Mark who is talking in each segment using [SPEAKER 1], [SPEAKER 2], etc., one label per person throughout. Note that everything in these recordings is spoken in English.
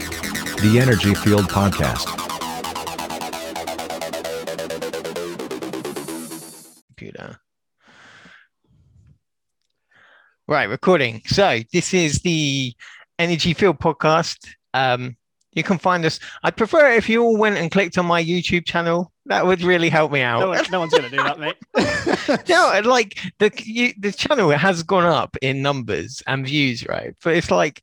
[SPEAKER 1] The Energy Field Podcast.
[SPEAKER 2] computer. Right, recording. So this is the Energy Field podcast. Um, you can find us. I'd prefer it if you all went and clicked on my YouTube channel. That would really help me out.
[SPEAKER 3] No, one- no one's going to do that, mate.
[SPEAKER 2] No, and, like the you, the channel has gone up in numbers and views, right? But it's like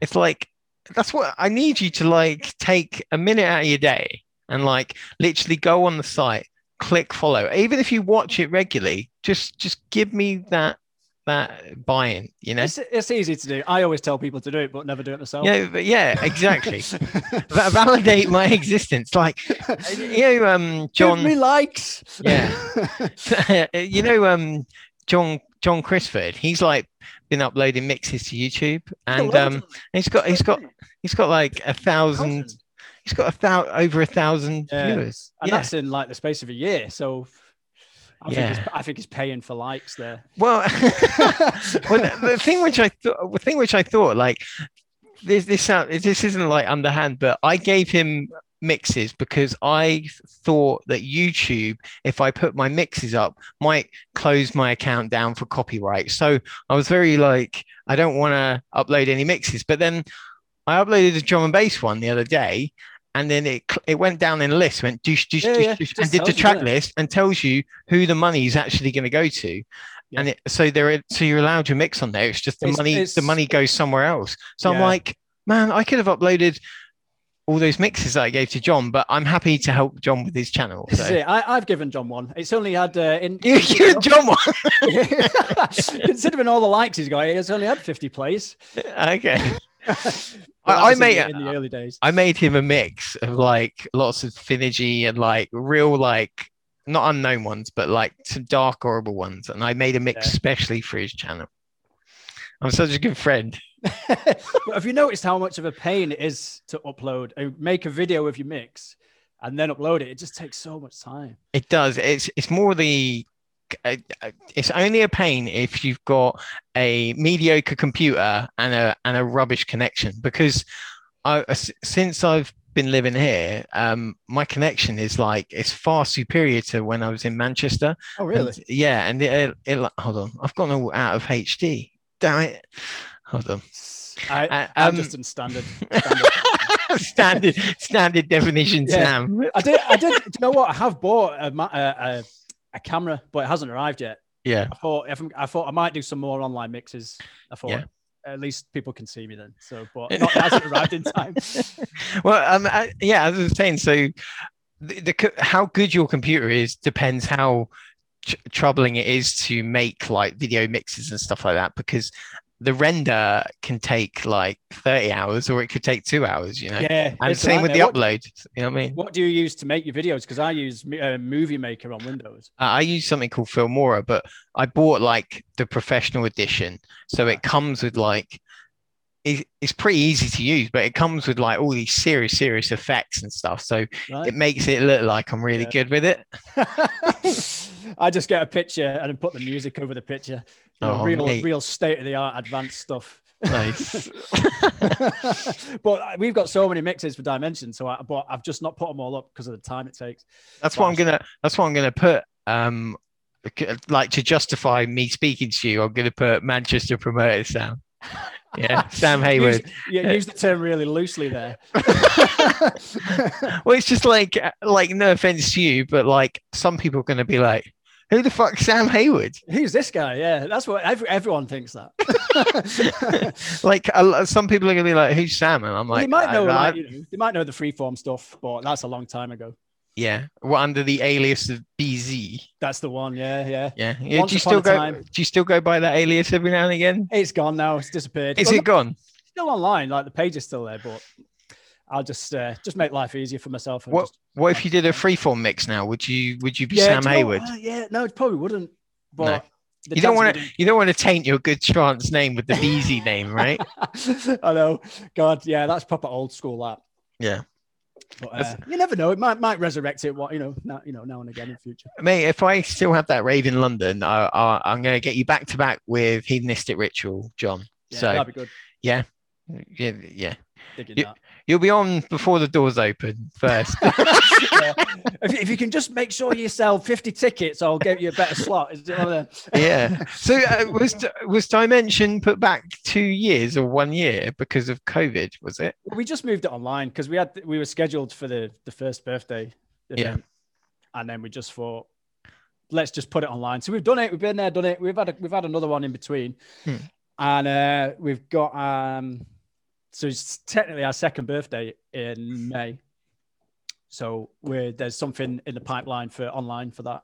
[SPEAKER 2] it's like that's what I need you to like take a minute out of your day and like literally go on the site, click follow. Even if you watch it regularly, just just give me that that buy-in, you know?
[SPEAKER 3] It's, it's easy to do. I always tell people to do it, but never do it myself.
[SPEAKER 2] Yeah, but yeah, exactly. Va- Validate my existence. Like you know, um John
[SPEAKER 3] Give me likes.
[SPEAKER 2] Yeah. you know, um, John John Crisford, he's like been uploading mixes to YouTube, and um, he's got he's got he's got like a thousand, he's got a thousand over a thousand
[SPEAKER 3] Yeah.
[SPEAKER 2] viewers.
[SPEAKER 3] and
[SPEAKER 2] yeah.
[SPEAKER 3] that's in like the space of a year. So I, think
[SPEAKER 2] Yeah.
[SPEAKER 3] he's, I think he's paying for likes there.
[SPEAKER 2] Well, well, the- the thing which I thought, the thing which I thought, like this this sound this isn't like underhand, but I gave him mixes because I thought that YouTube, if I put my mixes up, might close my account down for copyright. So I was very like, I don't want to upload any mixes. But then I uploaded a drum and bass one the other day. And then it cl- it went down in the list, went douche, douche,
[SPEAKER 3] Yeah,
[SPEAKER 2] douche,
[SPEAKER 3] yeah,
[SPEAKER 2] douche,
[SPEAKER 3] just
[SPEAKER 2] and did the
[SPEAKER 3] tells you,
[SPEAKER 2] track
[SPEAKER 3] doesn't it?
[SPEAKER 2] list and tells you who the money is actually going to go to
[SPEAKER 3] Yeah.
[SPEAKER 2] and it, so there are, so you're allowed your mix on there it's just the
[SPEAKER 3] It's-
[SPEAKER 2] money the
[SPEAKER 3] it's-
[SPEAKER 2] money goes somewhere else so i'm
[SPEAKER 3] Yeah.
[SPEAKER 2] like man i could have uploaded all those mixes that i gave to john but i'm happy to help john with his channel
[SPEAKER 3] This is
[SPEAKER 2] so
[SPEAKER 3] it. I, I've given John one. It's only had uh, in
[SPEAKER 2] you, you and john one
[SPEAKER 3] considering all the likes he's got, it's only had fifty plays.
[SPEAKER 2] okay
[SPEAKER 3] But that
[SPEAKER 2] I
[SPEAKER 3] was in
[SPEAKER 2] may-
[SPEAKER 3] the- in the early days.
[SPEAKER 2] i made him a mix of like lots of finergy and like real like not unknown ones but like some dark horrible ones and i made a mix
[SPEAKER 3] Yeah.
[SPEAKER 2] specially for his channel i'm such a good friend
[SPEAKER 3] but have you noticed how much of a pain it is to upload and make a video of your mix and then upload it? It just takes so much time.
[SPEAKER 2] It does. It's it's more the uh, uh, it's only a pain if you've got a mediocre computer and a and a rubbish connection because I uh, s- since I've been living here, um, my connection is like it's far superior to when I was in Manchester.
[SPEAKER 3] Oh,
[SPEAKER 2] And- yeah, and it, it, it hold on, I've gone all out of HD. Damn it! Hold on.
[SPEAKER 3] I,
[SPEAKER 2] Uh,
[SPEAKER 3] I'm
[SPEAKER 2] um,
[SPEAKER 3] just in standard. standard.
[SPEAKER 2] standard standard definition,
[SPEAKER 3] Yeah.
[SPEAKER 2] Sam.
[SPEAKER 3] I did. I did. Do you know what? I have bought a, ma- a, a, a camera, but it hasn't arrived yet.
[SPEAKER 2] Yeah.
[SPEAKER 3] I thought. If I'm, I thought I might do some more online mixes. I thought.
[SPEAKER 2] Yeah.
[SPEAKER 3] At least people can see me then. So, but not, it hasn't arrived in time.
[SPEAKER 2] well, um, I, yeah, as I was saying, so the, the co- how good your computer is depends how tr- troubling it is to make like video mixes and stuff like that because the render can take like 30 hours or it could take two hours, you know.
[SPEAKER 3] Yeah.
[SPEAKER 2] And
[SPEAKER 3] it's a
[SPEAKER 2] same with the
[SPEAKER 3] nightmare.
[SPEAKER 2] upload. You know what I mean?
[SPEAKER 3] What, what do you use to make your videos? Because I use uh, Movie Maker on Windows.
[SPEAKER 2] Uh, I use something called Filmora, but I bought like the professional edition, so it comes with like it, it's pretty easy to use, but it comes with like all these serious, serious effects and stuff. So
[SPEAKER 3] Right.
[SPEAKER 2] it makes it look like I'm really
[SPEAKER 3] Yeah.
[SPEAKER 2] good with it.
[SPEAKER 3] I just get a picture and then put the music over the picture. You know,
[SPEAKER 2] Oh,
[SPEAKER 3] real,
[SPEAKER 2] mate.
[SPEAKER 3] real state of the art, advanced stuff.
[SPEAKER 2] Nice.
[SPEAKER 3] but uh, we've got so many mixes for Dimension, so I, but I've just not put them all up because of the time it takes.
[SPEAKER 2] that's what I'm
[SPEAKER 3] Nice.
[SPEAKER 2] gonna. That's what I'm gonna put. Um, c- like to justify me speaking to you, I'm gonna put Manchester promoter Sam. Yeah, Sam
[SPEAKER 3] Use,
[SPEAKER 2] Hayward.
[SPEAKER 3] yeah, use the term really loosely there.
[SPEAKER 2] Well, it's just like, uh, like no offense to you, but like some people are gonna be like, "Who the fuck, Sam Hayward?"
[SPEAKER 3] Who's this guy? Yeah, that's what every, everyone thinks that.
[SPEAKER 2] Like a lo- some people are gonna be like, "Who's Sam?" And I'm like,
[SPEAKER 3] they might
[SPEAKER 2] I-
[SPEAKER 3] know,
[SPEAKER 2] I-
[SPEAKER 3] like, you know, they might know the freeform stuff, but that's a long time ago.
[SPEAKER 2] yeah, well, under the alias of BZ."
[SPEAKER 3] That's the one. Yeah, yeah.
[SPEAKER 2] Yeah, yeah.
[SPEAKER 3] Once
[SPEAKER 2] do you
[SPEAKER 3] upon
[SPEAKER 2] still
[SPEAKER 3] a
[SPEAKER 2] go?
[SPEAKER 3] time.
[SPEAKER 2] Do you still go by that alias every now and again?
[SPEAKER 3] It's gone now. It's disappeared.
[SPEAKER 2] Is
[SPEAKER 3] Well,
[SPEAKER 2] it gone?
[SPEAKER 3] still online. Like the page is still there, but I'll just uh, just make life easier for myself. and
[SPEAKER 2] What
[SPEAKER 3] just-
[SPEAKER 2] What if you did a freeform mix now? Would you Would you be
[SPEAKER 3] Yeah,
[SPEAKER 2] Sam
[SPEAKER 3] do you know what?
[SPEAKER 2] Hayward?
[SPEAKER 3] Uh, yeah, no, it probably wouldn't. But the
[SPEAKER 2] You don't
[SPEAKER 3] chance
[SPEAKER 2] want
[SPEAKER 3] of
[SPEAKER 2] to.
[SPEAKER 3] me
[SPEAKER 2] You don't want to taint your good chance name with the BZ name, right?
[SPEAKER 3] doing- I know. God, yeah, that's proper old school. That.
[SPEAKER 2] Yeah.
[SPEAKER 3] But, uh,
[SPEAKER 2] That's-
[SPEAKER 3] you never know. It might might resurrect it. What you know, now, you know, now and again in future.
[SPEAKER 2] Mate, if I still have that rave in London, I, I, I'm going to get you back to back with hedonistic ritual, John.
[SPEAKER 3] Yeah,
[SPEAKER 2] so
[SPEAKER 3] that'd be good.
[SPEAKER 2] yeah, yeah.
[SPEAKER 3] Digging
[SPEAKER 2] You-
[SPEAKER 3] that.
[SPEAKER 2] You'll be on before the doors open first.
[SPEAKER 3] Yeah. if, if you can just make sure you sell 50 tickets, I'll get you a better slot. Is it uh, one of them?
[SPEAKER 2] yeah. So uh, was was Dimension put back two years or one year because of COVID? Was it?
[SPEAKER 3] We just moved it online because we had we were scheduled for the the first birthday. event. And then we just thought, let's just put it online. So we've done it. We've been there, done it. We've had a, we've had another one in between,
[SPEAKER 2] Hmm.
[SPEAKER 3] and uh, we've got um. So it's technically our second birthday in May. So we're there's something in the pipeline for online for that.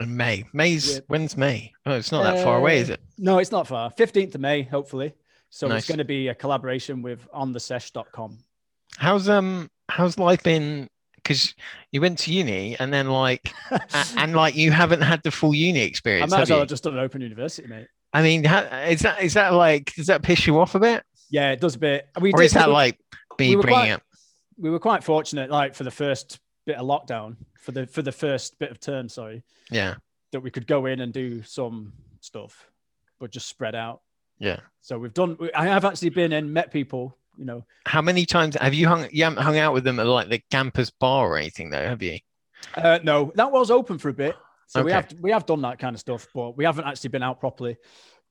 [SPEAKER 2] In May. May's
[SPEAKER 3] Yeah.
[SPEAKER 2] when's May? Oh, it's not that far away, is
[SPEAKER 3] Uh,
[SPEAKER 2] it?
[SPEAKER 3] No, it's not far. 15th of May, hopefully. So
[SPEAKER 2] Nice.
[SPEAKER 3] it's going to be a collaboration with onthesesh.com.
[SPEAKER 2] How's um how's life been? Because you went to uni and then like a- and like you haven't had the full uni
[SPEAKER 3] I
[SPEAKER 2] experience.
[SPEAKER 3] might
[SPEAKER 2] have
[SPEAKER 3] as well
[SPEAKER 2] you?
[SPEAKER 3] have just done an open university, mate.
[SPEAKER 2] I mean, how, is that is that like does that piss you off a bit,
[SPEAKER 3] Yeah, it does a bit. We
[SPEAKER 2] or
[SPEAKER 3] did-
[SPEAKER 2] is that like me
[SPEAKER 3] we were
[SPEAKER 2] bringing
[SPEAKER 3] quite-
[SPEAKER 2] up?
[SPEAKER 3] we were quite fortunate, like for the first bit of lockdown, for the for the first bit of term, sorry,
[SPEAKER 2] Yeah,
[SPEAKER 3] that we could go in and do some stuff, but just spread out.
[SPEAKER 2] yeah.
[SPEAKER 3] So we've done. we- I have actually been and met people. You know,
[SPEAKER 2] How many times have you hung you haven't hung out with them at like the campus bar or anything though? Have you?
[SPEAKER 3] uh, no, that was open for a bit. So we
[SPEAKER 2] Okay.
[SPEAKER 3] have we have done that kind of stuff, but we haven't actually been out properly.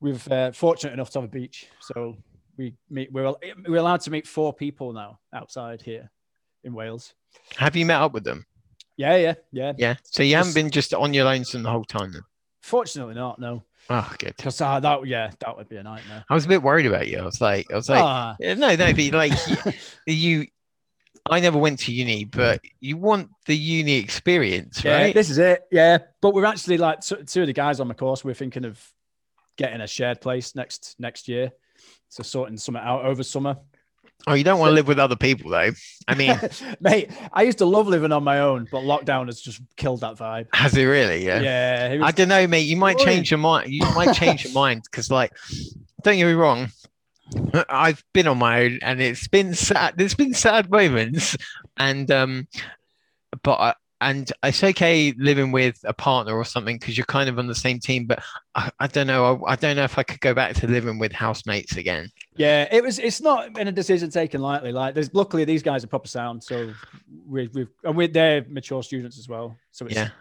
[SPEAKER 3] We've uh, fortunate enough to have a beach, so we meet. We're al- we're allowed to meet four people now outside here in Wales.
[SPEAKER 2] Have you met up with them?
[SPEAKER 3] Yeah, yeah, yeah.
[SPEAKER 2] Yeah. So you haven't
[SPEAKER 3] Just-
[SPEAKER 2] been just on your lonesome the whole time then.
[SPEAKER 3] Fortunately, not no,
[SPEAKER 2] Oh, good.
[SPEAKER 3] because uh, that yeah, that would be a nightmare.
[SPEAKER 2] I was a bit worried about you. I was like, I was like,
[SPEAKER 3] Ah.
[SPEAKER 2] Yeah, No, no, but like y- you, I never went to uni, but you want the uni experience,
[SPEAKER 3] Yeah,
[SPEAKER 2] right?
[SPEAKER 3] this is it. Yeah, but we're actually like t- two of the guys on my course. We're thinking of getting a shared place next next year, so sorting something out over summer.
[SPEAKER 2] Oh, you don't want to live with other people though. I mean,
[SPEAKER 3] Mate, I used to love living on my own, but lockdown has just killed that vibe.
[SPEAKER 2] has it really? Yeah.
[SPEAKER 3] Yeah, it was-
[SPEAKER 2] I don't know, mate. You might
[SPEAKER 3] Oi.
[SPEAKER 2] change your mind. You might change your mind because, like, don't get me wrong. I've been on my own, and it's been sad. There's been sad moments, and um, but I, and it's okay living with a partner or something because you're kind of on the same team. But I, I don't know. I, I don't know if I could go back to living with housemates again.
[SPEAKER 3] yeah, it was. It's not been a decision taken lightly. Like, there's luckily these guys are proper sound, so we, we've and we're they're mature students as well. So it's,
[SPEAKER 2] Yeah.
[SPEAKER 3] it's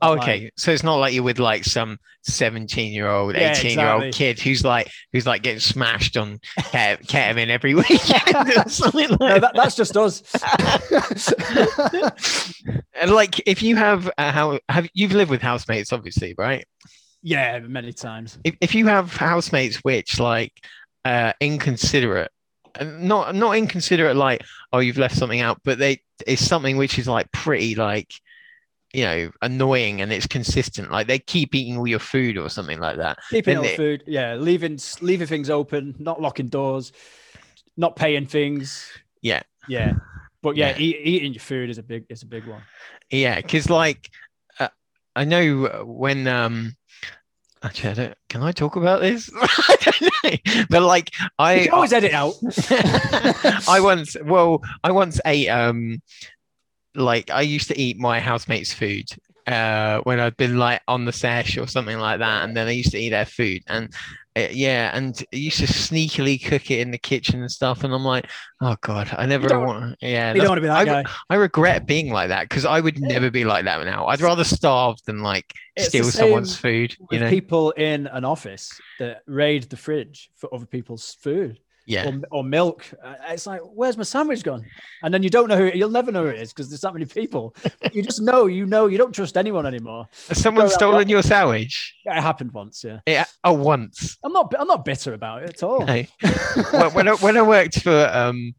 [SPEAKER 2] Oh,
[SPEAKER 3] like-
[SPEAKER 2] okay, so it's not like you're with like some 17 year old, 18
[SPEAKER 3] Yeah,
[SPEAKER 2] year old
[SPEAKER 3] exactly.
[SPEAKER 2] kid who's like who's like getting smashed on ket- ketamine every weekend or something like
[SPEAKER 3] No, that, that's just us.
[SPEAKER 2] And like, if you have a how have you've lived with housemates, obviously, right?
[SPEAKER 3] yeah, many times.
[SPEAKER 2] If if you have housemates which like uh inconsiderate, and not not inconsiderate, like oh you've left something out, but they it's something which is like pretty like you know annoying and it's consistent. Like they keep eating all your food or something like that.
[SPEAKER 3] keeping
[SPEAKER 2] Didn't
[SPEAKER 3] it on
[SPEAKER 2] it?
[SPEAKER 3] food yeah leaving leaving things open not locking doors not paying things
[SPEAKER 2] Yeah.
[SPEAKER 3] yeah but yeah,
[SPEAKER 2] Yeah.
[SPEAKER 3] Eat, eating your food is a big is a big one
[SPEAKER 2] Yeah, because like uh, I know uh, when um actually I don't can I talk about this? I don't know, but like
[SPEAKER 3] you
[SPEAKER 2] I
[SPEAKER 3] can always edit out
[SPEAKER 2] I once, well, I once ate, um, like I used to eat my housemates' food uh, when I'd been like on the sesh or something like that, and then I used to eat their food, and uh, yeah, and I used to sneakily cook it in the kitchen and stuff, and I'm like, oh god, I never
[SPEAKER 3] don't-
[SPEAKER 2] want, yeah,
[SPEAKER 3] you
[SPEAKER 2] that's-
[SPEAKER 3] don't want to be that
[SPEAKER 2] I-
[SPEAKER 3] guy
[SPEAKER 2] I regret being like that because I would never be like that now. I'd rather starve than like
[SPEAKER 3] It's the
[SPEAKER 2] steal someone's
[SPEAKER 3] same
[SPEAKER 2] food, you
[SPEAKER 3] with
[SPEAKER 2] know?
[SPEAKER 3] people in an office that raid the fridge for other people's food
[SPEAKER 2] yeah,
[SPEAKER 3] or, or milk Uh, it's like where's my sandwich gone and then you don't know who you'll never know who it is because there's that many people you just know you know you don't trust anyone anymore
[SPEAKER 2] Has someone
[SPEAKER 3] go around
[SPEAKER 2] stolen your sandwich.
[SPEAKER 3] it happened once yeah
[SPEAKER 2] Yeah, oh, once.
[SPEAKER 3] i'm not i'm not bitter about it at all
[SPEAKER 2] No. Well, when I, when I worked for um,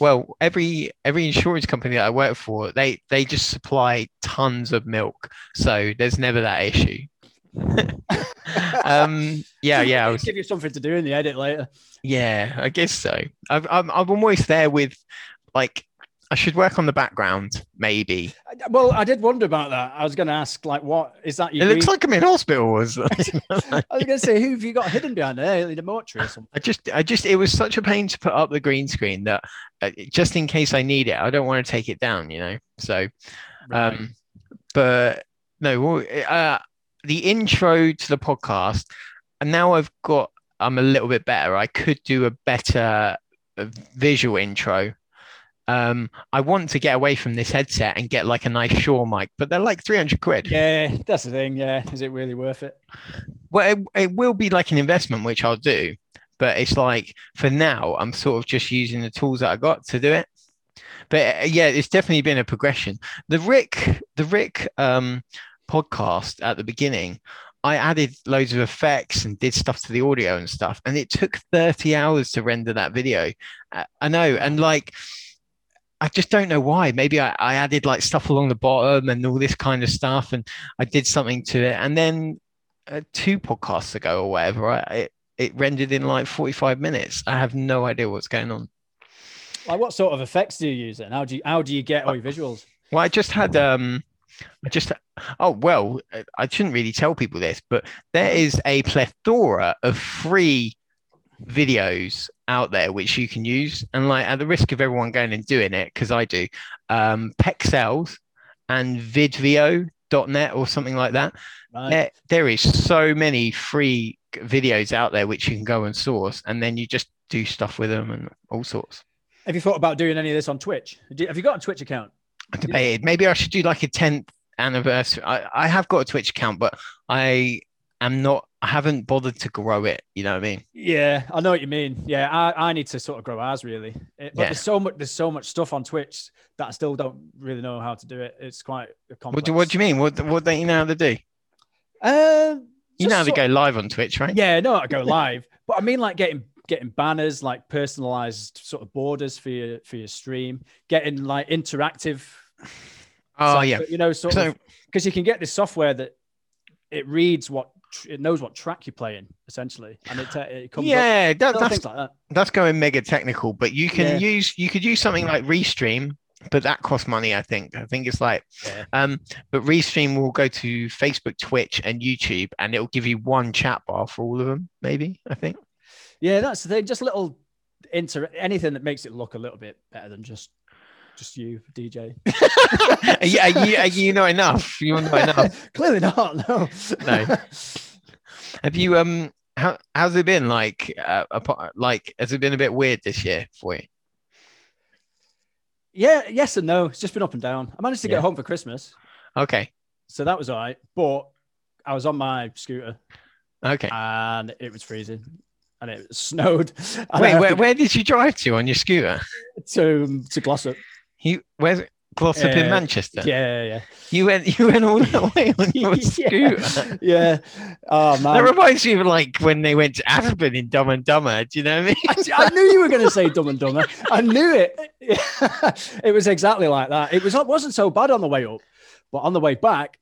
[SPEAKER 2] well, every every insurance company that I worked for, they they just supply tons of milk, so there's never that issue. um, yeah, yeah, I was-
[SPEAKER 3] give you something to do in the edit later.
[SPEAKER 2] yeah. I guess so. I've, I'm I'm almost there with, like, I should work on the background maybe.
[SPEAKER 3] I- Well, I did wonder about that. I was going to ask, like, what is that? You
[SPEAKER 2] It looks like I'm in hospital. or something.
[SPEAKER 3] I was going to say, who have you got hidden behind there in the mortuary or something?
[SPEAKER 2] I just, I just, it was such a pain to put up the green screen that uh, just in case I need it, I don't want to take it down, you know. So,
[SPEAKER 3] Right.
[SPEAKER 2] um, but no, well, uh, the intro to the podcast, and now I've got, I'm a little bit better. I could do a better a visual intro. Um, I want to get away from this headset and get like a nice Shure mic, but they're like 300 quid.
[SPEAKER 3] Yeah, that's the thing. Yeah, is it really worth it?
[SPEAKER 2] Well, it, it will be like an investment, which I'll do, but it's like for now, I'm sort of just using the tools that I got to do it. But uh, yeah, it's definitely been a progression. The Rick, the Rick um, podcast at the beginning, I added loads of effects and did stuff to the audio and stuff, and it took 30 hours to render that video. I, I know, and like. I just don't know why. Maybe I, I added like stuff along the bottom and all this kind of stuff, and I did something to it. And then uh, two podcasts ago or whatever, I, it, it rendered in like 45 minutes. I have no idea what's going on.
[SPEAKER 3] Like, what sort of effects do you use then? How do you how do you get all your visuals?
[SPEAKER 2] Well, I just had um, I just oh well, I- I shouldn't really tell people this, but there is a plethora of free videos out there which you can use, and like at the risk of everyone going and doing it because I do, um, Pexels and Vidvio.net or something like that.
[SPEAKER 3] Right.
[SPEAKER 2] There, there is so many free g- videos out there which you can go and source, and then you just do stuff with them and all sorts.
[SPEAKER 3] Have you thought about doing any of this on Twitch? Do- Have you got a Twitch account?
[SPEAKER 2] I debated maybe I should do like a 10th anniversary. I, I have got a Twitch account, but I am not, I haven't bothered to grow it. You know what I mean?
[SPEAKER 3] Yeah, I know what you mean. Yeah, I, I need to sort of grow ours really. It- but
[SPEAKER 2] Yeah.
[SPEAKER 3] there's so much there's so much stuff on Twitch that I still don't really know how to do it. It's quite a complex.
[SPEAKER 2] What do, what do you mean? What, what don't you know how to do?
[SPEAKER 3] Uh,
[SPEAKER 2] You know how
[SPEAKER 3] just
[SPEAKER 2] to
[SPEAKER 3] sort-
[SPEAKER 2] go live on Twitch, right?
[SPEAKER 3] Yeah, no, I go live, but I mean like getting getting banners, like personalized sort of borders for your for your stream, getting like interactive.
[SPEAKER 2] Oh,
[SPEAKER 3] software,
[SPEAKER 2] yeah.
[SPEAKER 3] you know, sort
[SPEAKER 2] So-
[SPEAKER 3] of because you can get this software that it reads what tr- it knows what track you're playing essentially, and it, te- it comes up.
[SPEAKER 2] Yeah, that,
[SPEAKER 3] Little
[SPEAKER 2] that's
[SPEAKER 3] things like that.
[SPEAKER 2] that's going mega technical, but you can
[SPEAKER 3] Yeah.
[SPEAKER 2] use you could use something like Restream, but that costs money. I think I think it's like,
[SPEAKER 3] Yeah.
[SPEAKER 2] um, but Restream will go to Facebook, Twitch, and YouTube, and it'll give you one chat bar for all of them. Maybe I think.
[SPEAKER 3] Yeah, that's the thing. Just little inter anything that makes it look a little bit better than just just you, DJ.
[SPEAKER 2] yeah, you, are you not enough. You're not enough.
[SPEAKER 3] Clearly not. No.
[SPEAKER 2] No. Have you um how how's it been like uh, apart, like has it been a bit weird this year for you?
[SPEAKER 3] yeah. Yes and no. It's just been up and down. I managed to
[SPEAKER 2] Yeah.
[SPEAKER 3] get home for Christmas,
[SPEAKER 2] Okay.
[SPEAKER 3] so that was all right. But I was on my scooter
[SPEAKER 2] Okay.
[SPEAKER 3] and it was freezing and it snowed. And I
[SPEAKER 2] Wait,
[SPEAKER 3] had
[SPEAKER 2] where,
[SPEAKER 3] to-
[SPEAKER 2] where did you drive to on your scooter?
[SPEAKER 3] to to Glossop.
[SPEAKER 2] You where's it? Glossop in
[SPEAKER 3] Uh,
[SPEAKER 2] Manchester.
[SPEAKER 3] Yeah, yeah, yeah.
[SPEAKER 2] You went you went all that way on your scooter.
[SPEAKER 3] yeah. Oh man.
[SPEAKER 2] That reminds me of like when they went to Aspen in Dumb and Dumber. Do you know what I mean?
[SPEAKER 3] I, I knew you were going to say Dumb and Dumber. I knew it. it was exactly like that. It was it wasn't so bad on the way up, but on the way back,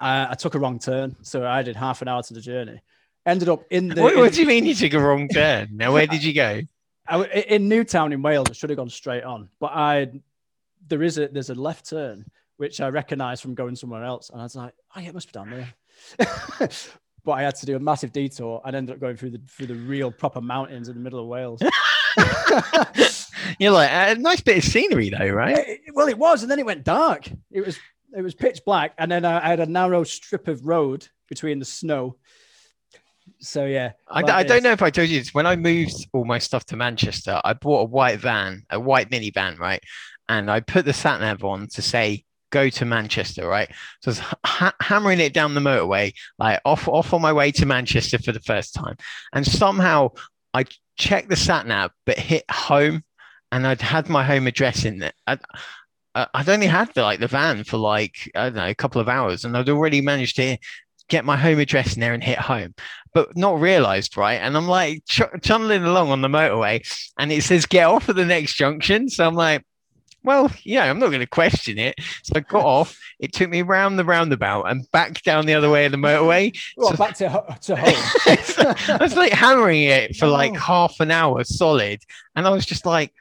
[SPEAKER 3] uh, I took a wrong turn, so I did half an hour to the journey. Ended up in the
[SPEAKER 2] what,
[SPEAKER 3] in,
[SPEAKER 2] what do you mean you took a wrong turn? Now where did you go?
[SPEAKER 3] I w- in Newtown in Wales. I should have gone straight on, but I there is a there's a left turn which I recognised from going somewhere else, and I was like, oh yeah, it must be down there. But I had to do a massive detour and ended up going through the through the real proper mountains in the middle of Wales.
[SPEAKER 2] You're like a nice bit of scenery though, right?
[SPEAKER 3] It- it- well, it was, and then it went dark. It was it was pitch black, and then I, I had a narrow strip of road between the snow. So yeah,
[SPEAKER 2] I,
[SPEAKER 3] Like
[SPEAKER 2] I
[SPEAKER 3] this.
[SPEAKER 2] don't know if I told you this. When I moved all my stuff to Manchester, I bought a white van, a white minivan, right? And I put the sat nav on to say go to Manchester, right? So I was ha- hammering it down the motorway, like off off on my way to Manchester for the first time, and somehow I checked the sat nav but hit home, and I'd had my home address in there. I'd, I- I'd only had like the van for like I don't know a couple of hours, and I'd already managed to get my home address in there and hit home but not realized, right? And I'm like ch- tunneling along on the motorway, and it says get off at the next junction. So I'm like, well, yeah, I'm not going to question it. So I got off. It took me round the roundabout and back down the other way of the motorway.
[SPEAKER 3] well,
[SPEAKER 2] So-
[SPEAKER 3] back to ho- to home.
[SPEAKER 2] I was like hammering it for like
[SPEAKER 3] No.
[SPEAKER 2] half an hour solid, and I was just like,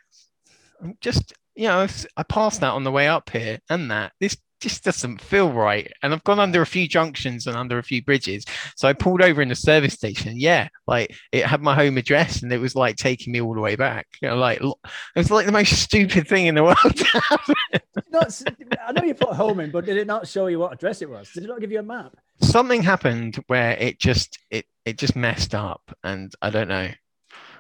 [SPEAKER 2] I'm just you know, I passed that on the way up here, and that this just doesn't feel right. And I've gone under a few junctions and under a few bridges, so I pulled over in the service station. Yeah, like it had my home address, and it was like taking me all the way back. You know, like lo- it was like the most stupid thing in the world.
[SPEAKER 3] Not s- I know you put home in, but did it not show you what address it was? Did it not give you a map?
[SPEAKER 2] Something happened where it just it it just messed up, and I don't know.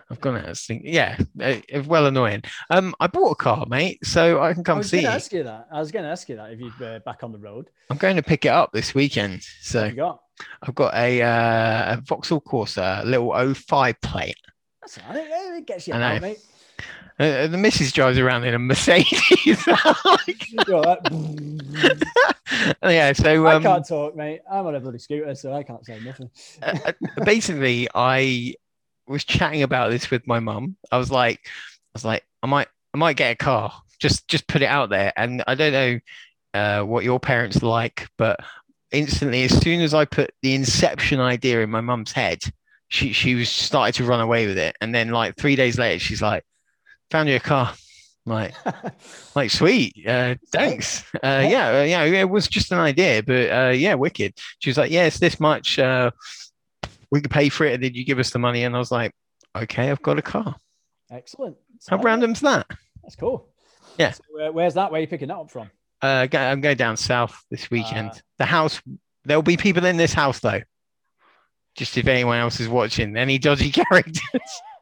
[SPEAKER 2] I've gone out. Thinking, yeah, uh, well annoying. Um, I bought a car, mate, so I can
[SPEAKER 3] I
[SPEAKER 2] come
[SPEAKER 3] was
[SPEAKER 2] see
[SPEAKER 3] going
[SPEAKER 2] you.
[SPEAKER 3] to ask Oh, you that. I was going to ask you that if you'd uh, back on the road.
[SPEAKER 2] I'm going to pick it up this weekend.
[SPEAKER 3] What
[SPEAKER 2] So
[SPEAKER 3] you got?
[SPEAKER 2] I've got a, uh, a Vauxhall Corsa, a little 05 plate.
[SPEAKER 3] That's all right. It it gets you
[SPEAKER 2] I
[SPEAKER 3] out,
[SPEAKER 2] know.
[SPEAKER 3] mate.
[SPEAKER 2] Uh, the missus drives around in a Mercedes.
[SPEAKER 3] You're like,
[SPEAKER 2] yeah, so
[SPEAKER 3] I
[SPEAKER 2] um,
[SPEAKER 3] can't talk, mate. I'm on a bloody scooter, so I can't say nothing.
[SPEAKER 2] uh, basically i was chatting about this with my mum i was like i was like i might i might get a car just just put it out there and i don't know uh, what your parents like but instantly as soon as i put the inception idea in my mum's head she she was started to run away with it and then like three days later she's like found you a car I'm like like sweet uh thanks uh yeah uh, yeah it was just an idea but uh yeah wicked she was like yeah it's this much uh we could pay for it and then you give us the money and i was like okay i've got a car
[SPEAKER 3] Excellent. That's
[SPEAKER 2] how
[SPEAKER 3] all right,
[SPEAKER 2] random's that
[SPEAKER 3] mate. That's cool.
[SPEAKER 2] Yeah.
[SPEAKER 3] So, uh, where's that? Where are you picking that up from?
[SPEAKER 2] uh go- i'm going down south this weekend
[SPEAKER 3] Ah.
[SPEAKER 2] the house there'll be people in this house though just if anyone else is watching any dodgy characters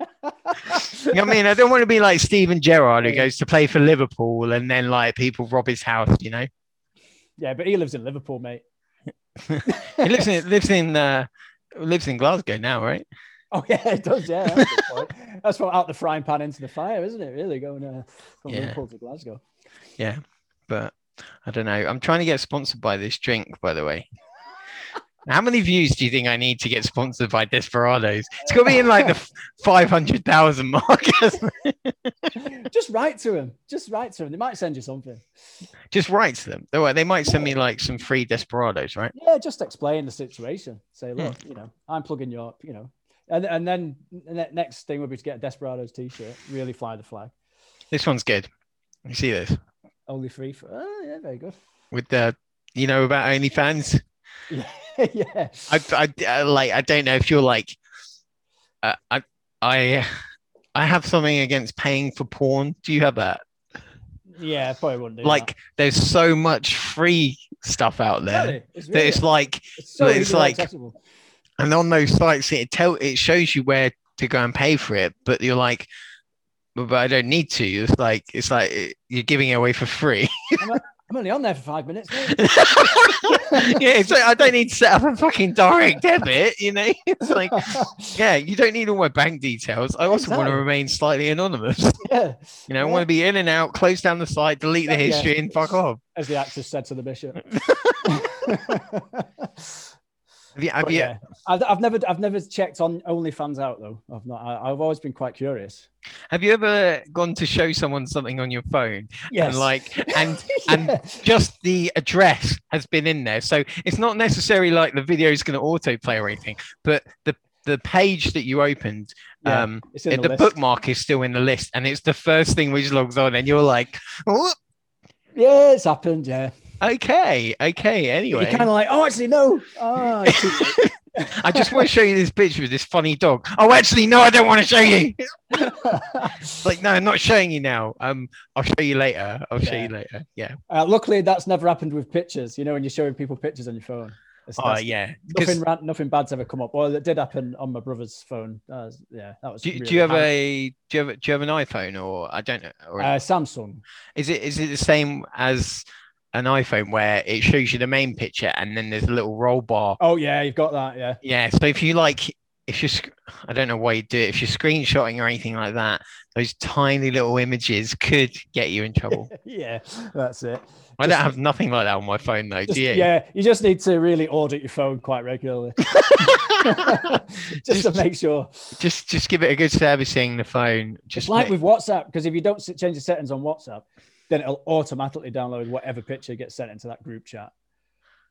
[SPEAKER 2] you know what i mean i don't want to be like steven gerrard who
[SPEAKER 3] Yeah.
[SPEAKER 2] goes to play for liverpool and then like people rob his house you know
[SPEAKER 3] yeah, but he lives in Liverpool, mate.
[SPEAKER 2] he lives in lives in uh lives in glasgow now right
[SPEAKER 3] Oh yeah, it does. Yeah, that's, a good point. that's what out the frying pan into the fire, isn't it? Really going uh, from
[SPEAKER 2] Yeah.
[SPEAKER 3] Liverpool to Glasgow.
[SPEAKER 2] Yeah, but I don't know. I'm trying to get sponsored by this drink, by the way. How many views do you think I need to get sponsored by Desperados? It's got to be in like the 500,000 mark.
[SPEAKER 3] Just write to him. Just write to him. They might send you something.
[SPEAKER 2] Just write to them. They might- They might send me like some free Desperados, right?
[SPEAKER 3] Yeah, just explain the situation. Say, look, you know, I'm plugging you up. You know, and and then the next thing would be to get a Desperados T-shirt. Really fly the flag.
[SPEAKER 2] This one's good. You see this
[SPEAKER 3] Only free for. Oh, yeah, very good.
[SPEAKER 2] with the, you know, about OnlyFans?
[SPEAKER 3] Yeah, yeah.
[SPEAKER 2] I, I, I like I don't know if you're like uh, I I I have something against paying for porn. Do you have that?
[SPEAKER 3] yeah, probably wouldn't do
[SPEAKER 2] like there's so much free stuff out
[SPEAKER 3] that.
[SPEAKER 2] there
[SPEAKER 3] Really? It's
[SPEAKER 2] that
[SPEAKER 3] really
[SPEAKER 2] it's like
[SPEAKER 3] it's, so
[SPEAKER 2] it's
[SPEAKER 3] easily
[SPEAKER 2] like-
[SPEAKER 3] accessible.
[SPEAKER 2] and on those sites it tell it shows you where to go and pay for it but you're like "Well, but I don't need to it's like it's like it- you're giving it away for free
[SPEAKER 3] I'm only on there for five minutes. mate.
[SPEAKER 2] yeah it's like I don't need to set up a fucking direct debit you know it's like yeah you don't need all my bank details I also want to
[SPEAKER 3] Exactly.
[SPEAKER 2] remain slightly anonymous
[SPEAKER 3] yeah.
[SPEAKER 2] you know I
[SPEAKER 3] Yeah.
[SPEAKER 2] want to be in and out close down the site delete the
[SPEAKER 3] Yeah, yeah.
[SPEAKER 2] history and fuck off
[SPEAKER 3] as the actress said to the bishop.
[SPEAKER 2] have you, have
[SPEAKER 3] But
[SPEAKER 2] you-
[SPEAKER 3] yeah, I've, I've never, I've never checked on OnlyFans out though. I've not. I, I've always been quite curious.
[SPEAKER 2] have you ever gone to show someone something on your phone
[SPEAKER 3] Yes.
[SPEAKER 2] and like and and
[SPEAKER 3] Yeah.
[SPEAKER 2] just the address has been in there. So it's not necessarily like the video is going to autoplay or anything, but the the page that you opened,
[SPEAKER 3] Yeah,
[SPEAKER 2] um,
[SPEAKER 3] it's
[SPEAKER 2] the,
[SPEAKER 3] in the, list.
[SPEAKER 2] bookmark is still in the list, and it's the first thing which logs on, and you're like, "Oh,
[SPEAKER 3] Yeah, it's happened. Yeah.
[SPEAKER 2] okay, okay.
[SPEAKER 3] You're
[SPEAKER 2] Anyway,
[SPEAKER 3] kind of like, oh, actually, no. Oh, it's too late."
[SPEAKER 2] I just want to show you this picture with this funny dog. Oh, actually, no, I don't want to show you. It's like, no, I'm not showing you now. Um, I'll show you later. I'll show
[SPEAKER 3] Yeah.
[SPEAKER 2] you later. Yeah.
[SPEAKER 3] uh, luckily, that's never happened with pictures. You know, when you're showing people pictures on your phone. It's,
[SPEAKER 2] Oh,
[SPEAKER 3] that's-
[SPEAKER 2] yeah. 'Cause
[SPEAKER 3] Nothing, ran, nothing bad's ever come up. Well, it did happen on my brother's phone. That was, yeah, that was.
[SPEAKER 2] do, do
[SPEAKER 3] really
[SPEAKER 2] you have
[SPEAKER 3] bad.
[SPEAKER 2] a do you have a- do you have an iPhone or I don't know or
[SPEAKER 3] uh, Samsung?
[SPEAKER 2] Is it is it the same as an iPhone where it shows you the main picture and then there's a little roll bar?
[SPEAKER 3] Oh yeah, you've got that. Yeah.
[SPEAKER 2] Yeah. So if you like, if you, sc- I don't know why you do it. If you're screenshotting or anything like that, those tiny little images could get you in trouble.
[SPEAKER 3] yeah, that's it.
[SPEAKER 2] I don't
[SPEAKER 3] Just-
[SPEAKER 2] have nothing like that on my phone though.
[SPEAKER 3] Just-
[SPEAKER 2] do you?
[SPEAKER 3] yeah, you just need to really audit your phone quite regularly, just to
[SPEAKER 2] Just-
[SPEAKER 3] make sure.
[SPEAKER 2] Just just give it a good servicing the phone. Just
[SPEAKER 3] It's like
[SPEAKER 2] make-
[SPEAKER 3] with WhatsApp, because if you don't s- change the settings on WhatsApp, then it'll automatically download whatever picture gets sent into that group chat.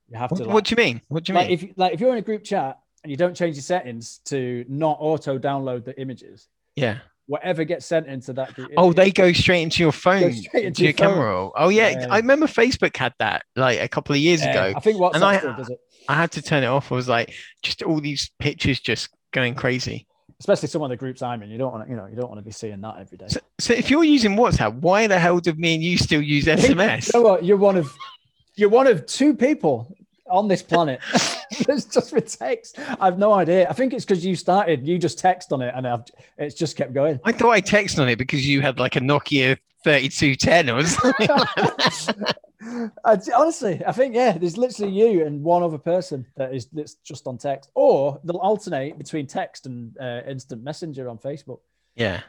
[SPEAKER 3] You have to.
[SPEAKER 2] what,
[SPEAKER 3] Like,
[SPEAKER 2] what do you mean? What do you
[SPEAKER 3] like
[SPEAKER 2] mean?
[SPEAKER 3] if you- like if you're in a group chat and you don't change your settings to not auto download the images,
[SPEAKER 2] yeah.
[SPEAKER 3] whatever gets sent into that group.
[SPEAKER 2] Oh, they go straight into your phone,
[SPEAKER 3] straight into
[SPEAKER 2] your,
[SPEAKER 3] your phone.
[SPEAKER 2] camera. roll. Oh yeah,
[SPEAKER 3] Yeah.
[SPEAKER 2] I remember Facebook had that like a couple of years ago.
[SPEAKER 3] Yeah, I think WhatsApp
[SPEAKER 2] I-
[SPEAKER 3] still does it,
[SPEAKER 2] I had to turn it off. I was like, just all these pictures just going crazy.
[SPEAKER 3] especially some of the groups I'm in. You don't want to, you know, you don't want to be seeing that every day.
[SPEAKER 2] So, so if you're using WhatsApp, why the hell did me and you still use
[SPEAKER 3] You
[SPEAKER 2] SMS?
[SPEAKER 3] know what? You're one of you're one of two people on this planet. There's just been text. I've no idea. I think it's because you started. You just text on it, and I've, it's just kept going.
[SPEAKER 2] I thought I texted on it because you had like a Nokia 3210 or something.
[SPEAKER 3] I, honestly, I think yeah, there's literally you and one other person that is that's just on text, or they'll alternate between text and uh, instant messenger on Facebook,
[SPEAKER 2] yeah.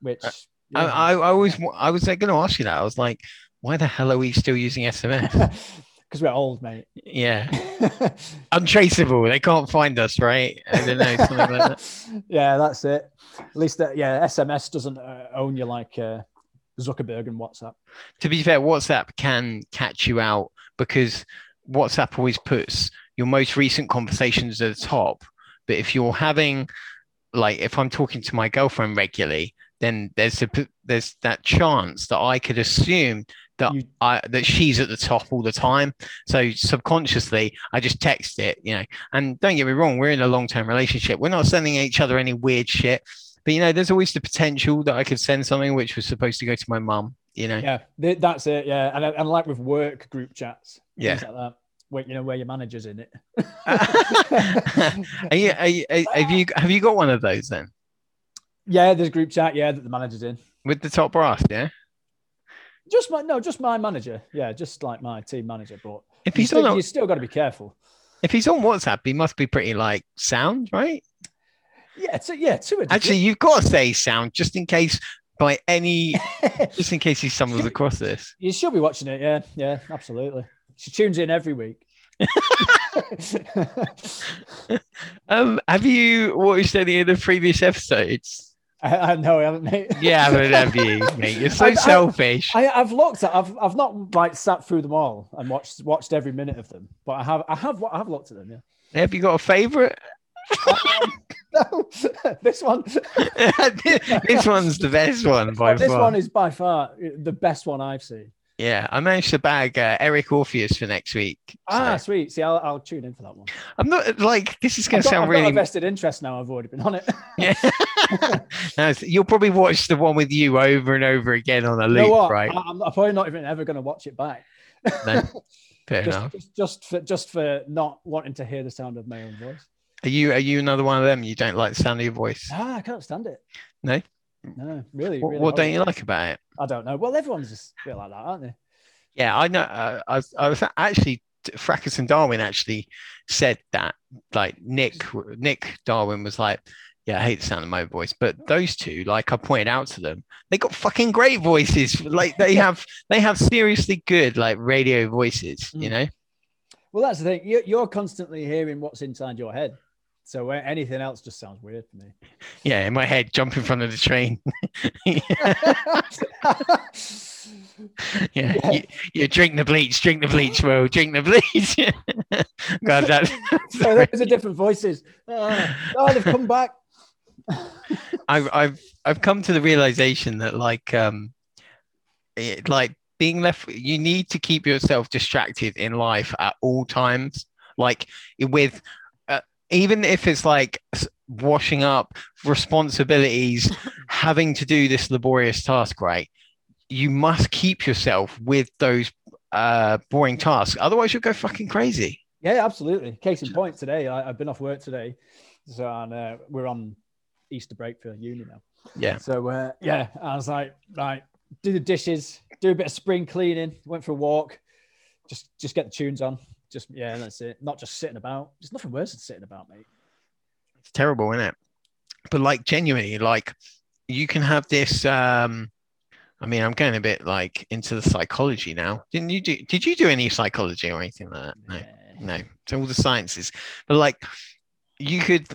[SPEAKER 3] which
[SPEAKER 2] Uh, I, I, I always, wa- I was like, going to ask you that. I was like, why the hell are we still using SMS?
[SPEAKER 3] because we're old, mate.
[SPEAKER 2] Yeah. Untraceable. They can't find us, right? I don't know. Something like that.
[SPEAKER 3] yeah, that's it. At least that yeah, SMS doesn't uh, own you like uh, Zuckerberg and WhatsApp.
[SPEAKER 2] To be fair, WhatsApp can catch you out because WhatsApp always puts your most recent conversations at the top. But if you're having, like, if I'm talking to my girlfriend regularly, then there's a, p- there's that chance that I could assume that
[SPEAKER 3] You-
[SPEAKER 2] I that she's at the top all the time. So subconsciously, I just text it, you know. And don't get me wrong, we're in a long term relationship. We're not sending each other any weird shit. But you know, there's always the potential that I could send something which was supposed to go to my mum. You know,
[SPEAKER 3] Yeah, th- that's it. Yeah, and and like with work group chats,
[SPEAKER 2] yeah.
[SPEAKER 3] things like that. Where, you know where your manager's in it.
[SPEAKER 2] Are you, are you, are- have you have you got one of those then
[SPEAKER 3] yeah, there's group chat. Yeah, that the manager's in.
[SPEAKER 2] with the top brass? Yeah.
[SPEAKER 3] Just my no, just my manager. Yeah, just like my team manager. But
[SPEAKER 2] If
[SPEAKER 3] you
[SPEAKER 2] he's on
[SPEAKER 3] still,
[SPEAKER 2] a-
[SPEAKER 3] you still got to be careful.
[SPEAKER 2] if he's on WhatsApp, he must be pretty like sound, right?
[SPEAKER 3] Yeah, to, yeah, to a
[SPEAKER 2] Actually, you've got to say sound just in case by any
[SPEAKER 3] degree.
[SPEAKER 2] just in case he stumbles across this.
[SPEAKER 3] you should be watching it. Yeah, yeah, absolutely. She tunes in every week.
[SPEAKER 2] Um, have you watched any of the previous episodes?
[SPEAKER 3] I, I know I haven't made.
[SPEAKER 2] Yeah, but have you, mate? You're so
[SPEAKER 3] I- I-
[SPEAKER 2] selfish.
[SPEAKER 3] I, I've looked at. I've I've not like sat through them all and watched watched every minute of them, but I have I have I have looked at them. Yeah.
[SPEAKER 2] have you got a favorite?
[SPEAKER 3] No, this one
[SPEAKER 2] this one's the best one by
[SPEAKER 3] this
[SPEAKER 2] far.
[SPEAKER 3] one is by far the best one I've seen.
[SPEAKER 2] yeah, I managed to bag uh, Eric Orpheus for next week. so-
[SPEAKER 3] Ah, sweet. See, I'll, I'll tune in for that one.
[SPEAKER 2] I'm not like this is going
[SPEAKER 3] I've
[SPEAKER 2] to
[SPEAKER 3] got,
[SPEAKER 2] sound
[SPEAKER 3] I've got a
[SPEAKER 2] really.
[SPEAKER 3] vested interest now. I've already been on it.
[SPEAKER 2] Yeah. No, it's- you'll probably watch the one with you over and over again on a
[SPEAKER 3] you know
[SPEAKER 2] loop,
[SPEAKER 3] what?
[SPEAKER 2] right?
[SPEAKER 3] I, I'm I'm probably not even ever going to watch it back.
[SPEAKER 2] No. Fair
[SPEAKER 3] Just,
[SPEAKER 2] enough.
[SPEAKER 3] just just for just for not wanting to hear the sound of my own voice.
[SPEAKER 2] Are you are you another one of them? You don't like the sound of your voice.
[SPEAKER 3] Ah, I can't stand it.
[SPEAKER 2] No?
[SPEAKER 3] No, really.
[SPEAKER 2] What,
[SPEAKER 3] really
[SPEAKER 2] what don't
[SPEAKER 3] horrible.
[SPEAKER 2] you like about it?
[SPEAKER 3] I don't know. Well, everyone's just a bit like that, aren't they?
[SPEAKER 2] Yeah, I know. Uh, I, was- I was actually Fracas and Darwin actually said that. Like Nick Nick Darwin was like, "Yeah, I hate the sound of my voice," but those two, like I pointed out to them, they got fucking great voices. Like they have they have seriously good like radio voices. You
[SPEAKER 3] Mm.
[SPEAKER 2] know.
[SPEAKER 3] Well, that's the thing. You're, you're constantly hearing what's inside your head. So uh, anything else just sounds weird to me.
[SPEAKER 2] Yeah, in my head, jump in front of the train. Yeah,
[SPEAKER 3] Yeah.
[SPEAKER 2] You, you drink the bleach, drink the bleach, Will, drink the bleach. God, that.
[SPEAKER 3] so those are different voices. Ah, oh, they've come back.
[SPEAKER 2] I've I've I've come to the realization that like um, it, like being left, you need to keep yourself distracted in life at all times. Like with, uh, even if it's like s- washing up, responsibilities, having to do this laborious task, right? You must keep yourself with those uh boring tasks, otherwise you'll go fucking crazy.
[SPEAKER 3] Yeah, absolutely. Case in point, today I, I've been off work today, so and, uh, we're on Easter break for uni now.
[SPEAKER 2] Yeah.
[SPEAKER 3] So uh, yeah, I was like, right, do the dishes, do a bit of spring cleaning. Went for a walk, just just get the tunes on. Just yeah, that's it. Not just sitting about. There's nothing worse than sitting about, mate.
[SPEAKER 2] It's terrible, isn't it? But like genuinely, like you can have this um I mean, I'm going a bit like into the psychology now. Didn't you do did you do any psychology or anything like that? No.
[SPEAKER 3] Yeah.
[SPEAKER 2] No. It's all the sciences. But like you could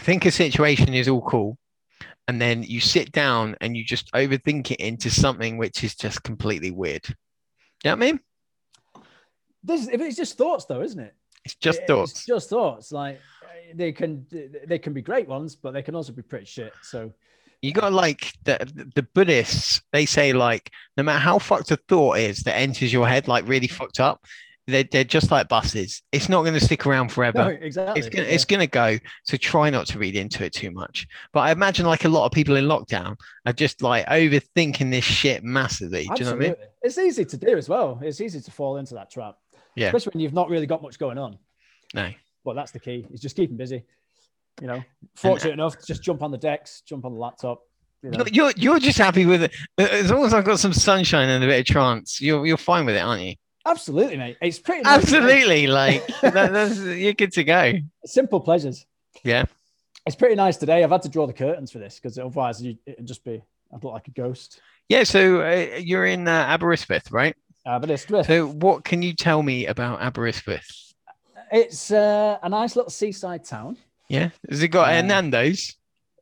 [SPEAKER 2] think a situation is all cool and then you sit down and you just overthink it into something which is just completely weird. You know what I mean?
[SPEAKER 3] This if it's just thoughts though, isn't it?
[SPEAKER 2] It's just
[SPEAKER 3] It-
[SPEAKER 2] thoughts.
[SPEAKER 3] It's just thoughts. Like uh, they can they can be great ones, but they can also be pretty shit. So
[SPEAKER 2] You got like the the Buddhists. They say like no matter how fucked a thought is that enters your head, like really fucked up, they're they're just like buses. It's not going to stick around
[SPEAKER 3] no,
[SPEAKER 2] forever.
[SPEAKER 3] exactly.
[SPEAKER 2] It's gonna
[SPEAKER 3] yeah.
[SPEAKER 2] it's gonna go. So try not to read into it too much. But I imagine like a lot of people in lockdown are just like overthinking this shit massively. Do you know what I mean?
[SPEAKER 3] Absolutely. It's easy to do as well. It's easy to fall into that trap.
[SPEAKER 2] Yeah.
[SPEAKER 3] Especially when you've not really got much going on.
[SPEAKER 2] No.
[SPEAKER 3] But that's the key. Is just keeping busy. You know, fortunate enough to just jump on the decks, jump on the laptop. You know.
[SPEAKER 2] Look, You're you're just happy with it. As long as I've got some sunshine and a bit of trance, you're you're fine with it, aren't you?
[SPEAKER 3] Absolutely, mate. It's pretty much-
[SPEAKER 2] Absolutely, like that, that's you're good to go.
[SPEAKER 3] simple pleasures.
[SPEAKER 2] Yeah.
[SPEAKER 3] It's pretty nice today. I've had to draw the curtains for this because otherwise you, it'd just be I'd look like a ghost.
[SPEAKER 2] Yeah, so uh, you're in uh, Aberystwyth, right?
[SPEAKER 3] Uh, but it's it's,
[SPEAKER 2] So what can you tell me about Aberystwyth?
[SPEAKER 3] it's uh, a nice little seaside town.
[SPEAKER 2] Yeah, has it got
[SPEAKER 3] Uh,
[SPEAKER 2] Hernando's?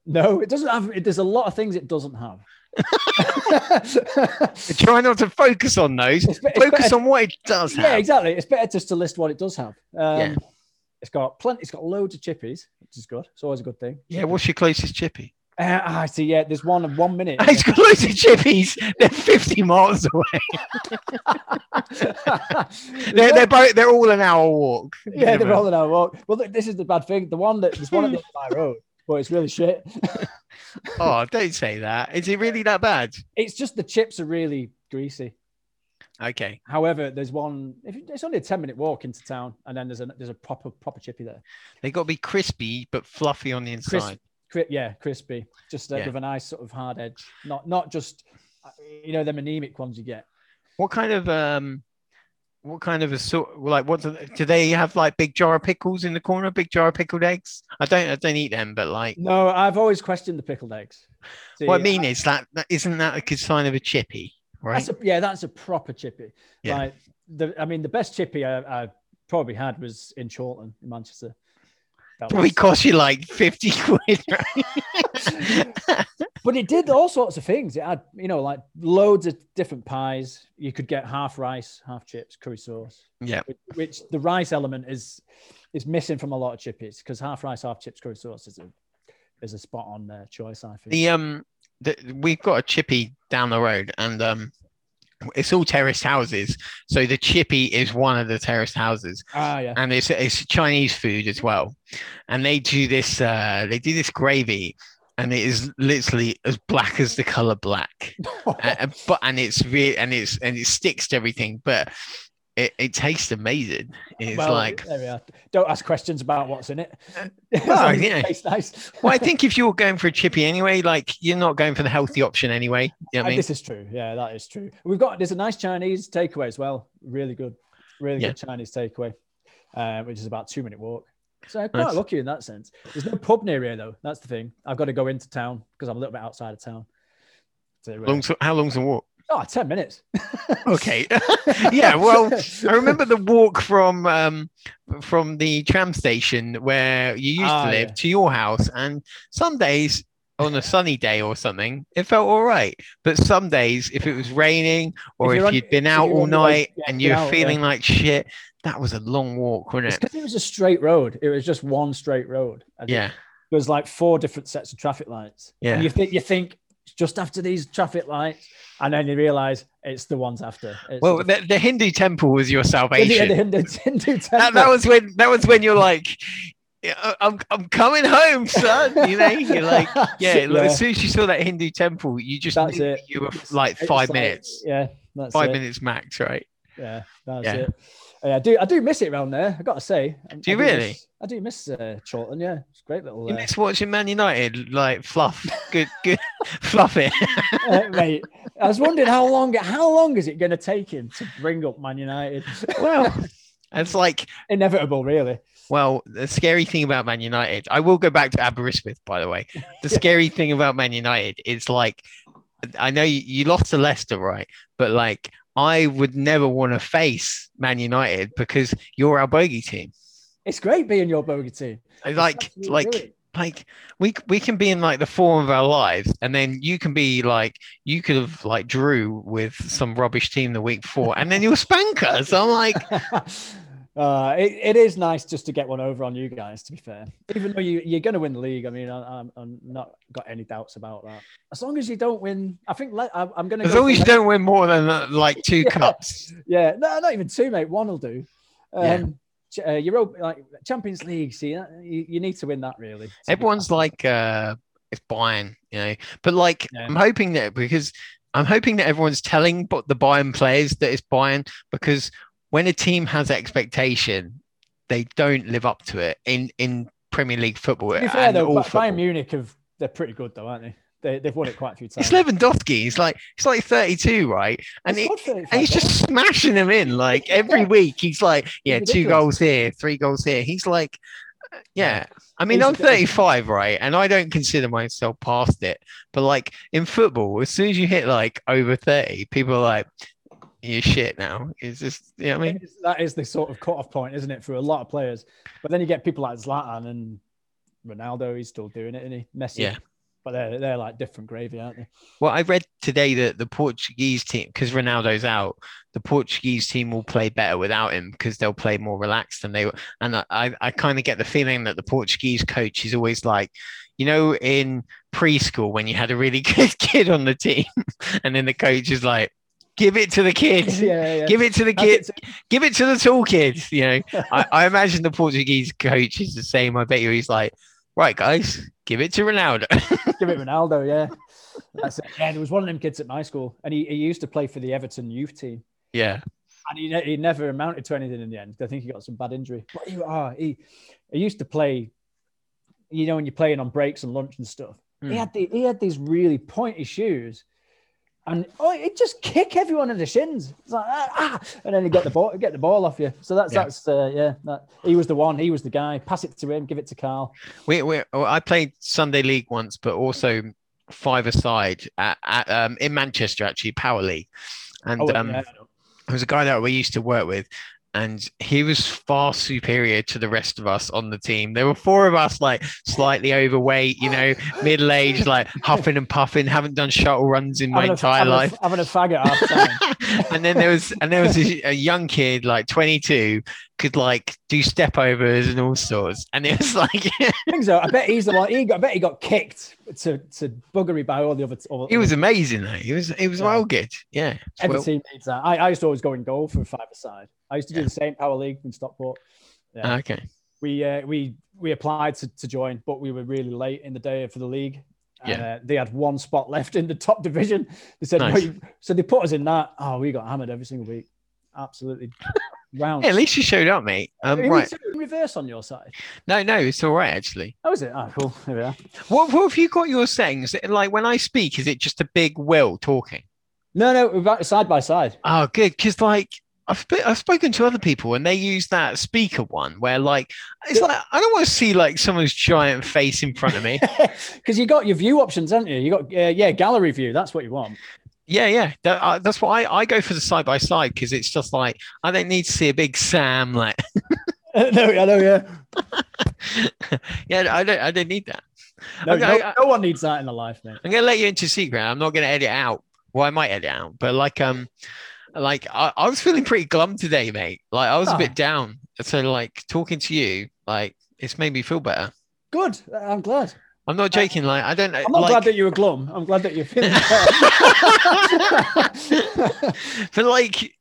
[SPEAKER 3] No, it doesn't have. It, there's a lot of things it doesn't have.
[SPEAKER 2] Try not to focus on those.
[SPEAKER 3] It's be- it's
[SPEAKER 2] Focus
[SPEAKER 3] better-
[SPEAKER 2] on what it does
[SPEAKER 3] yeah,
[SPEAKER 2] have.
[SPEAKER 3] exactly. It's better just to list what it does have. Um,
[SPEAKER 2] Yeah.
[SPEAKER 3] It's got plenty. It's got loads of chippies, which is good. It's always a good thing.
[SPEAKER 2] Yeah, what's your closest chippy?
[SPEAKER 3] Uh, I see. Yeah, there's one in one minute.
[SPEAKER 2] It's got loads of chippies. They're 50 miles away. They're, they're, both, they're all an hour walk.
[SPEAKER 3] Yeah, they're rolling out. Well, well, look, this is the bad thing. The one that there's one at the end of my road, but it's really shit.
[SPEAKER 2] Oh, don't say that. Is it really that bad?
[SPEAKER 3] It's just the chips are really greasy.
[SPEAKER 2] Okay.
[SPEAKER 3] However, there's one. If you- it's only a ten minute walk into town, and then there's a there's a proper proper chippy there.
[SPEAKER 2] They got to be crispy but fluffy on the inside.
[SPEAKER 3] Crisp, cri- yeah, crispy, just uh,
[SPEAKER 2] Yeah.
[SPEAKER 3] with a nice sort of hard edge. Not not just uh, you know them anemic ones you get.
[SPEAKER 2] What kind of um, what kind of a sort? Like, what do they, do they have? Like big jar of pickles in the corner, big jar of pickled eggs. I don't, I don't eat them, but like,
[SPEAKER 3] No, I've always questioned the pickled eggs. See,
[SPEAKER 2] what I mean is that, that isn't that a good sign of a chippy, right?
[SPEAKER 3] That's a, yeah, that's a proper chippy.
[SPEAKER 2] Yeah.
[SPEAKER 3] Like the, I mean, the best chippy I, I probably had was in Chorlton in Manchester. That
[SPEAKER 2] Probably
[SPEAKER 3] was-
[SPEAKER 2] cost you like fifty quid. Right?
[SPEAKER 3] but it did all sorts of things. It had, you know, like loads of different pies. You could get half rice, half chips, curry sauce.
[SPEAKER 2] Yeah.
[SPEAKER 3] Which, which the rice element is is missing from a lot of chippies because half rice, half chips, curry sauce is a is a spot on uh, choice. I think.
[SPEAKER 2] the um, the, we've got a chippy down the road, and um, it's all terraced houses. So the chippy is one of the terraced houses.
[SPEAKER 3] Ah, yeah.
[SPEAKER 2] and it's it's Chinese food as well. And they do this uh, they do this gravy, and it is literally as black as the color black. Uh, but and it's real and it's and it sticks to everything, but it, it tastes amazing. It's
[SPEAKER 3] Well,
[SPEAKER 2] like
[SPEAKER 3] there we are. Don't ask questions about what's in it. As
[SPEAKER 2] well,
[SPEAKER 3] long as it
[SPEAKER 2] yeah.
[SPEAKER 3] tastes nice.
[SPEAKER 2] well, I think if you're going for a chippy anyway, like you're not going for the healthy option anyway. You know what I
[SPEAKER 3] And
[SPEAKER 2] mean?
[SPEAKER 3] this is true. Yeah, that is true. We've got there's a nice Chinese takeaway as well. Really good, really
[SPEAKER 2] Yeah.
[SPEAKER 3] good Chinese takeaway, uh, which is about two minute walk. So I'm
[SPEAKER 2] Nice.
[SPEAKER 3] quite lucky in that sense. There's no pub near here though. That's the thing. I've got to go into town because I'm a little bit outside of town. So, uh,
[SPEAKER 2] Long, how long's the walk?
[SPEAKER 3] oh, 10 minutes.
[SPEAKER 2] Okay. yeah, well, I remember the walk from um, from the tram station where you used
[SPEAKER 3] Ah,
[SPEAKER 2] to live
[SPEAKER 3] yeah.
[SPEAKER 2] to your house, and some days on a sunny day or something, it felt all right. But some days, if it was raining or
[SPEAKER 3] If
[SPEAKER 2] if,
[SPEAKER 3] you're on-
[SPEAKER 2] you'd been
[SPEAKER 3] if
[SPEAKER 2] out
[SPEAKER 3] you're
[SPEAKER 2] all
[SPEAKER 3] on the way-
[SPEAKER 2] night
[SPEAKER 3] yeah,
[SPEAKER 2] and
[SPEAKER 3] you're
[SPEAKER 2] you're
[SPEAKER 3] out, yeah.
[SPEAKER 2] feeling like shit, that was a long walk, wasn't
[SPEAKER 3] It's
[SPEAKER 2] it?
[SPEAKER 3] because it was a straight road. It was just one straight road. And it-
[SPEAKER 2] Yeah,
[SPEAKER 3] There was like four different sets of traffic lights.
[SPEAKER 2] Yeah.
[SPEAKER 3] And you think you think it's just after these traffic lights, and then you realize it's the ones after. It's
[SPEAKER 2] well,
[SPEAKER 3] the,
[SPEAKER 2] the, the Hindu temple was your
[SPEAKER 3] the, the,
[SPEAKER 2] salvation.
[SPEAKER 3] Hindu- Hindu
[SPEAKER 2] that,
[SPEAKER 3] temple.
[SPEAKER 2] that was when that was when you're like "Yeah, I- I'm, I'm coming home, son. You know, you're like, yeah, like, As soon as you saw that Hindu temple, you just
[SPEAKER 3] That's
[SPEAKER 2] knew
[SPEAKER 3] it.
[SPEAKER 2] you were
[SPEAKER 3] It's-
[SPEAKER 2] like
[SPEAKER 3] it's
[SPEAKER 2] five
[SPEAKER 3] like-
[SPEAKER 2] minutes,
[SPEAKER 3] Yeah, that's
[SPEAKER 2] five
[SPEAKER 3] it.
[SPEAKER 2] minutes max, right?
[SPEAKER 3] Yeah, that's
[SPEAKER 2] Yeah.
[SPEAKER 3] it. Oh, Yeah, I do. I do miss it around there. I gotta say. I-
[SPEAKER 2] Do you
[SPEAKER 3] I
[SPEAKER 2] really?
[SPEAKER 3] miss- I do miss uh, Chorlton. Yeah, it's a great little.
[SPEAKER 2] You
[SPEAKER 3] uh,
[SPEAKER 2] miss watching Man United, like fluff, good, good, fluff it.
[SPEAKER 3] uh, mate, I was wondering how long. How long is it going to take him to bring up Man United?
[SPEAKER 2] well, it's like,
[SPEAKER 3] Inevitable, really.
[SPEAKER 2] well, the scary thing about Man United. I will go back to Aberystwyth, by the way. The scary thing about Man United is like, I know you, you lost to Leicester, right? But like, I would never want to face Man United because you're our bogey team.
[SPEAKER 3] It's great being your bogey team. It's
[SPEAKER 2] Like,
[SPEAKER 3] absolutely
[SPEAKER 2] like.
[SPEAKER 3] brilliant.
[SPEAKER 2] like we c- we can be in like the form of our lives and then you can be like you could have like drew with some rubbish team the week before and then you'll spank us i'm like
[SPEAKER 3] Uh, it, it is nice just to get one over on you guys. To be fair, even though you, you're going to win the league, I mean, I, I'm, I'm not got any doubts about that. As long as you don't win, I think Le- I, I'm going to.
[SPEAKER 2] as long as you don't win more than uh, like two
[SPEAKER 3] Yeah.
[SPEAKER 2] cups
[SPEAKER 3] Yeah, no, not even two, mate. One will do.
[SPEAKER 2] Yeah.
[SPEAKER 3] Um, Ch- uh, Europa, like Champions League. See, that, you, you need to win that really. to be-
[SPEAKER 2] everyone's like uh it's Bayern, you know but like
[SPEAKER 3] Yeah.
[SPEAKER 2] i'm hoping that because i'm hoping that everyone's telling but the Bayern players that it's Bayern because when a team has expectation, they don't live up to it in in Premier League football.
[SPEAKER 3] To be fair
[SPEAKER 2] and
[SPEAKER 3] though,
[SPEAKER 2] all
[SPEAKER 3] Ba-
[SPEAKER 2] football.
[SPEAKER 3] Bayern Munich have they're pretty good though, aren't they? they they've won it quite a few times.
[SPEAKER 2] It's Lewandowski. He's like he's like 32, right? And
[SPEAKER 3] He's
[SPEAKER 2] he,
[SPEAKER 3] scored 35
[SPEAKER 2] and he's
[SPEAKER 3] goals.
[SPEAKER 2] just smashing them in like every
[SPEAKER 3] Yeah.
[SPEAKER 2] week. He's like, yeah, two
[SPEAKER 3] ridiculous.
[SPEAKER 2] goals here, three goals here. He's like, uh, yeah. I mean,
[SPEAKER 3] He's
[SPEAKER 2] I'm
[SPEAKER 3] a bit of a-
[SPEAKER 2] 35, right? And I don't consider myself past it. But like in football, as soon as you hit like over 30, people are like, you're shit now. It's just, you know what I mean?
[SPEAKER 3] It is- that is the sort of cutoff point, isn't it, for a lot of players? But then you get people like Zlatan and Ronaldo. He's still doing it, isn't he? Messi.
[SPEAKER 2] Yeah.
[SPEAKER 3] But they're they're like different gravy, aren't they?
[SPEAKER 2] Well, I read today that the Portuguese team, because Ronaldo's out, the Portuguese team will play better without him because they'll play more relaxed than they were. And I- I, I kind of get the feeling that the Portuguese coach is always like, you know, in preschool when you had a really good kid on the team, and then the coach is like, give it to the kids,
[SPEAKER 3] yeah, yeah.
[SPEAKER 2] give it to the
[SPEAKER 3] That's
[SPEAKER 2] kids,
[SPEAKER 3] it too.
[SPEAKER 2] give it to the tall kids. You know, I, I imagine the Portuguese coach is the same. I bet you he's like, right, guys, give it to Ronaldo.
[SPEAKER 3] Give it Ronaldo, yeah. That's it. Yeah, there was one of them kids at my school, and he, he used to play for the Everton youth team,
[SPEAKER 2] yeah.
[SPEAKER 3] and he, ne- he never amounted to anything in the end. I think he got some bad injury. But he, oh, he, he used to play, you know, when you're playing on breaks and lunch and stuff.
[SPEAKER 2] Hmm.
[SPEAKER 3] He had the, he had these really pointy shoes, and oh, he'd just kick everyone in the shins. It's like ah, ah, and then he get the ball, get the ball off you. So that's
[SPEAKER 2] Yeah.
[SPEAKER 3] that's uh, yeah. That, he was the one. He was the guy. Pass it to him. Give it to Carl.
[SPEAKER 2] We, we, oh, I played Sunday League once, but also five aside at, at, um, in Manchester, actually, Power League. And
[SPEAKER 3] Oh,
[SPEAKER 2] um,
[SPEAKER 3] yeah.
[SPEAKER 2] there was a guy that we used to work with, and he was far superior to the rest of us on the team. There were four of us, like slightly overweight, you know, middle aged, like huffing and puffing, haven't done shuttle runs in my
[SPEAKER 3] Having a-
[SPEAKER 2] entire
[SPEAKER 3] having a-
[SPEAKER 2] life.
[SPEAKER 3] having a fag at half time.
[SPEAKER 2] and then there was and there was a, a young kid like 22 could like do step overs and all sorts and it was like
[SPEAKER 3] think so. I bet he's the one. He got, I bet he got kicked to, to buggery by all the other. All,
[SPEAKER 2] He was amazing though. He was he was
[SPEAKER 3] Yeah.
[SPEAKER 2] well good. Yeah.
[SPEAKER 3] every
[SPEAKER 2] Well-
[SPEAKER 3] team needs that. I, I used to always go and goal for five aside. I used to do the same power league in Stockport. yeah.
[SPEAKER 2] Ah, Okay.
[SPEAKER 3] We uh, we we applied to, to join, but we were really late in the day for the league. And,
[SPEAKER 2] Yeah.
[SPEAKER 3] uh, they had one spot left in the top division. They said,
[SPEAKER 2] Nice.
[SPEAKER 3] no, you, so they put us in that. Oh, we got hammered every single week. Absolutely. Round.
[SPEAKER 2] Yeah, at least you showed up, mate. Um, right.
[SPEAKER 3] in reverse on your side.
[SPEAKER 2] No, no, it's all right actually.
[SPEAKER 3] That was it. Oh, cool. Here we are.
[SPEAKER 2] What what have you got your settings? Like when I speak, is it just a big will talking?
[SPEAKER 3] No, no, we're back side by side.
[SPEAKER 2] Oh, good. Because like I've sp- I've spoken to other people and they use that speaker one where like it's like I don't want to see like someone's giant face in front of me.
[SPEAKER 3] Because you got your view options, haven't you? You got uh, yeah, gallery view. That's what you want.
[SPEAKER 2] yeah, yeah. That, uh, that's why I, I go for the side by side because it's just like I don't need to see a big Sam like
[SPEAKER 3] no, I know. Yeah,
[SPEAKER 2] yeah I don't I don't need that.
[SPEAKER 3] no,
[SPEAKER 2] Okay,
[SPEAKER 3] no,
[SPEAKER 2] I-
[SPEAKER 3] no one needs that in their life, mate.
[SPEAKER 2] I'm gonna let you into a secret. I'm not gonna edit out. Well, I might edit out, but like um, like I, I was feeling pretty glum today, mate. Like I was a
[SPEAKER 3] Ah.
[SPEAKER 2] bit down. So like talking to you, like it's made me feel better.
[SPEAKER 3] Good. I'm glad.
[SPEAKER 2] I'm not joking. Like I don't know.
[SPEAKER 3] I'm not glad
[SPEAKER 2] like,
[SPEAKER 3] that you were glum. I'm glad that you're feeling better.
[SPEAKER 2] but like. it-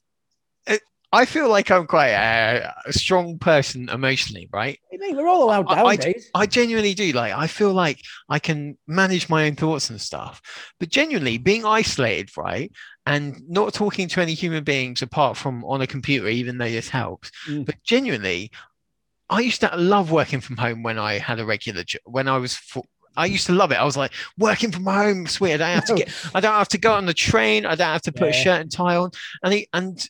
[SPEAKER 2] I feel like I'm quite a, a strong person emotionally, right?
[SPEAKER 3] Hey, mate, we're all allowed
[SPEAKER 2] I- I-
[SPEAKER 3] nowadays.
[SPEAKER 2] I genuinely do. Like, I feel like I can manage my own thoughts and stuff. But genuinely, being isolated, right, and not talking to any human beings apart from on a computer, even though this helps.
[SPEAKER 3] Mm.
[SPEAKER 2] But genuinely, I used to love working from home when I had a regular job. When I was, fo- I used to love it. I was like, working from home, sweet. I don't have to
[SPEAKER 3] No.
[SPEAKER 2] get, I don't have to go on the train. I don't have to put a
[SPEAKER 3] Yeah.
[SPEAKER 2] shirt and tie on. And he, and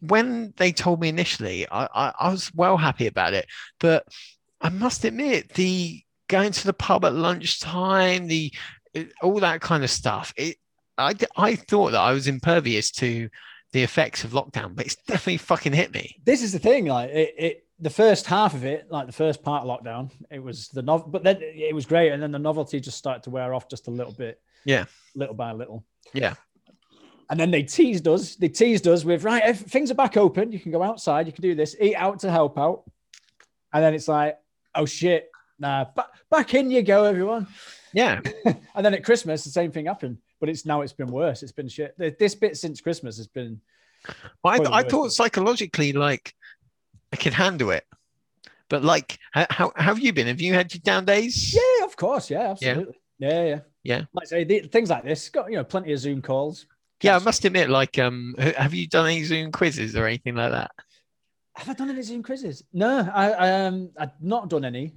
[SPEAKER 2] when they told me initially, I, I, I was well happy about it. But I must admit, the going to the pub at lunchtime, the it- all that kind of stuff. It, I, d- I thought that I was impervious to the effects of lockdown, but it's definitely fucking hit me.
[SPEAKER 3] this is the thing like it, it the first half of it like the first part of lockdown it was the novel but then it was great and then the novelty just started to wear off just a little bit
[SPEAKER 2] Yeah.
[SPEAKER 3] little by little
[SPEAKER 2] Yeah.
[SPEAKER 3] and then they teased us they teased us with right if things are back open you can go outside you can do this eat out to help out and then it's like oh shit nah ba- back in you go everyone
[SPEAKER 2] Yeah.
[SPEAKER 3] and then at christmas the same thing happened but it's now it's been worse it's been shit this bit since christmas has been
[SPEAKER 2] Well, I,
[SPEAKER 3] Probably
[SPEAKER 2] I
[SPEAKER 3] worth
[SPEAKER 2] thought
[SPEAKER 3] it.
[SPEAKER 2] psychologically, like, I could handle it. But, like, how, how how have you been? Have you had your down days?
[SPEAKER 3] Yeah, of course. Yeah,
[SPEAKER 2] Yeah.
[SPEAKER 3] absolutely. Yeah, yeah, yeah.
[SPEAKER 2] Yeah.
[SPEAKER 3] Like I say, the, things like this got you know plenty of Zoom calls.
[SPEAKER 2] Yeah, I
[SPEAKER 3] Yes.
[SPEAKER 2] must admit, like, um, h- have you done any Zoom quizzes or anything like that?
[SPEAKER 3] Have I done any Zoom quizzes? No, I, I um, I've not done any,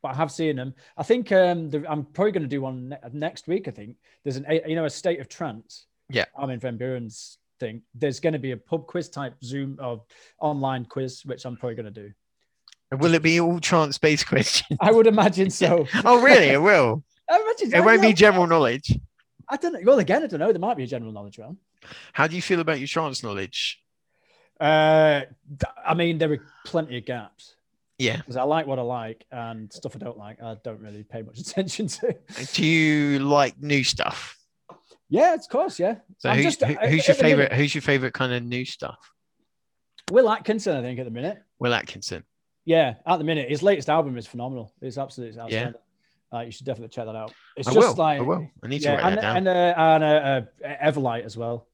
[SPEAKER 3] but I have seen them. I think um, the, I'm probably going to do one ne- next week. I think there's an, a- you know, a state of trance.
[SPEAKER 2] Yeah.
[SPEAKER 3] I'm in Van Buren's thing. There's going to be a pub quiz type Zoom or online quiz, which I'm probably going to do.
[SPEAKER 2] Will it be all chance based questions?
[SPEAKER 3] I would imagine so.
[SPEAKER 2] oh, really? It will.
[SPEAKER 3] I imagine
[SPEAKER 2] It won't be general knowledge.
[SPEAKER 3] I don't know. Well, again, I don't know. There might be a general knowledge round.
[SPEAKER 2] How do you feel about your chance knowledge?
[SPEAKER 3] Uh, th- I mean, there were plenty of gaps
[SPEAKER 2] Yeah.
[SPEAKER 3] because I like what I like and stuff I don't like. I don't really pay much attention to.
[SPEAKER 2] Do you like new stuff?
[SPEAKER 3] Yeah, of course. Yeah.
[SPEAKER 2] So
[SPEAKER 3] I'm
[SPEAKER 2] who's,
[SPEAKER 3] just-
[SPEAKER 2] who-
[SPEAKER 3] I-
[SPEAKER 2] who's
[SPEAKER 3] at
[SPEAKER 2] your
[SPEAKER 3] the minute-
[SPEAKER 2] favorite? Who's your favorite kind of new stuff?
[SPEAKER 3] Will Atkinson, I think, at the minute.
[SPEAKER 2] Will Atkinson.
[SPEAKER 3] Yeah, at the minute, his latest album is phenomenal. It's absolutely it's
[SPEAKER 2] Yeah.
[SPEAKER 3] outstanding. Uh, you should definitely check that out. It's
[SPEAKER 2] I will.
[SPEAKER 3] just like
[SPEAKER 2] I will. I need to write
[SPEAKER 3] yeah, and
[SPEAKER 2] that down.
[SPEAKER 3] and, uh, and uh, uh, Everlight as well.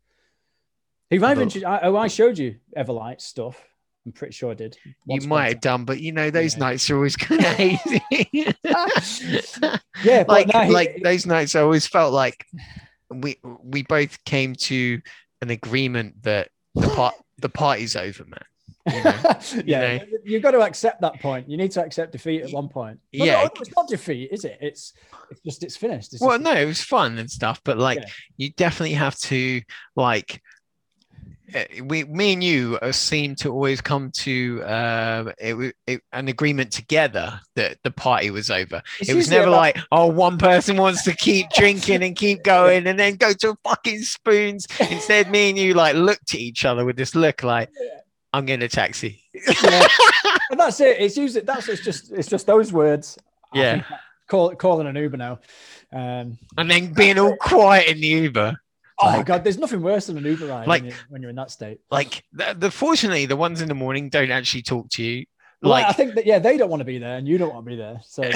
[SPEAKER 3] He might have
[SPEAKER 2] will.
[SPEAKER 3] introduced. I, oh, I showed you Everlight stuff. I'm pretty sure I did.
[SPEAKER 2] you
[SPEAKER 3] Once upon a
[SPEAKER 2] might have done, but you know those
[SPEAKER 3] Yeah.
[SPEAKER 2] nights are always kind of hazy.
[SPEAKER 3] time. Yeah, but
[SPEAKER 2] like
[SPEAKER 3] no, he-
[SPEAKER 2] like those nights, I always felt like we we both came to an agreement that the part the party's over, man. you know,
[SPEAKER 3] yeah, you have got to accept that point. You need to accept defeat at one point. Well,
[SPEAKER 2] Yeah.
[SPEAKER 3] no, it's not defeat, is it? It's it's just it's finished. It's
[SPEAKER 2] Well,
[SPEAKER 3] just-
[SPEAKER 2] no, it was fun and stuff, but like
[SPEAKER 3] Yeah.
[SPEAKER 2] you definitely have to like eh, we me and you uh, seem to always come to um it, wa- it, an agreement together that the party was over.
[SPEAKER 3] it's
[SPEAKER 2] it was
[SPEAKER 3] usually
[SPEAKER 2] never
[SPEAKER 3] about-
[SPEAKER 2] like oh one person wants to keep drinking and keep going and then go to fucking spoons. Instead, me and you like looked at each other with this look like
[SPEAKER 3] Yeah.
[SPEAKER 2] I'm getting a taxi.
[SPEAKER 3] Yeah. and that's it. It's usually that's it's just it's just those words. I
[SPEAKER 2] Yeah.
[SPEAKER 3] think that- Call calling an Uber now. Um,
[SPEAKER 2] And then being all quiet in the Uber.
[SPEAKER 3] oh
[SPEAKER 2] Like-
[SPEAKER 3] god, there's nothing worse than an Uber ride
[SPEAKER 2] Like-
[SPEAKER 3] when, you're, when you're in that state.
[SPEAKER 2] Like the, the fortunately the ones in the morning don't actually talk to you.
[SPEAKER 3] Well,
[SPEAKER 2] Like
[SPEAKER 3] I think that yeah, they don't want to be there and you don't want to be there. So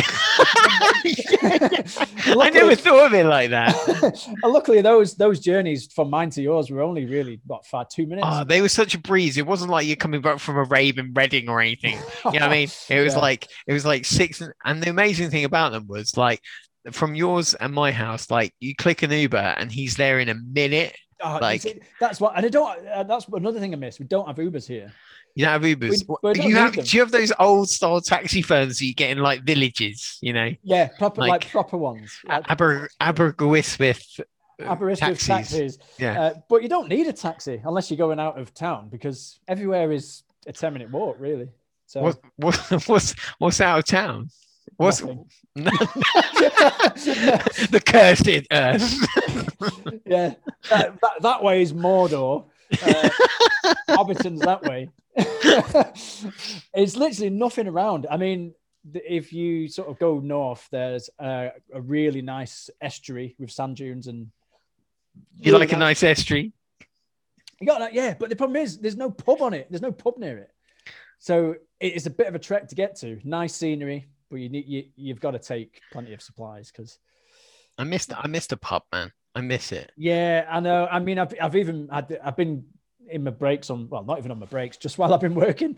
[SPEAKER 2] I never
[SPEAKER 3] Luckily-
[SPEAKER 2] thought of it like that.
[SPEAKER 3] And luckily those those journeys from mine to yours were only really what five two minutes.
[SPEAKER 2] Oh, they were such a breeze. It wasn't like you're coming back from a rave in Reading or anything. You know what Oh, I mean? It was
[SPEAKER 3] Oh, Yeah.
[SPEAKER 2] like it was like six. And, and the amazing thing about them was like from yours and my house, like you click an Uber and he's there in a minute.
[SPEAKER 3] Oh, you
[SPEAKER 2] like-
[SPEAKER 3] see, that's what, and I don't. Uh, that's another thing I miss. We don't have Ubers here.
[SPEAKER 2] You don't have Ubers.
[SPEAKER 3] We- we don't
[SPEAKER 2] you
[SPEAKER 3] need
[SPEAKER 2] have?
[SPEAKER 3] them.
[SPEAKER 2] Do you have those old style taxi firms that you get in like villages? You know,
[SPEAKER 3] Yeah, proper like,
[SPEAKER 2] Like-
[SPEAKER 3] proper ones. Like,
[SPEAKER 2] Aber Aberystwyth uh,
[SPEAKER 3] Aberystwyth taxis.
[SPEAKER 2] Yeah.
[SPEAKER 3] Uh, but you don't need a taxi unless you're going out of town because everywhere is a 10 minute walk, really. So
[SPEAKER 2] What, what, what's what's out of town? What's
[SPEAKER 3] nothing.
[SPEAKER 2] the cursed earth.
[SPEAKER 3] yeah, that, that, that way is Mordor. Uh, Hobbiton's that way. it's literally nothing around. I mean, th- if you sort of go north, there's a, a really nice estuary with sand dunes and.
[SPEAKER 2] you
[SPEAKER 3] really
[SPEAKER 2] like a nice estuary?
[SPEAKER 3] You got that, yeah. But the problem is, there's no pub on it. There's no pub near it, so it is a bit of a trek to get to. Nice scenery, but you need you, you've got to take plenty of supplies because
[SPEAKER 2] I missed I missed a pub, man. I miss it.
[SPEAKER 3] yeah, I know. I mean, I've I've even had I've been in my breaks on well, not even on my breaks, just while I've been working,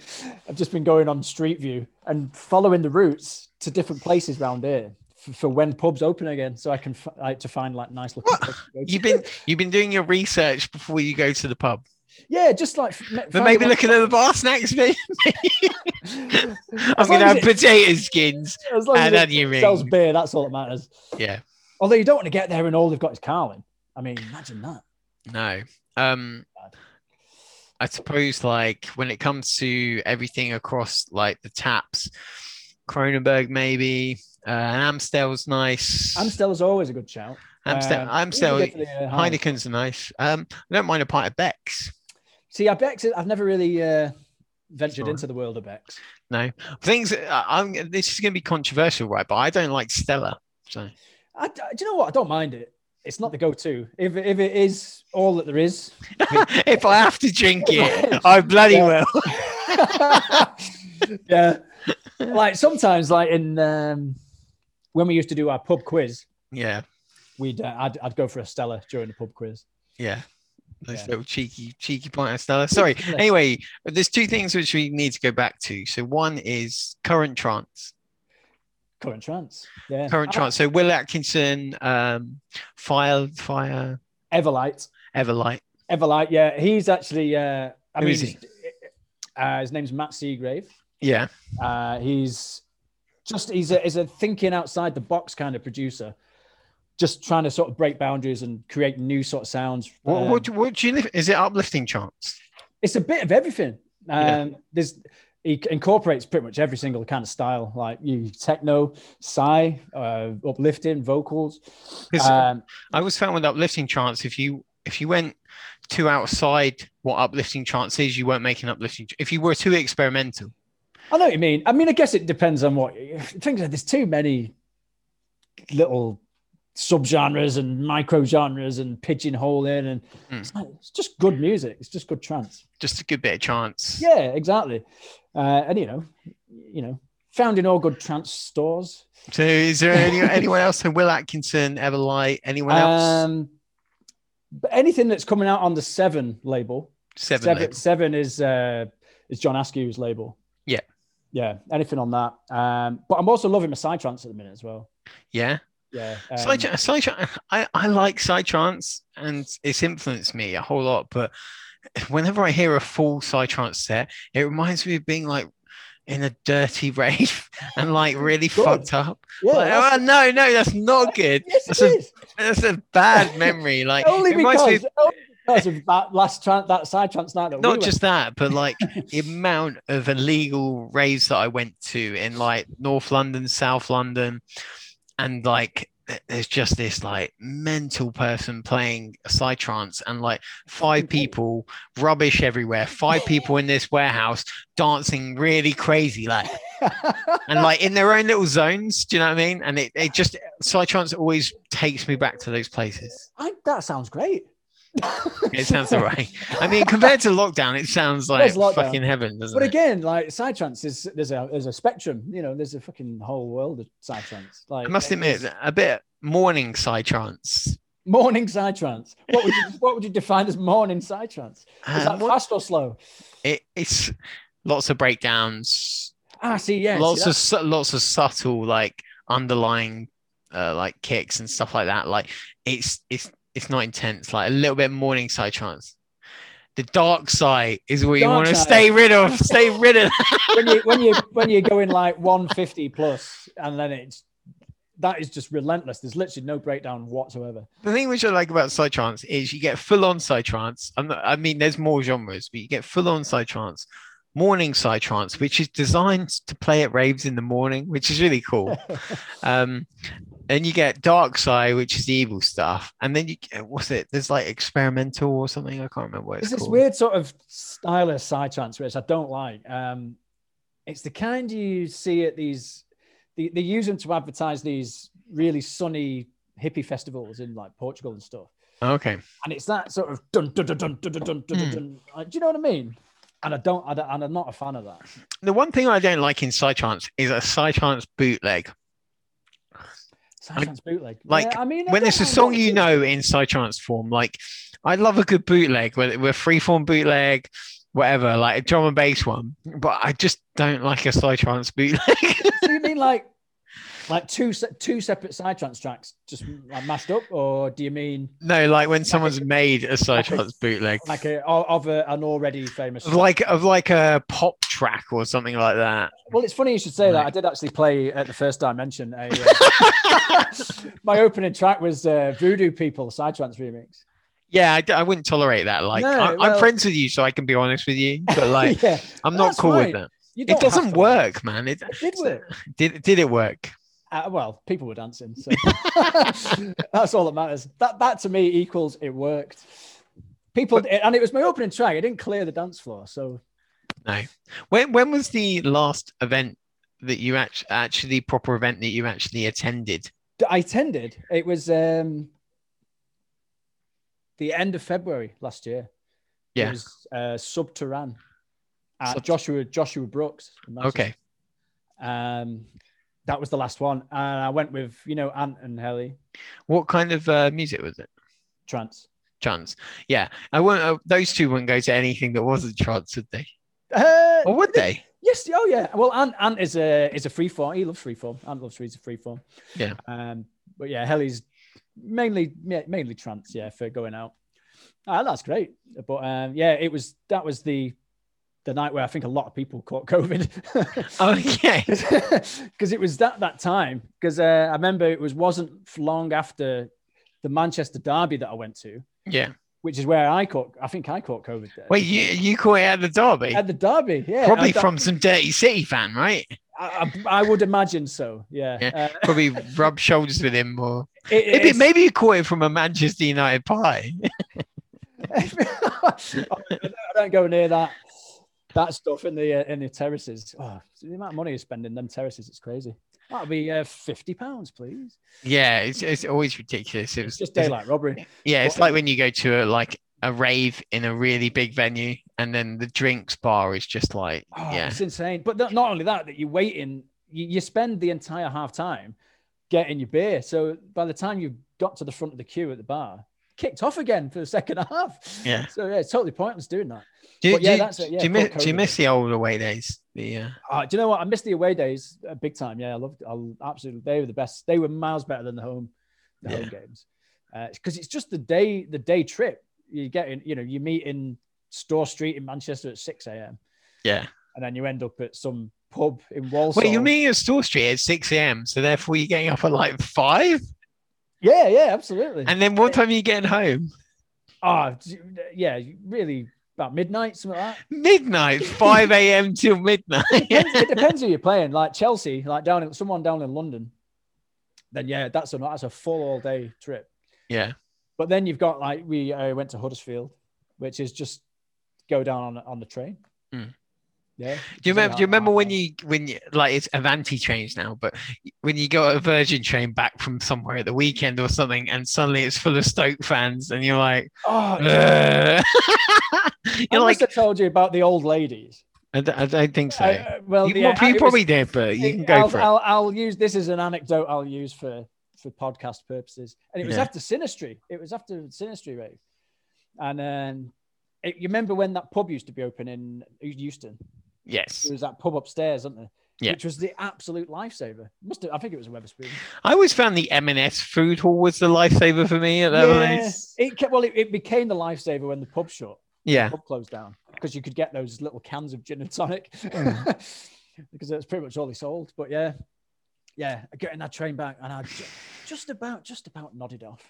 [SPEAKER 3] I've just been going on Street View and following the routes to different places round here for, for when pubs open again, so I can f- like to find like nice looking.
[SPEAKER 2] What?
[SPEAKER 3] pubs to go to.
[SPEAKER 2] You've been you've been doing your research before you go to the pub.
[SPEAKER 3] yeah, just like f-
[SPEAKER 2] But
[SPEAKER 3] find
[SPEAKER 2] maybe
[SPEAKER 3] one-
[SPEAKER 2] looking at the bar snacks, mate. I'm
[SPEAKER 3] long
[SPEAKER 2] gonna
[SPEAKER 3] as
[SPEAKER 2] have
[SPEAKER 3] it-
[SPEAKER 2] potato skins
[SPEAKER 3] as long
[SPEAKER 2] and
[SPEAKER 3] as it
[SPEAKER 2] onion
[SPEAKER 3] sells
[SPEAKER 2] rings.
[SPEAKER 3] beer, that's all that matters.
[SPEAKER 2] Yeah.
[SPEAKER 3] Although you don't want to get there and all they've got is Carlin. I mean, imagine that.
[SPEAKER 2] No. Um I suppose like when it comes to everything across like the taps, Cronenberg maybe, uh Amstel's nice.
[SPEAKER 3] Amstel's always a good shout.
[SPEAKER 2] Amstel,
[SPEAKER 3] Um,
[SPEAKER 2] Amstel,
[SPEAKER 3] even if they, uh, Heineken.
[SPEAKER 2] Heineken's are nice. Um, I don't mind a pint of Beck's.
[SPEAKER 3] See, I Bex, I've never really uh, ventured
[SPEAKER 2] Sorry.
[SPEAKER 3] into the world of Bex.
[SPEAKER 2] Things. uh, I'm. This is going to be controversial, right? But I don't like Stella. So
[SPEAKER 3] I, do you know what? I don't mind it. It's not the go-to. If if it is all that there is,
[SPEAKER 2] if I have to drink it, I bloody
[SPEAKER 3] Yeah.
[SPEAKER 2] will.
[SPEAKER 3] yeah. Like sometimes, like in um, when we used to do our pub quiz,
[SPEAKER 2] Yeah,
[SPEAKER 3] we'd uh, I'd, I'd go for a Stella during the pub quiz.
[SPEAKER 2] yeah. Those
[SPEAKER 3] Yeah.
[SPEAKER 2] little cheeky, cheeky pint of Stella. Sorry. Anyway, there's two things which we need to go back to. So one is current trance.
[SPEAKER 3] Current trance. Yeah.
[SPEAKER 2] Current
[SPEAKER 3] I-
[SPEAKER 2] trance. So Will Atkinson, um, Fire, Fire,
[SPEAKER 3] Everlight.
[SPEAKER 2] Everlight.
[SPEAKER 3] Everlight, yeah, he's actually. Uh, I
[SPEAKER 2] Who
[SPEAKER 3] mean,
[SPEAKER 2] is he?
[SPEAKER 3] uh, Uh, his name's Matt Seagrave.
[SPEAKER 2] Yeah.
[SPEAKER 3] Uh, he's just he's a he's a thinking outside the box kind of producer, just trying to sort of break boundaries and create new sort of sounds.
[SPEAKER 2] What,
[SPEAKER 3] Um,
[SPEAKER 2] what, do- what do you lift? Is it uplifting chants?
[SPEAKER 3] it's a bit of everything.
[SPEAKER 2] Yeah.
[SPEAKER 3] Um, There's he incorporates pretty much every single kind of style, like you techno, psy, uh, uplifting vocals.
[SPEAKER 2] 'Cause-
[SPEAKER 3] Um,
[SPEAKER 2] I always found with uplifting chants, if you if you went too outside what uplifting chants is, you weren't making uplifting. ch- If you were too experimental,
[SPEAKER 3] I know what you mean. I mean, I guess it depends on what. Things like there's too many little subgenres and micro genres and pigeonholing, and
[SPEAKER 2] Mm.
[SPEAKER 3] it's, like, it's just good music. It's just good trance.
[SPEAKER 2] just a good bit of chants.
[SPEAKER 3] Yeah, exactly. Uh, and you know, you know, found in all good trance stores.
[SPEAKER 2] So, is there any, anyone else? So, Will Atkinson, Everlight, anyone else?
[SPEAKER 3] Um, but anything that's coming out on the Seven label,
[SPEAKER 2] Seven.
[SPEAKER 3] Seven,
[SPEAKER 2] Lips.
[SPEAKER 3] Seven is uh, is John Askew's label.
[SPEAKER 2] Yeah.
[SPEAKER 3] yeah. Anything on that. Um, but I'm also loving my side trance at the minute as well.
[SPEAKER 2] Yeah.
[SPEAKER 3] Yeah. um,
[SPEAKER 2] Side, side, I, I like side trance and it's influenced me a whole lot. But whenever I hear a full side trance set, it reminds me of being like in a dirty rave and like really
[SPEAKER 3] Good.
[SPEAKER 2] fucked up.
[SPEAKER 3] yeah,
[SPEAKER 2] Like,
[SPEAKER 3] that's-
[SPEAKER 2] oh, no, no, that's not good.
[SPEAKER 3] yes, it
[SPEAKER 2] that's a-
[SPEAKER 3] is.
[SPEAKER 2] That's a bad memory. Like
[SPEAKER 3] only
[SPEAKER 2] it reminds
[SPEAKER 3] because,
[SPEAKER 2] me of-
[SPEAKER 3] only because of that last tran- that side trance night. That we
[SPEAKER 2] not
[SPEAKER 3] went-
[SPEAKER 2] just that, but like the amount of illegal raves that I went to in like North London, South London, and like th- there's just this like mental person playing a side trance and like
[SPEAKER 3] Mm-hmm.
[SPEAKER 2] five people rubbish everywhere five people in this warehouse dancing really crazy like and like in their own little zones do you know what i mean and it, it just side trance always takes me back to those places
[SPEAKER 3] I, that sounds great.
[SPEAKER 2] it sounds all right i mean compared to lockdown it sounds like
[SPEAKER 3] Where's lockdown?
[SPEAKER 2] fucking heaven doesn't
[SPEAKER 3] But
[SPEAKER 2] it
[SPEAKER 3] again, like side trance is there's a there's a spectrum. You know, there's a fucking whole world of side trance. Like
[SPEAKER 2] I must admit, a bit morning side trance.
[SPEAKER 3] morning side trance. What would you, what would you define as morning side trance? Is
[SPEAKER 2] Um,
[SPEAKER 3] that fast or slow?
[SPEAKER 2] it, it's lots of breakdowns,
[SPEAKER 3] Ah, see, yeah, see,
[SPEAKER 2] lots
[SPEAKER 3] that-
[SPEAKER 2] of su- lots of subtle like underlying uh, like kicks and stuff like that. Like it's it's it's not intense. Like a little bit morning side trance. The dark side is what you
[SPEAKER 3] Dark
[SPEAKER 2] want to
[SPEAKER 3] side.
[SPEAKER 2] stay rid of. Stay rid of.
[SPEAKER 3] when you when you when you're going like 150 plus, and then it's that is just relentless. There's literally no breakdown whatsoever.
[SPEAKER 2] The thing which I like about psytrance is you get full on psytrance. I'm not- I mean, there's more genres, but you get full on psytrance, morning psytrance, which is designed to play at raves in the morning, which is really cool. um, then you get dark side, which is the evil stuff, and then you get, what's it? There's like experimental or something. I can't remember what it's
[SPEAKER 3] There's this
[SPEAKER 2] called.
[SPEAKER 3] weird sort of style of side trance which I don't like. Um, it's the kind you see at these. They, they use them to advertise these really sunny hippie festivals in like Portugal and stuff.
[SPEAKER 2] Okay,
[SPEAKER 3] and it's that sort of dun dun dun dun dun dun dun dun.
[SPEAKER 2] Hmm.
[SPEAKER 3] dun. Like, do you know what I mean? And I don't, I don't, and I'm not a fan of that.
[SPEAKER 2] the one thing I don't like in psytrance is a psytrance bootleg.
[SPEAKER 3] Side trance bootleg.
[SPEAKER 2] like,
[SPEAKER 3] I mean, I
[SPEAKER 2] when
[SPEAKER 3] don't
[SPEAKER 2] it's a
[SPEAKER 3] mind
[SPEAKER 2] song
[SPEAKER 3] it.
[SPEAKER 2] you know in psytrance form, like I love a good bootleg, whether we're freeform bootleg, whatever, like a drum and bass one. But I just don't like a psytrance bootleg.
[SPEAKER 3] So you mean like, like two se- two separate side trance tracks just like mashed up, or do you mean
[SPEAKER 2] no, like when someone's made a psytrance bootleg,
[SPEAKER 3] like a of of a, an already famous?
[SPEAKER 2] of like of like a pop track or something like that.
[SPEAKER 3] Well, it's funny you should say that.
[SPEAKER 2] Right.
[SPEAKER 3] I did actually play at the first dimension. A, uh, my opening track was uh, Voodoo People side trance remix.
[SPEAKER 2] Yeah, I, d- I wouldn't tolerate that. Like,
[SPEAKER 3] No,
[SPEAKER 2] I, I'm
[SPEAKER 3] well-
[SPEAKER 2] friends with you, so I can be honest with you, but like,
[SPEAKER 3] yeah,
[SPEAKER 2] I'm not
[SPEAKER 3] that's
[SPEAKER 2] cool
[SPEAKER 3] fine.
[SPEAKER 2] with that.
[SPEAKER 3] you
[SPEAKER 2] It
[SPEAKER 3] don't have
[SPEAKER 2] doesn't
[SPEAKER 3] to.
[SPEAKER 2] work, man. It
[SPEAKER 3] It did work.
[SPEAKER 2] did did it work?
[SPEAKER 3] Uh, well, people were dancing, so that's all that matters. That that to me equals it worked. People and it was my opening track. I didn't clear the dance floor, so
[SPEAKER 2] When when was the last event that you actually actually proper event that you actually attended?
[SPEAKER 3] d- I attended. It was um, the end of February last year.
[SPEAKER 2] Yeah.
[SPEAKER 3] it was uh, Subterran at
[SPEAKER 2] Sub-
[SPEAKER 3] Joshua Joshua Brooks. in Manchester.
[SPEAKER 2] Okay.
[SPEAKER 3] um, that was the last one, and I went with you know Ant and Helly
[SPEAKER 2] What kind of uh, music was it?
[SPEAKER 3] Trance.
[SPEAKER 2] Trance. Yeah. I won't. Uh, those two wouldn't go to anything that wasn't trance, would they?
[SPEAKER 3] Uh,
[SPEAKER 2] Or would they?
[SPEAKER 3] Yes. Oh, yeah. Well, Ant, Ant is a is a free form. He loves free form. Ant loves he's a free form.
[SPEAKER 2] Yeah.
[SPEAKER 3] Um. But yeah, Helly's mainly yeah, mainly trance. Yeah, for going out. Ah, that's great. But um, yeah, it was that was the the night where I think a lot of people caught COVID.
[SPEAKER 2] Oh yeah.
[SPEAKER 3] because it was that that time. Because uh, I remember it was wasn't f- long after the Manchester derby that I went to,
[SPEAKER 2] Yeah.
[SPEAKER 3] which is where I caught. I think I caught COVID there.
[SPEAKER 2] Wait, you you caught it at the derby?
[SPEAKER 3] at the derby, yeah,
[SPEAKER 2] Probably
[SPEAKER 3] I, got-
[SPEAKER 2] from some dirty city fan, right?
[SPEAKER 3] I, I, I would imagine so. Yeah,
[SPEAKER 2] Yeah.
[SPEAKER 3] Uh,
[SPEAKER 2] Probably rub shoulders with him or
[SPEAKER 3] it-
[SPEAKER 2] maybe,
[SPEAKER 3] it's-
[SPEAKER 2] maybe you caught it from a Manchester United pie.
[SPEAKER 3] I don't go near that that stuff in the uh, in the terraces. Oh, the amount of money you spend in them terraces, it's crazy. That'll be uh, fifty pounds, please.
[SPEAKER 2] Yeah, it's, it's always ridiculous. It was
[SPEAKER 3] It's just daylight robbery.
[SPEAKER 2] Yeah, it's
[SPEAKER 3] Well,
[SPEAKER 2] like when you go to a like a rave in a really big venue, and then the drinks bar is just like,
[SPEAKER 3] Oh,
[SPEAKER 2] yeah,
[SPEAKER 3] it's insane. But not not only that, that you wait in, you, you spend the entire half time getting your beer. So by the time you've got to the front of the queue at the bar, kicked off again for the second half.
[SPEAKER 2] yeah.
[SPEAKER 3] So yeah, it's totally pointless doing that.
[SPEAKER 2] Do,
[SPEAKER 3] But yeah,
[SPEAKER 2] do-
[SPEAKER 3] that's it, yeah,
[SPEAKER 2] do you
[SPEAKER 3] full
[SPEAKER 2] miss do you
[SPEAKER 3] COVID.
[SPEAKER 2] miss the old away days? The uh,
[SPEAKER 3] Uh, do you know what? I miss the away days uh, big time. Yeah, I loved. I absolutely. They were the best. They were miles better than the home, the home games, because it's just the day, the day trip. You get in. You know, you meet in Store Street in Manchester at six a.m.
[SPEAKER 2] yeah.
[SPEAKER 3] and then you end up at some pub in Walsall.
[SPEAKER 2] Wait, you're meeting at Store Street at six a.m. So therefore, you're getting up at like five,
[SPEAKER 3] Yeah, yeah, absolutely. And
[SPEAKER 2] and then what time are you getting home?
[SPEAKER 3] oh, d- yeah, you- really about midnight, something like that.
[SPEAKER 2] Midnight, five a.m. till midnight.
[SPEAKER 3] Depends- it depends who you're playing. Like Chelsea, like down in someone down in London. Then yeah, that's a that's a full all day trip.
[SPEAKER 2] yeah,
[SPEAKER 3] But then you've got like we uh, went to Huddersfield, which is just go down on on the train.
[SPEAKER 2] Mm.
[SPEAKER 3] Yeah.
[SPEAKER 2] do you remember? Do you remember when you when you like it's Avanti trains now, but when you got a Virgin train back from somewhere at the weekend or something, and suddenly it's full of Stoke fans, and you're like.
[SPEAKER 3] Oh,
[SPEAKER 2] Uh,
[SPEAKER 3] I
[SPEAKER 2] You're
[SPEAKER 3] must
[SPEAKER 2] like,
[SPEAKER 3] have told you about the old ladies.
[SPEAKER 2] I, d- I don't think so.
[SPEAKER 3] I- uh, well,
[SPEAKER 2] you,
[SPEAKER 3] the-
[SPEAKER 2] well,
[SPEAKER 3] I-
[SPEAKER 2] you
[SPEAKER 3] it was-
[SPEAKER 2] probably did, but you can go
[SPEAKER 3] I'll,
[SPEAKER 2] for it.
[SPEAKER 3] I'll, I'll use this as an anecdote. I'll use for for podcast purposes. And it was
[SPEAKER 2] Yeah.
[SPEAKER 3] after Sinistry. It was after Sinistry rave, and um, it, you remember when that pub used to be open in Euston?
[SPEAKER 2] yes,
[SPEAKER 3] There was that pub upstairs, wasn't there?
[SPEAKER 2] Yeah.
[SPEAKER 3] Which was the absolute lifesaver. Must have, I think it was a Weatherspoon.
[SPEAKER 2] I always found the M&S food hall was the lifesaver for me at that place.
[SPEAKER 3] It kept, well, it, it became the lifesaver when the pub shut,
[SPEAKER 2] Yeah,
[SPEAKER 3] pub closed down, because you could get those little cans of gin and tonic,
[SPEAKER 2] Hmm.
[SPEAKER 3] because that's pretty much all they sold. But yeah, yeah, getting that train back, and I ju- just about, just about nodded off,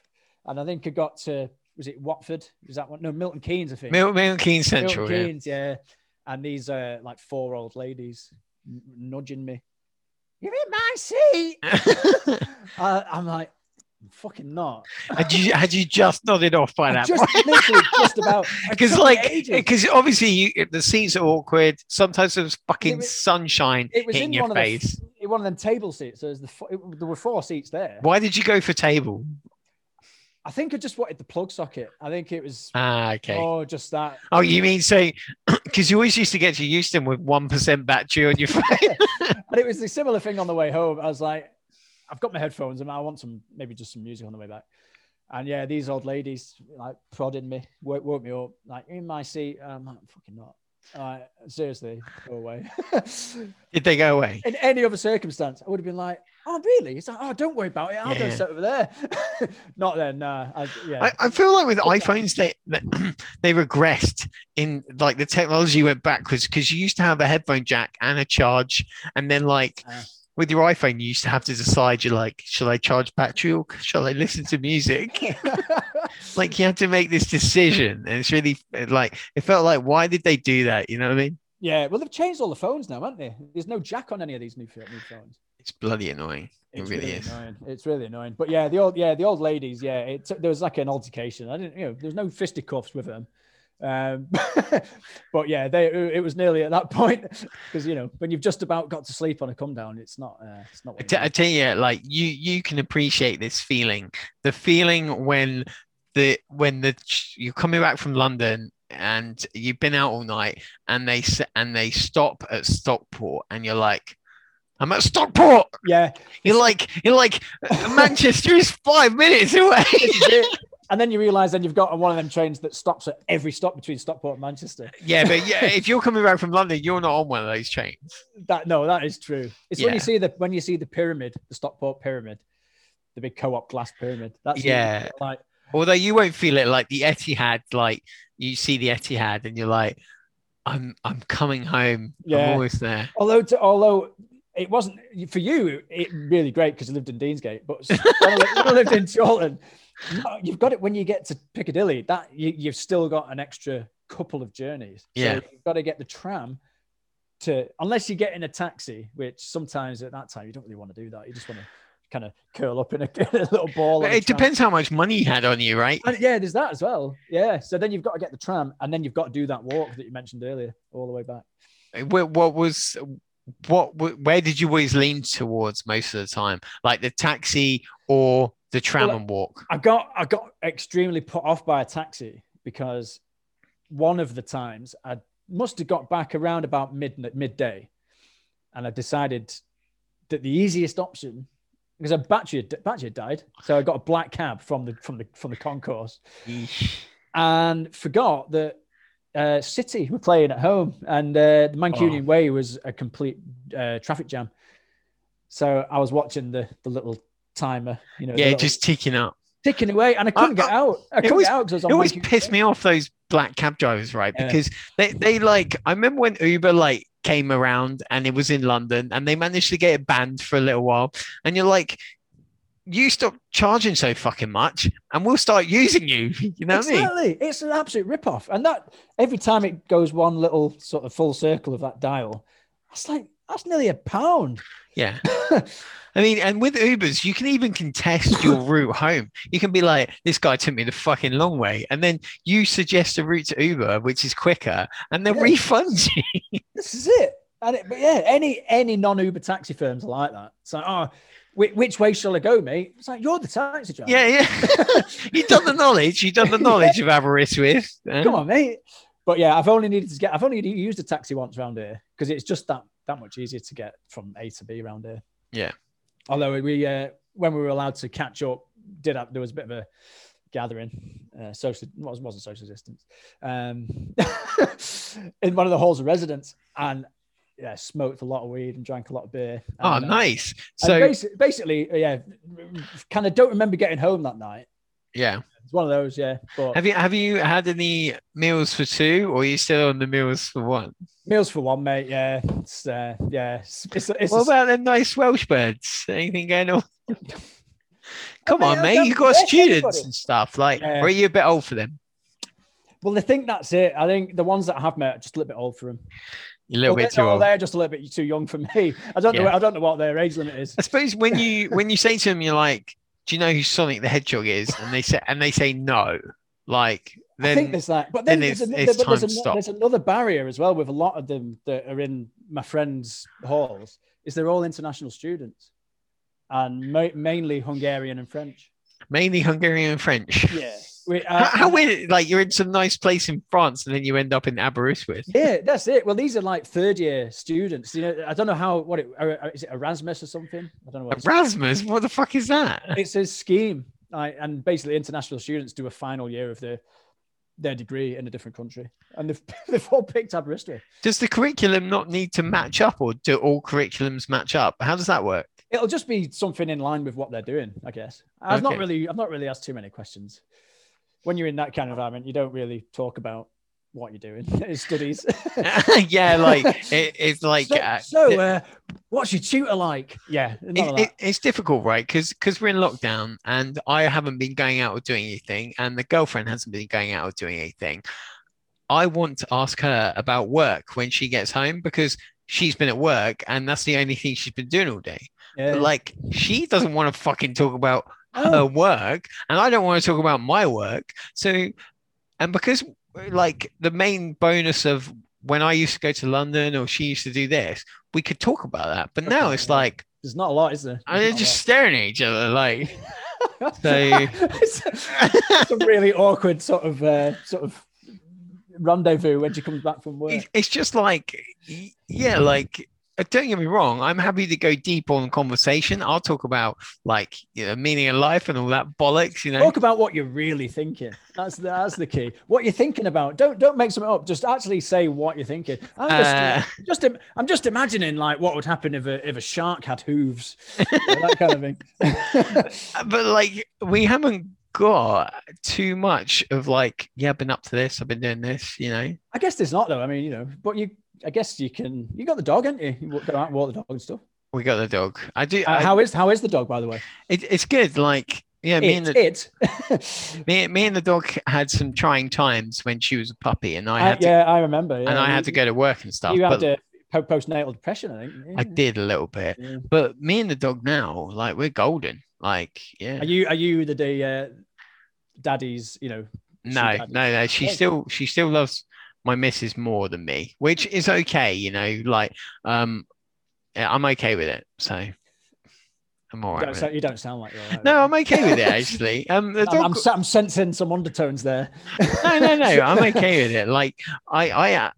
[SPEAKER 3] and I think I got to was it Watford? Was that one? No, Milton Keynes, I think.
[SPEAKER 2] Milton Milton Keynes
[SPEAKER 3] Milton
[SPEAKER 2] Central. yeah.
[SPEAKER 3] Keynes, yeah. And these uh, like four old ladies n- nudging me. You're in my seat. I, I'm like, fucking not.
[SPEAKER 2] had you had you just nodded off by that
[SPEAKER 3] just literally just about it
[SPEAKER 2] Because
[SPEAKER 3] took me
[SPEAKER 2] like,
[SPEAKER 3] ages.
[SPEAKER 2] because obviously you, the seats are awkward. Sometimes there's fucking
[SPEAKER 3] was-
[SPEAKER 2] sunshine
[SPEAKER 3] it was
[SPEAKER 2] hitting
[SPEAKER 3] in
[SPEAKER 2] your
[SPEAKER 3] one
[SPEAKER 2] face.
[SPEAKER 3] of the, in one of them table seats. So there's the fo- it, there were four seats there.
[SPEAKER 2] Why did you go for table?
[SPEAKER 3] I think I just wanted the plug socket. I think it was
[SPEAKER 2] Ah, okay.
[SPEAKER 3] oh just that.
[SPEAKER 2] Oh, you mean so? Because you always used to get to Houston with one percent battery on your phone.
[SPEAKER 3] And it was the similar thing on the way home. I was like, I've got my headphones and I want some maybe just some music on the way back. And yeah, these old ladies like prodding me, woke, woke me up, like in my seat. And I'm like, fucking not. All right, seriously, go away.
[SPEAKER 2] Did they go away?
[SPEAKER 3] in any other circumstance, I would have been like, "Oh, really?" It's like, "Oh, don't worry about it. I'll
[SPEAKER 2] Yeah.
[SPEAKER 3] go sit over there." Not then. Nah. I, yeah.
[SPEAKER 2] I, I feel like with iPhones, they they- they regressed in like the technology went backwards because you used to have a headphone jack and a charge, and then like
[SPEAKER 3] Ah.
[SPEAKER 2] with your iPhone, you used to have to decide you're like, shall I charge battery or shall I listen to music? like you had to make this decision, and it's really like it felt like why did they do that? You know what I mean?
[SPEAKER 3] yeah. Well, they've changed all the phones now, haven't they? There's no jack on any of these new, pho- new phones.
[SPEAKER 2] It's bloody annoying. It really is.
[SPEAKER 3] Annoying. It's really annoying. But yeah, the old yeah the old ladies. Yeah, it took, there was like an altercation. I didn't. You know, there was no fisticuffs with them. Um, but yeah, they it was nearly at that point because you know when you've just about got to sleep on a come down, it's not. Uh, it's not.
[SPEAKER 2] I
[SPEAKER 3] What
[SPEAKER 2] te-
[SPEAKER 3] you
[SPEAKER 2] I
[SPEAKER 3] want.
[SPEAKER 2] tell you, like you, you can appreciate this feeling. The feeling when the when the ch- you're coming back from London and you've been out all night, and they s- and they stop at Stockport, and you're like, "I'm at Stockport."
[SPEAKER 3] yeah.
[SPEAKER 2] You're like, you're like, Manchester is five minutes away.
[SPEAKER 3] This is it. And then you realise then you've got on one of them trains that stops at every stop between Stockport and Manchester.
[SPEAKER 2] yeah, but yeah, if you're coming back from London, you're not on one of those trains.
[SPEAKER 3] That no, that is true. It's when
[SPEAKER 2] Yeah.
[SPEAKER 3] you see the when you see the pyramid, the Stockport pyramid, the big co-op glass pyramid. That's
[SPEAKER 2] Yeah.
[SPEAKER 3] like
[SPEAKER 2] Although you won't feel it like the Etihad, like you see the Etihad, and you're like, I'm I'm coming home.
[SPEAKER 3] Yeah.
[SPEAKER 2] I'm always there.
[SPEAKER 3] Although, to, although it wasn't for you, it really great because you lived in Deansgate, but when I li- when I lived in Chorlton, no, you've got it when you get to Piccadilly. That you, you've still got an extra couple of journeys.
[SPEAKER 2] Yeah.
[SPEAKER 3] so you've got to get the tram. To, unless you get in a taxi, which sometimes at that time you don't really want to do that. You just want to kind of curl up in a, in a little ball. on a
[SPEAKER 2] It
[SPEAKER 3] tram.
[SPEAKER 2] depends how much money you had on you, right?
[SPEAKER 3] And yeah, there's that as well. Yeah. So then you've got to get the tram and then you've got to do that walk that you mentioned earlier all the way back.
[SPEAKER 2] What, what was what? wa- Where did you always lean towards most of the time? Like the taxi or the tram
[SPEAKER 3] Well,
[SPEAKER 2] and walk?
[SPEAKER 3] I got I got extremely put off by a taxi because one of the times I must have got back around about midnight midday, and I decided that the easiest option because a battery had- battery had died, so I got a black cab from the from the from the concourse and forgot that uh, City were playing at home, and uh, the
[SPEAKER 2] Oh.
[SPEAKER 3] Mancunian Way was a complete uh, traffic jam. So I was watching the the little timer, you know, the
[SPEAKER 2] Yeah,
[SPEAKER 3] little-
[SPEAKER 2] just ticking up.
[SPEAKER 3] ticking away, and I couldn't
[SPEAKER 2] I-
[SPEAKER 3] get out. I couldn't
[SPEAKER 2] always-
[SPEAKER 3] get out because
[SPEAKER 2] It
[SPEAKER 3] I was on
[SPEAKER 2] always
[SPEAKER 3] Mancunian
[SPEAKER 2] pissed
[SPEAKER 3] Way.
[SPEAKER 2] me off those black cab drivers, right?
[SPEAKER 3] Yeah.
[SPEAKER 2] Because they, they like I remember when Uber like came around and it was in London and they managed to get it banned for a little while. And you're like, you stop charging so fucking much and we'll start using you. You know what I mean?
[SPEAKER 3] Exactly, it's an absolute rip-off. and that every time it goes one little sort of full circle of that dial, that's like that's nearly a pound.
[SPEAKER 2] Yeah. I mean, and with Ubers, you can even contest your route home. You can be like, this guy took me the fucking long way. And then you suggest a route to Uber, which is quicker, and they'll
[SPEAKER 3] Yeah.
[SPEAKER 2] refund you.
[SPEAKER 3] this is it. And it, but yeah, any any non-Uber taxi firms are like that. It's like, oh, which, which way shall I go, mate? It's like you're the taxi driver.
[SPEAKER 2] Yeah, yeah. You've done the knowledge. You've done the knowledge of Avarice with.
[SPEAKER 3] come on, mate. But yeah, I've only needed to get. I've only used a taxi once round here because it's just that that much easier to get from A to B round here.
[SPEAKER 2] Yeah.
[SPEAKER 3] Although we, uh, when we were allowed to catch up, did have, there was a bit of a gathering, uh, social was wasn't social distance, um, in one of the halls of residence, and yeah, smoked a lot of weed and drank a lot of beer.
[SPEAKER 2] Oh,
[SPEAKER 3] And, uh,
[SPEAKER 2] nice.
[SPEAKER 3] and
[SPEAKER 2] So,
[SPEAKER 3] basi- basically, yeah, kind of don't remember getting home that night.
[SPEAKER 2] yeah.
[SPEAKER 3] It's one of those, yeah. But
[SPEAKER 2] Have you have you had any meals for two, or are you still on the meals for one?
[SPEAKER 3] meals for one, mate. Yeah, it's, uh, yeah. It's, it's, it's
[SPEAKER 2] What about the nice Welsh birds? Anything going on? Come
[SPEAKER 3] mean,
[SPEAKER 2] on,
[SPEAKER 3] I
[SPEAKER 2] mate.
[SPEAKER 3] don't
[SPEAKER 2] You got
[SPEAKER 3] bless
[SPEAKER 2] students
[SPEAKER 3] anybody.
[SPEAKER 2] and stuff. Like,
[SPEAKER 3] Yeah.
[SPEAKER 2] or are you a bit old for them?
[SPEAKER 3] well, I think that's it. I think the ones that I have met are just a little bit old for them.
[SPEAKER 2] You're a little bit too old.
[SPEAKER 3] They're just a little bit too young for me. I don't know.
[SPEAKER 2] Yeah.
[SPEAKER 3] I don't know what their age limit is.
[SPEAKER 2] I suppose when you when you say to them, you're like, "Do you know who Sonic the Hedgehog is?" and they say and they say no, like
[SPEAKER 3] I think
[SPEAKER 2] then
[SPEAKER 3] there's that, but
[SPEAKER 2] then
[SPEAKER 3] then, there's,
[SPEAKER 2] it's-
[SPEAKER 3] another,
[SPEAKER 2] it's
[SPEAKER 3] but there's,
[SPEAKER 2] time to
[SPEAKER 3] ano-
[SPEAKER 2] stop.
[SPEAKER 3] there's another barrier as well with a lot of them that are in my friends' halls. Is they're all international students, and ma- mainly Hungarian and French.
[SPEAKER 2] mainly Hungarian and French.
[SPEAKER 3] Yeah, we, uh,
[SPEAKER 2] How, how weird! Like you're in some nice place in France, and then you end up in Aberystwyth.
[SPEAKER 3] Yeah, that's it. Well, these are like third year students. You know, I don't know how what it uh, is it Erasmus or something. I don't know what it's,
[SPEAKER 2] Erasmus, what the fuck is that?
[SPEAKER 3] it's a scheme. Like, and basically, international students do a final year of their their degree in a different country, and they've they've all picked Aberystwyth.
[SPEAKER 2] Does the curriculum not need to match up, or do all curriculums match up? How does that work?
[SPEAKER 3] It'll just be something in line with what they're doing, I guess. I've
[SPEAKER 2] Okay.
[SPEAKER 3] not really I've not really asked too many questions. When you're in that kind of environment, you don't really talk about what you're doing. It's studies.
[SPEAKER 2] yeah, like it, it's like
[SPEAKER 3] so,
[SPEAKER 2] uh,
[SPEAKER 3] so,
[SPEAKER 2] it-
[SPEAKER 3] uh, what's your tutor like? Yeah, none of
[SPEAKER 2] it,
[SPEAKER 3] that.
[SPEAKER 2] it- it's difficult, right? Because because we're in lockdown, and I haven't been going out or doing anything, and the girlfriend hasn't been going out or doing anything. I want to ask her about work when she gets home because she's been at work, and that's the only thing she's been doing all day.
[SPEAKER 3] Yeah.
[SPEAKER 2] But, like she doesn't want to fucking talk about her
[SPEAKER 3] Oh.
[SPEAKER 2] work and i don't want to talk about my work so and because like the main bonus of when i used to go to london or she used to do this we could talk about that but now
[SPEAKER 3] Okay,
[SPEAKER 2] it's
[SPEAKER 3] yeah.
[SPEAKER 2] like
[SPEAKER 3] There's not a lot, is there?
[SPEAKER 2] they're just staring at each other like so-
[SPEAKER 3] it's, it's a really awkward sort of uh, sort of rendezvous when she comes back from work.
[SPEAKER 2] it- it's just like y- yeah like uh, don't get me wrong i'm happy to go deep on conversation i'll talk about like you know meaning of life and all that bollocks you know
[SPEAKER 3] Talk about what you're really thinking. That's the, that's the key. What you're thinking about. Don't don't make something up. Just actually say what you're thinking. I'm just,
[SPEAKER 2] Uh.
[SPEAKER 3] just im- I'm just imagining like what would happen if a if a shark had hooves, You know, that kind of thing.
[SPEAKER 2] but like we haven't got too much of like, yeah, I've been up to this, I've been doing this, you know.
[SPEAKER 3] I guess there's not though. I mean, you know, but you, I guess you can. You got the dog, ain't you? You walk- go out and walk the dog and stuff.
[SPEAKER 2] We got the dog. I do.
[SPEAKER 3] Uh,
[SPEAKER 2] I,
[SPEAKER 3] how is how is the dog, by the way?
[SPEAKER 2] it, it's good. Like, yeah, me and the
[SPEAKER 3] it. it.
[SPEAKER 2] me, me and the dog had some trying times when she was a puppy, and I
[SPEAKER 3] I-
[SPEAKER 2] had to,
[SPEAKER 3] yeah, I remember.
[SPEAKER 2] and
[SPEAKER 3] Uh, yeah.
[SPEAKER 2] I had to
[SPEAKER 3] You-
[SPEAKER 2] go to work and stuff.
[SPEAKER 3] You
[SPEAKER 2] but
[SPEAKER 3] had uh, po- postnatal depression, I think.
[SPEAKER 2] I
[SPEAKER 3] yeah.
[SPEAKER 2] did a little bit.
[SPEAKER 3] Yeah.
[SPEAKER 2] But me and the dog now, like, we're golden. Like, yeah.
[SPEAKER 3] Are you are you the day uh, daddy's? You know,
[SPEAKER 2] No,
[SPEAKER 3] She-
[SPEAKER 2] no, no. She
[SPEAKER 3] Okay.
[SPEAKER 2] still she still loves my missus more than me, which is okay, you know, like um yeah, I'm okay with it. So I'm all
[SPEAKER 3] you
[SPEAKER 2] right.
[SPEAKER 3] don't,
[SPEAKER 2] with
[SPEAKER 3] sound,
[SPEAKER 2] it.
[SPEAKER 3] you don't sound like you're all right,
[SPEAKER 2] No,
[SPEAKER 3] really.
[SPEAKER 2] I'm okay with it actually. Um the
[SPEAKER 3] I'm, I'm,
[SPEAKER 2] dog
[SPEAKER 3] se- I'm sensing some undertones there.
[SPEAKER 2] No, no, no. I'm okay with it. Like I I uh,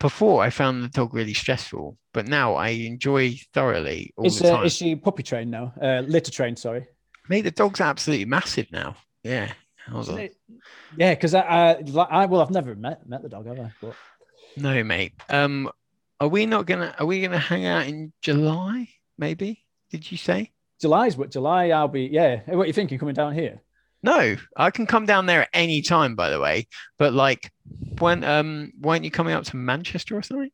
[SPEAKER 2] before I found the dog really stressful, but now I enjoy thoroughly all
[SPEAKER 3] Is,
[SPEAKER 2] the
[SPEAKER 3] uh,
[SPEAKER 2] time.
[SPEAKER 3] is she puppy trained now? Uh, litter trained, sorry.
[SPEAKER 2] Mate, the dog's absolutely massive now. Yeah. I was like,
[SPEAKER 3] Yeah, because I, I, like, I, well, I've never met met the dog have I? But
[SPEAKER 2] No, mate. Um, are we not gonna? Are we gonna hang out in July? Maybe? Did you say?
[SPEAKER 3] July's what July. I'll be yeah. Hey, What are you thinking coming down here?
[SPEAKER 2] No, I can come down there at any time. By the way, but like, when um, weren't you coming up to Manchester or something?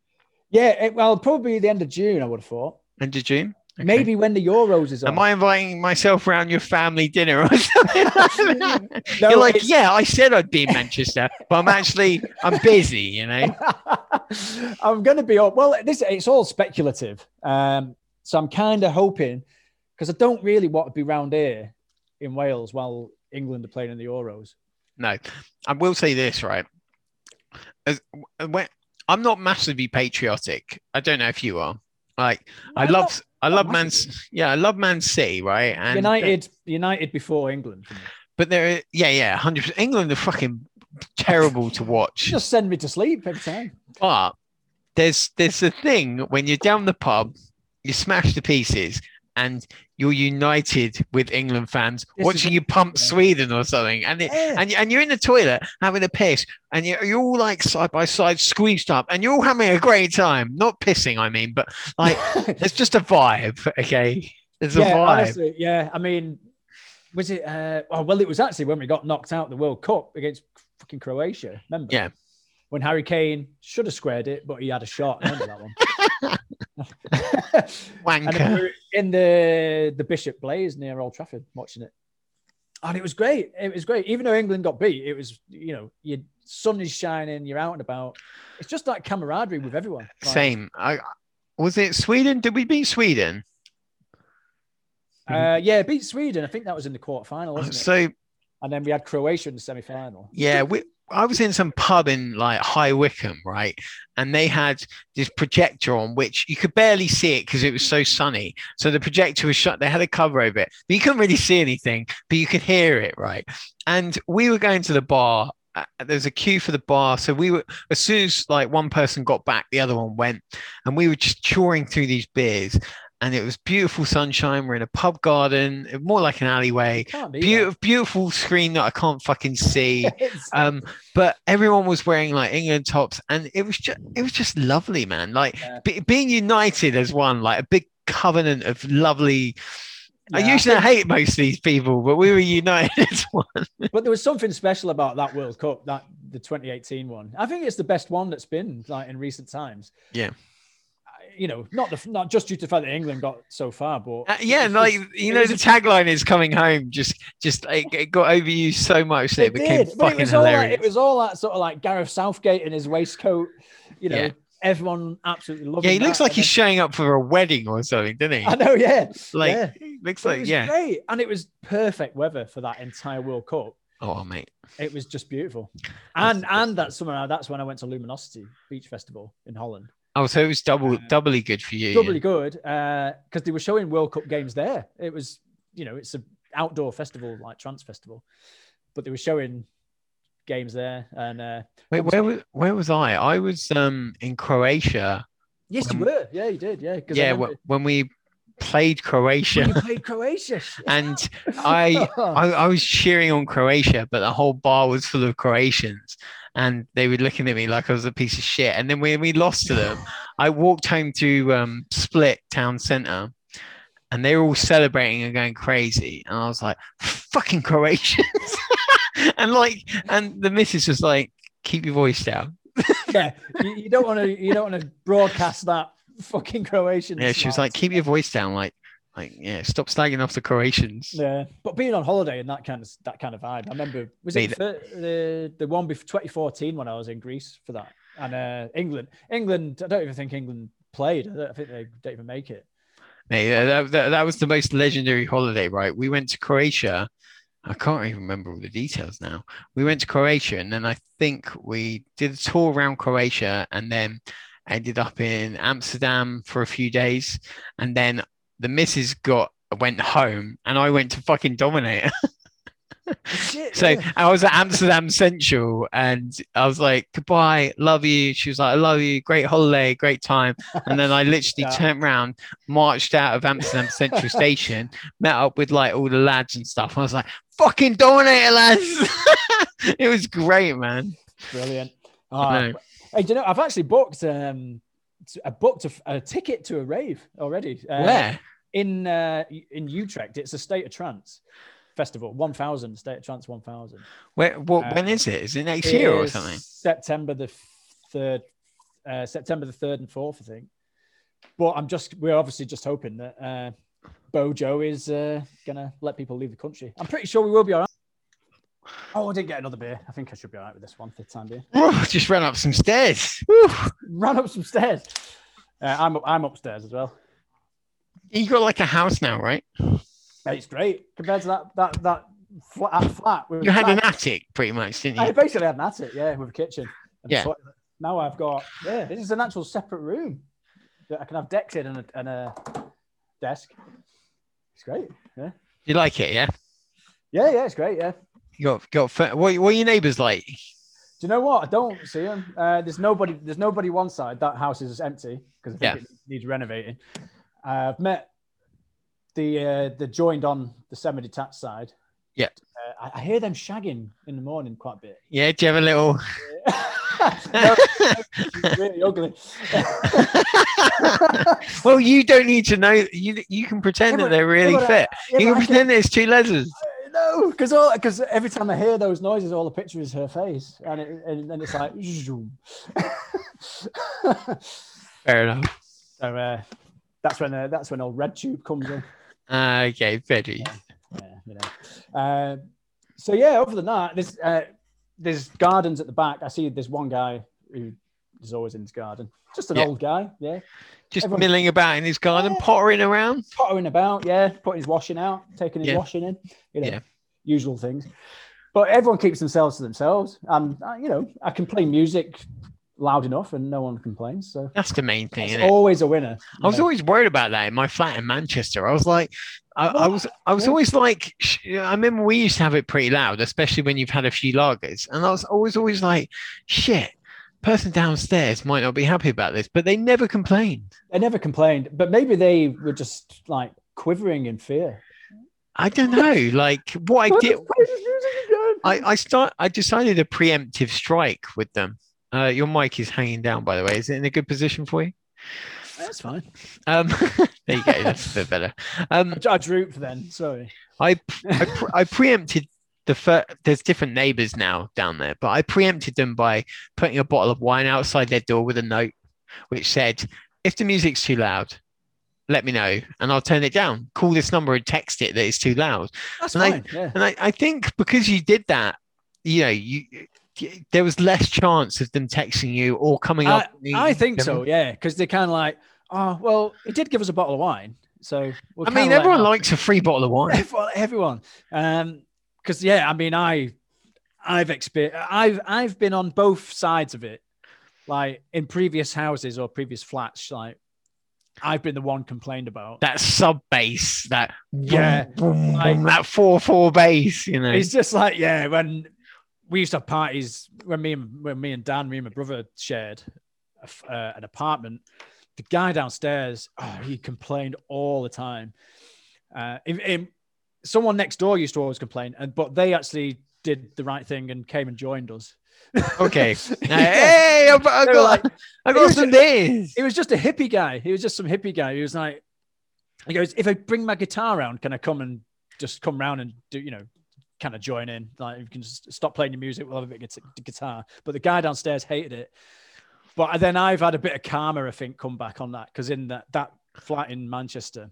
[SPEAKER 3] Yeah, it, well, probably the end of June. I would have thought
[SPEAKER 2] End of June? Okay.
[SPEAKER 3] maybe when the Euros is on.
[SPEAKER 2] Am I inviting myself round your family dinner or something? like that?
[SPEAKER 3] No,
[SPEAKER 2] You're like,
[SPEAKER 3] it's-
[SPEAKER 2] yeah, I said I'd be in Manchester, but I'm actually I'm busy, you know.
[SPEAKER 3] I'm going to be up. Well, this it's all speculative. Um, so I'm kind of hoping because I don't really want to be round here in Wales while England are playing in the Euros.
[SPEAKER 2] No, I will say this right. As, uh, when, I'm not massively patriotic. I don't know if you are. Like I
[SPEAKER 3] I'm
[SPEAKER 2] love,
[SPEAKER 3] not-
[SPEAKER 2] I love Man.
[SPEAKER 3] massively.
[SPEAKER 2] Yeah, I love Man City, right? And uh,
[SPEAKER 3] United, United before England. for me.
[SPEAKER 2] but there, yeah, yeah, hundred percent. England are fucking terrible to watch.
[SPEAKER 3] Just send me to sleep every time.
[SPEAKER 2] But there's there's a thing when you're down the pub, you smash to pieces, and you're united with England fans
[SPEAKER 3] is
[SPEAKER 2] watching you pump
[SPEAKER 3] yeah.
[SPEAKER 2] Sweden or something, and it,
[SPEAKER 3] Yeah.
[SPEAKER 2] and, and you're in the toilet having a piss, and you're, you're all like side by side squeezed up, and you're all having a great time. Not pissing, I mean, but like it's just a vibe, okay? It's a
[SPEAKER 3] yeah,
[SPEAKER 2] vibe.
[SPEAKER 3] honestly, yeah. I mean, was it? Uh, oh, well, it was actually when we got knocked out of the World Cup against fucking Croatia. Remember?
[SPEAKER 2] Yeah.
[SPEAKER 3] When Harry Kane should have squared it, but he had a shot. Remember that one? and then we
[SPEAKER 2] Wanker.
[SPEAKER 3] were in the the Bishop Blaze near Old Trafford, watching it, and it was great. It was great. Even though England got beat, it was you know your sun is shining, you're out and about. It's just like camaraderie with everyone. Like,
[SPEAKER 2] Same. I, was it Sweden? Did we beat Sweden?
[SPEAKER 3] Uh, yeah, beat Sweden. I think that was in the quarterfinal, wasn't it?
[SPEAKER 2] So
[SPEAKER 3] And then we had Croatia in the semi final.
[SPEAKER 2] Yeah, we, I was in some pub in like High Wycombe, right? And they had this projector on which you could barely see it because it was so sunny. So the projector was shut. They had a cover over it, but you couldn't really see anything, but you could hear it, right? And we were going to the bar. uh, There was a queue for the bar, so we were as soon as like one person got back, the other one went, and we were just chawing through these beers, and it was beautiful sunshine. We're in a pub garden, more like an alleyway.
[SPEAKER 3] Can't be
[SPEAKER 2] Beautiful, beautiful screen that I can't fucking see
[SPEAKER 3] that. It's-
[SPEAKER 2] um but everyone was wearing like england tops and it was just it was just lovely man like
[SPEAKER 3] Yeah.
[SPEAKER 2] be- being united as one like a big covenant of lovely i
[SPEAKER 3] yeah.
[SPEAKER 2] usually hate most of these people but we were united as one
[SPEAKER 3] but there was something special about that World Cup, that the 2018 one. I think it's the best one that's been like in recent times.
[SPEAKER 2] Yeah.
[SPEAKER 3] I- You know, not the not just due to the fact that England got so far, but
[SPEAKER 2] Uh, yeah
[SPEAKER 3] it's
[SPEAKER 2] like
[SPEAKER 3] just-
[SPEAKER 2] you
[SPEAKER 3] it
[SPEAKER 2] know
[SPEAKER 3] was
[SPEAKER 2] the
[SPEAKER 3] a-
[SPEAKER 2] tagline is coming home just just it, it got overused so much that it, became
[SPEAKER 3] did, but
[SPEAKER 2] fucking
[SPEAKER 3] it was all that,
[SPEAKER 2] hilarious
[SPEAKER 3] it was all that sort of like Gareth Southgate in his waistcoat. You know,
[SPEAKER 2] Yeah.
[SPEAKER 3] everyone absolutely loved.
[SPEAKER 2] yeah he looks like he's showing up for a wedding or something doesn't he
[SPEAKER 3] I know, yeah.
[SPEAKER 2] like
[SPEAKER 3] yeah.
[SPEAKER 2] looks
[SPEAKER 3] But it
[SPEAKER 2] like
[SPEAKER 3] was
[SPEAKER 2] yeah
[SPEAKER 3] great, and it was perfect weather for that entire World Cup.
[SPEAKER 2] oh mate
[SPEAKER 3] It was just beautiful, and and that's summer. That's when I went to Luminosity Beach Festival in Holland.
[SPEAKER 2] oh so it was double
[SPEAKER 3] Uh,
[SPEAKER 2] doubly good for you
[SPEAKER 3] Doubly good because they were showing World Cup games there. It was you know it's an outdoor festival like trance festival, but they were showing games there. And uh,
[SPEAKER 2] Wait,
[SPEAKER 3] Obviously-
[SPEAKER 2] where was where was I? I was um in Croatia.
[SPEAKER 3] yes, you
[SPEAKER 2] Um,
[SPEAKER 3] were. Yeah, you did. Yeah, 'cause I
[SPEAKER 2] Yeah,
[SPEAKER 3] remember
[SPEAKER 2] wh- when we played Croatia,
[SPEAKER 3] you played Croatia. shit.
[SPEAKER 2] and I, I I was cheering on Croatia, but the whole bar was full of Croatians, and they were looking at me like I was a piece of shit. And then when we lost to them, I walked home to um, Split town centre, and they were all celebrating and going crazy. And I was like, fucking Croatians. and like, and the missus was like, keep your voice down.
[SPEAKER 3] yeah, you, you don't want to. You don't want to broadcast that fucking Croatian.
[SPEAKER 2] Yeah, she was like,
[SPEAKER 3] slant.
[SPEAKER 2] keep your voice down. Like, like, yeah, stop slagging off the Croatians.
[SPEAKER 3] Yeah, but being on holiday and that kind of that kind of vibe. I remember was it the the, the one before 2014 when I was in Greece for that and uh, England. England, I don't even think England played. I, don't, I think they didn't even make it.
[SPEAKER 2] Mate, yeah, that, that, that was the most legendary holiday, right? We went to Croatia. I can't even remember all the details now. We went to Croatia and then I think we did a tour around Croatia and then ended up in Amsterdam for a few days. And then the missus got went home and I went to fucking Dominator.
[SPEAKER 3] Shit,
[SPEAKER 2] So
[SPEAKER 3] yeah.
[SPEAKER 2] I was at Amsterdam Central and I was like, goodbye, love you. She was like, I love you. Great holiday, great time. And then I literally
[SPEAKER 3] Yeah.
[SPEAKER 2] turned around, marched out of Amsterdam Central Station, met up with like all the lads and stuff. I was like, fucking dominator, lads. it was great, man.
[SPEAKER 3] brilliant.
[SPEAKER 2] I
[SPEAKER 3] Ah,
[SPEAKER 2] know.
[SPEAKER 3] hey, do you know I've actually booked um t- I booked a, f- a ticket to a rave already. Uh,
[SPEAKER 2] Where?
[SPEAKER 3] in uh, in Utrecht? It's a state of trance festival. One thousand state of trance. One thousand.
[SPEAKER 2] Where what,
[SPEAKER 3] uh,
[SPEAKER 2] when is it? Is it next
[SPEAKER 3] It
[SPEAKER 2] year or
[SPEAKER 3] is
[SPEAKER 2] something?
[SPEAKER 3] September the third, uh, September the third and fourth, I think. But I'm just, we're obviously just hoping that uh, Bojo is uh, gonna let people leave the country. I'm pretty sure we will be all right. Oh, I didn't get another beer. I think I should be all right with this one for the time being.
[SPEAKER 2] Just ran up some stairs. Woo.
[SPEAKER 3] Ran up some stairs. Uh, I'm up, I'm upstairs as well.
[SPEAKER 2] You got like a house now, right?
[SPEAKER 3] Hey, It's great compared to that that that flat. That flat with-
[SPEAKER 2] You had an attic pretty much, didn't
[SPEAKER 3] I
[SPEAKER 2] you?
[SPEAKER 3] basically had an attic, yeah, with a kitchen. And a
[SPEAKER 2] Yeah.
[SPEAKER 3] toilet. Now I've got yeah, this is an actual separate room that I can have decks in and a, and a desk. It's great. Yeah,
[SPEAKER 2] You like it, yeah?
[SPEAKER 3] yeah, yeah. It's great. Yeah. Do
[SPEAKER 2] You got got fa- what, what are your neighbours like?
[SPEAKER 3] you know what? I don't see them. Uh, there's nobody. There's nobody one side. That house is empty because I think
[SPEAKER 2] Yeah.
[SPEAKER 3] it needs renovating. Uh, I've met the uh, the joined on the semi-detached side.
[SPEAKER 2] Yeah.
[SPEAKER 3] Uh, I, I hear them shagging in the morning quite a bit.
[SPEAKER 2] Yeah, do you have a little?
[SPEAKER 3] No, it's really ugly.
[SPEAKER 2] well, you don't need to know. You you can pretend
[SPEAKER 3] Yeah,
[SPEAKER 2] that
[SPEAKER 3] but-
[SPEAKER 2] they're really
[SPEAKER 3] yeah, but I-
[SPEAKER 2] fit.
[SPEAKER 3] yeah,
[SPEAKER 2] you
[SPEAKER 3] but
[SPEAKER 2] can
[SPEAKER 3] I
[SPEAKER 2] pretend there's two letters.
[SPEAKER 3] can- no, because all because every time I hear those noises, all the picture is her face, and it, and then it's like zoom.
[SPEAKER 2] Fair enough.
[SPEAKER 3] so uh, that's when uh, that's when old red tube comes in.
[SPEAKER 2] Uh, okay, Betty.
[SPEAKER 3] Yeah, you know. Uh, so yeah, over the night, there's uh, there's gardens at the back. I see there's one guy who is always in his garden, just an
[SPEAKER 2] Yeah.
[SPEAKER 3] old guy, yeah,
[SPEAKER 2] Just
[SPEAKER 3] Everyone-
[SPEAKER 2] milling about in his garden,
[SPEAKER 3] Yeah.
[SPEAKER 2] pottering around.
[SPEAKER 3] pottering about, yeah, putting his washing out, taking his
[SPEAKER 2] Yeah.
[SPEAKER 3] washing in, you know,
[SPEAKER 2] Yeah.
[SPEAKER 3] usual things. But everyone keeps themselves to themselves, and uh, you know, I can play music loud enough, and no one complains. So
[SPEAKER 2] That's the main thing.
[SPEAKER 3] it's
[SPEAKER 2] Isn't it?
[SPEAKER 3] always a winner. you
[SPEAKER 2] I was
[SPEAKER 3] know.
[SPEAKER 2] always worried about that in my flat in Manchester. I was like, I, I was, I was
[SPEAKER 3] Oh, Yeah.
[SPEAKER 2] always like, sh- I remember we used to have it pretty loud, especially when you've had a few lagers, and I was always, always like, shit, person downstairs might not be happy about this, but they never complained.
[SPEAKER 3] they never complained, but maybe they were just like quivering in fear.
[SPEAKER 2] I don't know, like what I did. I, I start. I decided a preemptive strike with them. Uh, your mic is hanging down, by the way. Is it in a good position for you?
[SPEAKER 3] That's fine.
[SPEAKER 2] Um, there you go. That's a bit better. Um,
[SPEAKER 3] I drooped then. Sorry.
[SPEAKER 2] I, pre- I preempted the fir- there's different neighbors now down there, but I preempted them by putting a bottle of wine outside their door with a note which said, "If the music's too loud, let me know, and I'll turn it down. Call this number and text it that it's too loud."
[SPEAKER 3] That's
[SPEAKER 2] And I-
[SPEAKER 3] fine. yeah.
[SPEAKER 2] And I, I think because you did that, you know, you there was less chance of them texting you or coming
[SPEAKER 3] I-
[SPEAKER 2] up. with
[SPEAKER 3] I think
[SPEAKER 2] them.
[SPEAKER 3] so. Yeah, because they're kind of like, oh, well, he did give us a bottle of wine, so we'll
[SPEAKER 2] I mean,
[SPEAKER 3] kinda let him
[SPEAKER 2] everyone
[SPEAKER 3] have it."
[SPEAKER 2] likes a free bottle of wine.
[SPEAKER 3] everyone, everyone. Um, because yeah, I mean, I, I've experienced, I've, I've been on both sides of it, like in previous houses or previous flats. Like, I've been the one complained about.
[SPEAKER 2] That sub bass, that
[SPEAKER 3] Yeah,
[SPEAKER 2] vroom, vroom,
[SPEAKER 3] like-
[SPEAKER 2] vroom, that four four bass, you know.
[SPEAKER 3] It's just like yeah, when we used to have parties when me and when me and Dan, me and my brother shared a f uh, an apartment. The guy downstairs, oh, he complained all the time. Uh, in- in- someone next door used to always complain, and but they actually did the right thing and came and joined us.
[SPEAKER 2] Okay.
[SPEAKER 3] Yeah.
[SPEAKER 2] Hey, I've, I've
[SPEAKER 3] They were
[SPEAKER 2] got,
[SPEAKER 3] like-
[SPEAKER 2] I've
[SPEAKER 3] they were
[SPEAKER 2] got some days.
[SPEAKER 3] He was just a hippie guy. He was just some hippie guy. He was like, He goes, if I bring my guitar round, can I come and just come round and do, you know, kind of join in? Like, you can just stop playing your music, we'll have a bit of guita- guitar. But the guy downstairs hated it. But then I've had a bit of karma, I think, come back on that because in that that flat in Manchester,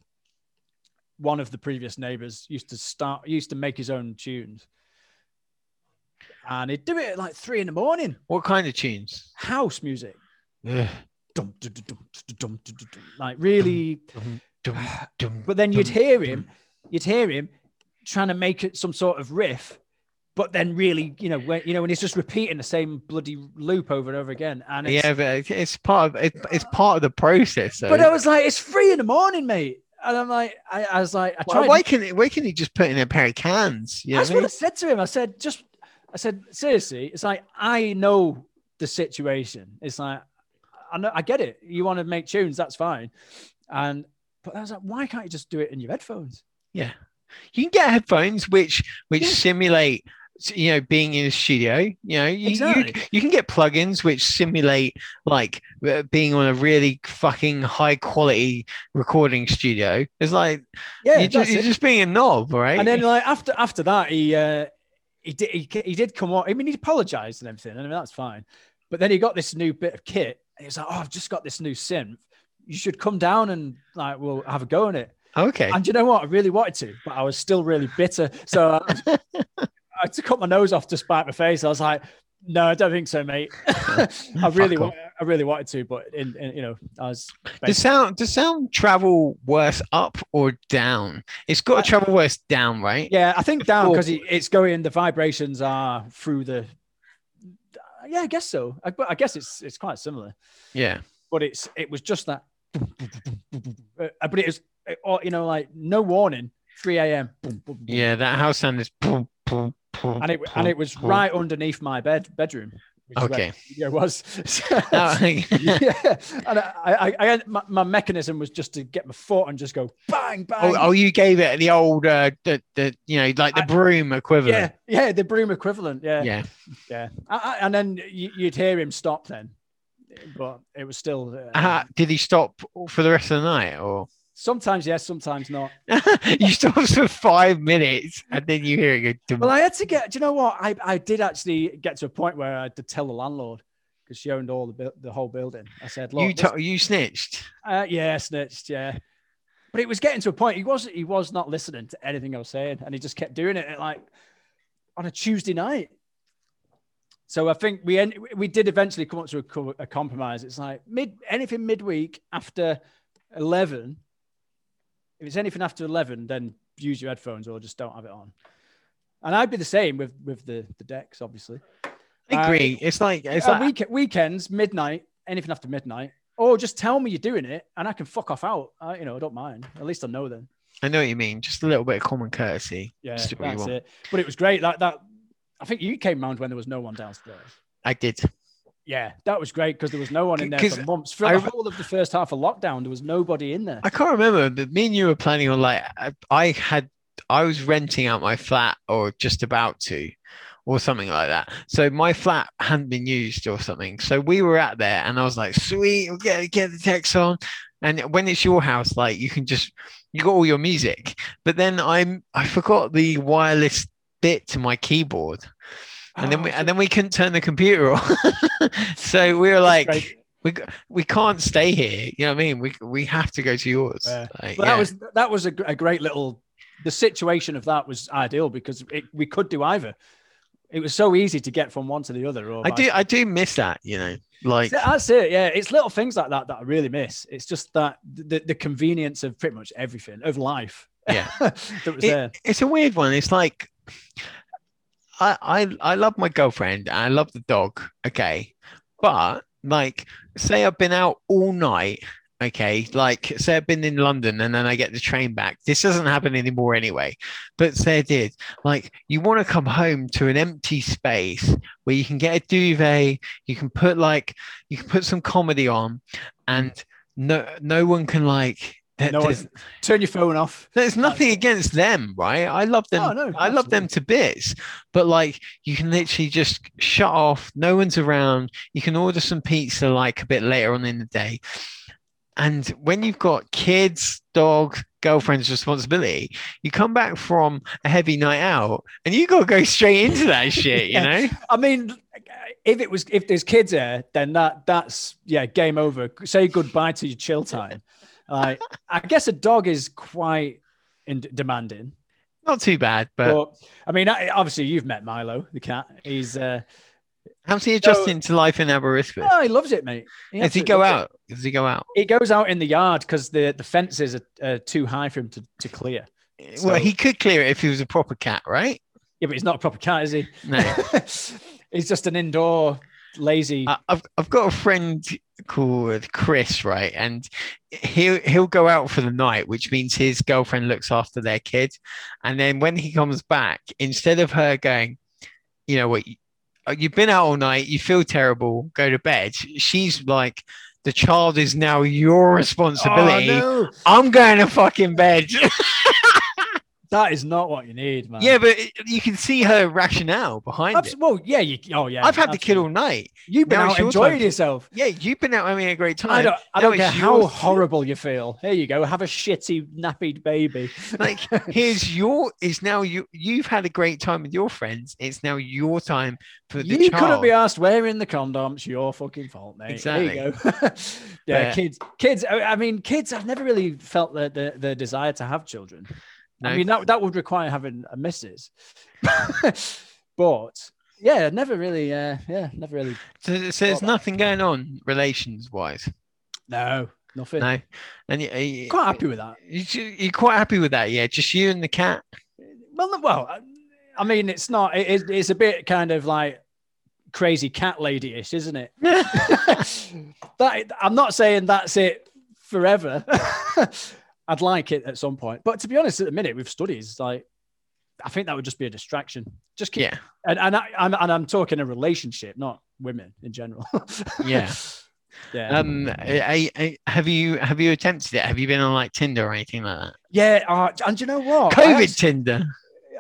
[SPEAKER 3] one of the previous neighbors used to start used to make his own tunes, and he'd do it at like three in the morning,
[SPEAKER 2] What kind of tunes?
[SPEAKER 3] house music,
[SPEAKER 2] Ugh.
[SPEAKER 3] dum, dum, dum, dum, dum, dum, dum, like really.
[SPEAKER 2] Dum, dum,
[SPEAKER 3] But then you'd
[SPEAKER 2] dum,
[SPEAKER 3] hear him, you'd hear him trying to make it some sort of riff, but then really, you know, when you know, when he's just repeating the same bloody loop over and over again, and it's,
[SPEAKER 2] Yeah, but it- it's part of it, it's part of the process. Though.
[SPEAKER 3] But uh, I was like, it's three in the morning, mate. And I'm like, I, I was like, I
[SPEAKER 2] why,
[SPEAKER 3] tried.
[SPEAKER 2] why can it- why can he just put in a pair of cans? You know
[SPEAKER 3] That's
[SPEAKER 2] what I
[SPEAKER 3] what I
[SPEAKER 2] mean?
[SPEAKER 3] said to him. I said, just, I said, seriously, it's like, I know the situation. It's like, I know, I get it. You want to make tunes, that's fine. And, but I was like, why can't you just do it in your headphones?
[SPEAKER 2] You can get headphones which which
[SPEAKER 3] Yeah.
[SPEAKER 2] simulate you know being in a studio. You know you, you
[SPEAKER 3] Exactly.
[SPEAKER 2] you can get plugins which simulate like uh, being on a really fucking high quality recording studio. It's like
[SPEAKER 3] Yeah.
[SPEAKER 2] you're,
[SPEAKER 3] that's
[SPEAKER 2] just, you're
[SPEAKER 3] it.
[SPEAKER 2] just being a knob, right?
[SPEAKER 3] and then like after, after that, he, uh, he did, he, ca- he did come on. I mean, he apologized and everything. And I mean, that's fine. But then he got this new bit of kit and he was like, oh, I've just got this new synth. You should come down and like, we'll have a go on it.
[SPEAKER 2] okay.
[SPEAKER 3] And you know what? I really wanted to, but I was still really bitter. So I, I had to cut my nose off to spite my face. I was like, no, I don't think so, mate. I really,
[SPEAKER 2] Fuck
[SPEAKER 3] wa- I really wanted to, but in, in you know, I was.
[SPEAKER 2] Does sound does sound travel worse up or down? It's got to
[SPEAKER 3] Uh,
[SPEAKER 2] travel worse down, right?
[SPEAKER 3] Yeah, I think down because it's going. The vibrations are through the. Yeah, I guess so. I, but I guess it's it's quite similar,
[SPEAKER 2] Yeah.
[SPEAKER 3] but it's it was just that. Uh, But it was, uh, or, you know, like no warning, three a.m. boom, boom, boom.
[SPEAKER 2] Yeah, that house sound is boom, boom, boom,
[SPEAKER 3] and it and it was
[SPEAKER 2] boom.
[SPEAKER 3] right underneath my bed bedroom. Which is where
[SPEAKER 2] Okay.
[SPEAKER 3] the studio was.
[SPEAKER 2] Oh,
[SPEAKER 3] yeah, and I, I, I had, my, my mechanism was just to get my foot and just go bang bang.
[SPEAKER 2] oh, oh, you gave it the old uh, the the you know like the
[SPEAKER 3] I-
[SPEAKER 2] broom
[SPEAKER 3] yeah,
[SPEAKER 2] equivalent.
[SPEAKER 3] yeah, the broom equivalent. Yeah,
[SPEAKER 2] Yeah.
[SPEAKER 3] yeah. I, I, and then you, you'd hear him stop then, but it was still. Uh,
[SPEAKER 2] Uh, did he stop for the rest of the night or?
[SPEAKER 3] Sometimes yes, sometimes not.
[SPEAKER 2] you stopped for five minutes and then you hear it go.
[SPEAKER 3] Well, I had to get. Do you know what? I, I did actually get to a point where I had to tell the landlord because she owned all the buil- the whole building. I said, "Look,
[SPEAKER 2] you
[SPEAKER 3] this-
[SPEAKER 2] to- you snitched.
[SPEAKER 3] Uh, yeah, snitched. Yeah, but it was getting to a point. He was he was not listening to anything I was saying, and he just kept doing it like on a Tuesday night. So I think we end, we did eventually come up to a, co- a compromise. It's like mid anything midweek after eleven. If it's anything after eleven, then use your headphones or just don't have it on. And I'd be the same with with the the decks, obviously.
[SPEAKER 2] I
[SPEAKER 3] Uh,
[SPEAKER 2] agree. it's like it's
[SPEAKER 3] Uh,
[SPEAKER 2] like
[SPEAKER 3] week- weekends, midnight, anything after midnight. Or just tell me you're doing it, and I can fuck off out. I, you know, I don't mind. At least I know then.
[SPEAKER 2] I know what you mean. Just a little bit of common courtesy.
[SPEAKER 3] Yeah,
[SPEAKER 2] Just do what you
[SPEAKER 3] that's
[SPEAKER 2] want.
[SPEAKER 3] it. But it was great. That that I think you came round when there was no one downstairs.
[SPEAKER 2] I did.
[SPEAKER 3] Yeah, that was great because there was no one in there
[SPEAKER 2] 'Cause
[SPEAKER 3] for months. For
[SPEAKER 2] I-
[SPEAKER 3] the whole of the first half of lockdown, there was nobody in there.
[SPEAKER 2] I can't remember, but me and you were planning on like I, I had I was renting out my flat or just about to or something like that. So my flat hadn't been used or something. So we were out there and I was like, sweet, we'll get get the text on. And when it's your house, like you can just you got all your music. But then I'm I forgot the wireless bit to my keyboard. And then we and then we couldn't turn the computer on. so we were like
[SPEAKER 3] Great.
[SPEAKER 2] we g- we can't stay here. You know what I mean? We we have to go to yours.
[SPEAKER 3] Yeah.
[SPEAKER 2] Like,
[SPEAKER 3] But that
[SPEAKER 2] yeah.
[SPEAKER 3] was that was a, gr- a great little. The situation of that was ideal because it, we could do either. It was so easy to get from one to the other. Or
[SPEAKER 2] I
[SPEAKER 3] vice
[SPEAKER 2] do I do miss that. You know, like
[SPEAKER 3] So that's it. Yeah, it's little things like that that I really miss. It's just that the, the convenience of pretty much everything of life.
[SPEAKER 2] Yeah.
[SPEAKER 3] that was
[SPEAKER 2] It-
[SPEAKER 3] there.
[SPEAKER 2] it's a weird one. It's like I I I love my girlfriend. And I love the dog. Okay, but like say I've been out all night. Okay, like say I've been in London and then I get the train back. This doesn't happen anymore anyway, but say I did. Like you want to come home to an empty space where you can get a duvet, you can put like you can put some comedy on, and no no one can like. there-
[SPEAKER 3] No one-
[SPEAKER 2] there's-
[SPEAKER 3] Turn your phone off.
[SPEAKER 2] there's nothing against them, right? I love them.
[SPEAKER 3] Oh, no,
[SPEAKER 2] I love them to bits, but like you can literally just shut off. No one's around. You can order some pizza like a bit later on in the day. And when you've got kids, dogs, girlfriend's responsibility. You come back from a heavy night out and you got to go straight into that shit, you know?
[SPEAKER 3] I mean, if it was if there's kids there, then that that's yeah, game over. Say goodbye to your chill time. Like, I guess a dog is quite in- demanding,
[SPEAKER 2] Not too bad, but,
[SPEAKER 3] but, I mean, I, obviously you've met Milo the cat. He's uh,
[SPEAKER 2] how's he adjusting to life in Aberystwyth?
[SPEAKER 3] oh, he loves it, mate.
[SPEAKER 2] Does he
[SPEAKER 3] absolutely
[SPEAKER 2] go
[SPEAKER 3] loves it.
[SPEAKER 2] out? Does he go out?
[SPEAKER 3] He goes out in the yard because the the fences are uh, too high for him to, to clear. So-
[SPEAKER 2] well, he could clear it if he was a proper cat, right?
[SPEAKER 3] Yeah, but he's not a proper cat, is he?
[SPEAKER 2] No.
[SPEAKER 3] he's just an indoor lazy.
[SPEAKER 2] I- I've I've got a friend called Chris, right? And he'll he'll go out for the night, which means his girlfriend looks after their kid. And then when he comes back, instead of her going, you know what, you- uh, you've been out all night, you feel terrible, go to bed. She's like, the child is now your responsibility.
[SPEAKER 3] Oh, no.
[SPEAKER 2] I'm going to fucking bed.
[SPEAKER 3] That is not what you need, man.
[SPEAKER 2] yeah, but it- you can see her rationale behind
[SPEAKER 3] Abs- well, yeah, you. Oh, yeah.
[SPEAKER 2] it. I've had the kid
[SPEAKER 3] absolutely.
[SPEAKER 2] all night.
[SPEAKER 3] You've been
[SPEAKER 2] now
[SPEAKER 3] out
[SPEAKER 2] it's your
[SPEAKER 3] enjoying
[SPEAKER 2] time.
[SPEAKER 3] yourself.
[SPEAKER 2] Yeah, you've been out having a great time.
[SPEAKER 3] I don't. I
[SPEAKER 2] Now
[SPEAKER 3] don't care
[SPEAKER 2] it's
[SPEAKER 3] how
[SPEAKER 2] yours.
[SPEAKER 3] horrible you feel. Here you go. Have a shitty nappied baby.
[SPEAKER 2] like here's your it's now you you've had a great time with your friends it's now your time for the
[SPEAKER 3] you couldn't
[SPEAKER 2] child
[SPEAKER 3] be asked wearing the condoms. your fucking fault, mate. There you go. yeah,
[SPEAKER 2] But-
[SPEAKER 3] kids, kids. I I mean, kids. I've never really felt the the, the desire to have children.
[SPEAKER 2] No.
[SPEAKER 3] I mean, that that would require having a missus. but yeah, never really. Uh, yeah, never really.
[SPEAKER 2] so, so there's
[SPEAKER 3] Well,
[SPEAKER 2] nothing going on relations wise
[SPEAKER 3] No, nothing.
[SPEAKER 2] no and you, you,
[SPEAKER 3] Quite happy with that.
[SPEAKER 2] you, you're quite happy with that yeah just you and the cat
[SPEAKER 3] Well, no- well, I- I mean, it's not. It, it's- it's a bit kind of like crazy cat lady-ish, isn't it? that I'm not saying that's it forever. I'd like it at some point, but to be honest, at the minute with studies, like I think that would just be a distraction. Just keep,
[SPEAKER 2] yeah
[SPEAKER 3] and and I, I'm and I'm talking a relationship, not women in general.
[SPEAKER 2] yeah
[SPEAKER 3] yeah,
[SPEAKER 2] um I, I, have you have you attempted it have you been on like tinder or anything like that
[SPEAKER 3] yeah. Uh, and you know what? I
[SPEAKER 2] covid
[SPEAKER 3] actually-
[SPEAKER 2] tinder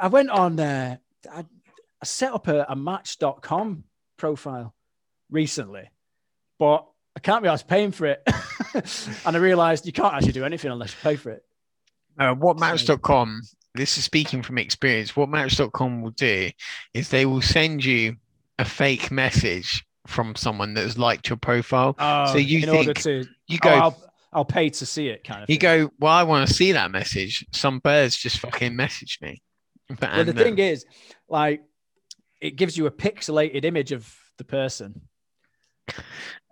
[SPEAKER 3] I went on uh, I, I set up a, a match.com profile recently, but I can't be asked paying for it. and I realized you can't actually do anything unless you pay for it.
[SPEAKER 2] Uh, whatmatch.com, this is speaking from experience. What match.com will do is they will send you a fake message from someone that's liked your profile.
[SPEAKER 3] Oh,
[SPEAKER 2] you
[SPEAKER 3] in
[SPEAKER 2] think-
[SPEAKER 3] order to
[SPEAKER 2] You
[SPEAKER 3] oh,
[SPEAKER 2] go,
[SPEAKER 3] I'll, I'll pay to see it kind of
[SPEAKER 2] you
[SPEAKER 3] thing.
[SPEAKER 2] go, well, I want to see that message. Some birds just fucking message me. But
[SPEAKER 3] Well, the
[SPEAKER 2] and, uh,
[SPEAKER 3] thing is, like, it gives you a pixelated image of the person.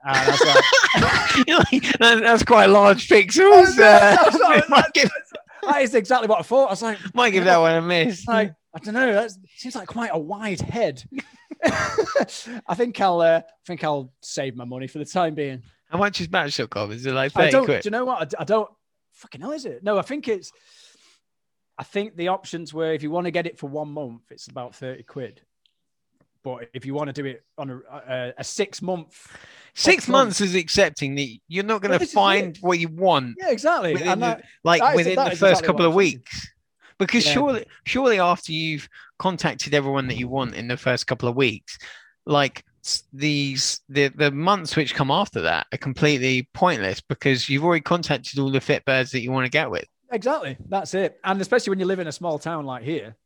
[SPEAKER 3] And I was like,
[SPEAKER 2] you're uh, like, "That- that's quite large pixels.
[SPEAKER 3] That's-
[SPEAKER 2] uh,
[SPEAKER 3] Oh, that's what-
[SPEAKER 2] might, give,
[SPEAKER 3] that is exactly what I thought. I was like,
[SPEAKER 2] might give that one a miss.
[SPEAKER 3] like I don't know. That seems like quite a wide head. I think I'll. Uh, I think I'll save my money for the time being.
[SPEAKER 2] How much is match.com? Is it like
[SPEAKER 3] I
[SPEAKER 2] 30
[SPEAKER 3] don't.
[SPEAKER 2] quid?
[SPEAKER 3] Do you know what? I d- I, don't. Fucking hell, is it? No, I think it's. I think the options were if you want to get it for one month, it's about thirty quid. But if you want to do it on a, a, a six month,
[SPEAKER 2] Six
[SPEAKER 3] upfront.
[SPEAKER 2] months is accepting that you're not going
[SPEAKER 3] Well,
[SPEAKER 2] to
[SPEAKER 3] this is it.
[SPEAKER 2] find what you want
[SPEAKER 3] yeah, exactly.
[SPEAKER 2] Within
[SPEAKER 3] And
[SPEAKER 2] the-
[SPEAKER 3] that-
[SPEAKER 2] like
[SPEAKER 3] That is-
[SPEAKER 2] within
[SPEAKER 3] that
[SPEAKER 2] the
[SPEAKER 3] is
[SPEAKER 2] first
[SPEAKER 3] exactly
[SPEAKER 2] couple
[SPEAKER 3] what
[SPEAKER 2] of
[SPEAKER 3] I'm thinking.
[SPEAKER 2] weeks because
[SPEAKER 3] Yeah.
[SPEAKER 2] surely surely after you've contacted everyone that you want in the first couple of weeks like s- these the the months which come after that are completely pointless because you've already contacted all the fit birds that you want to get with
[SPEAKER 3] Exactly. That's it. And especially when you live in a small town like here,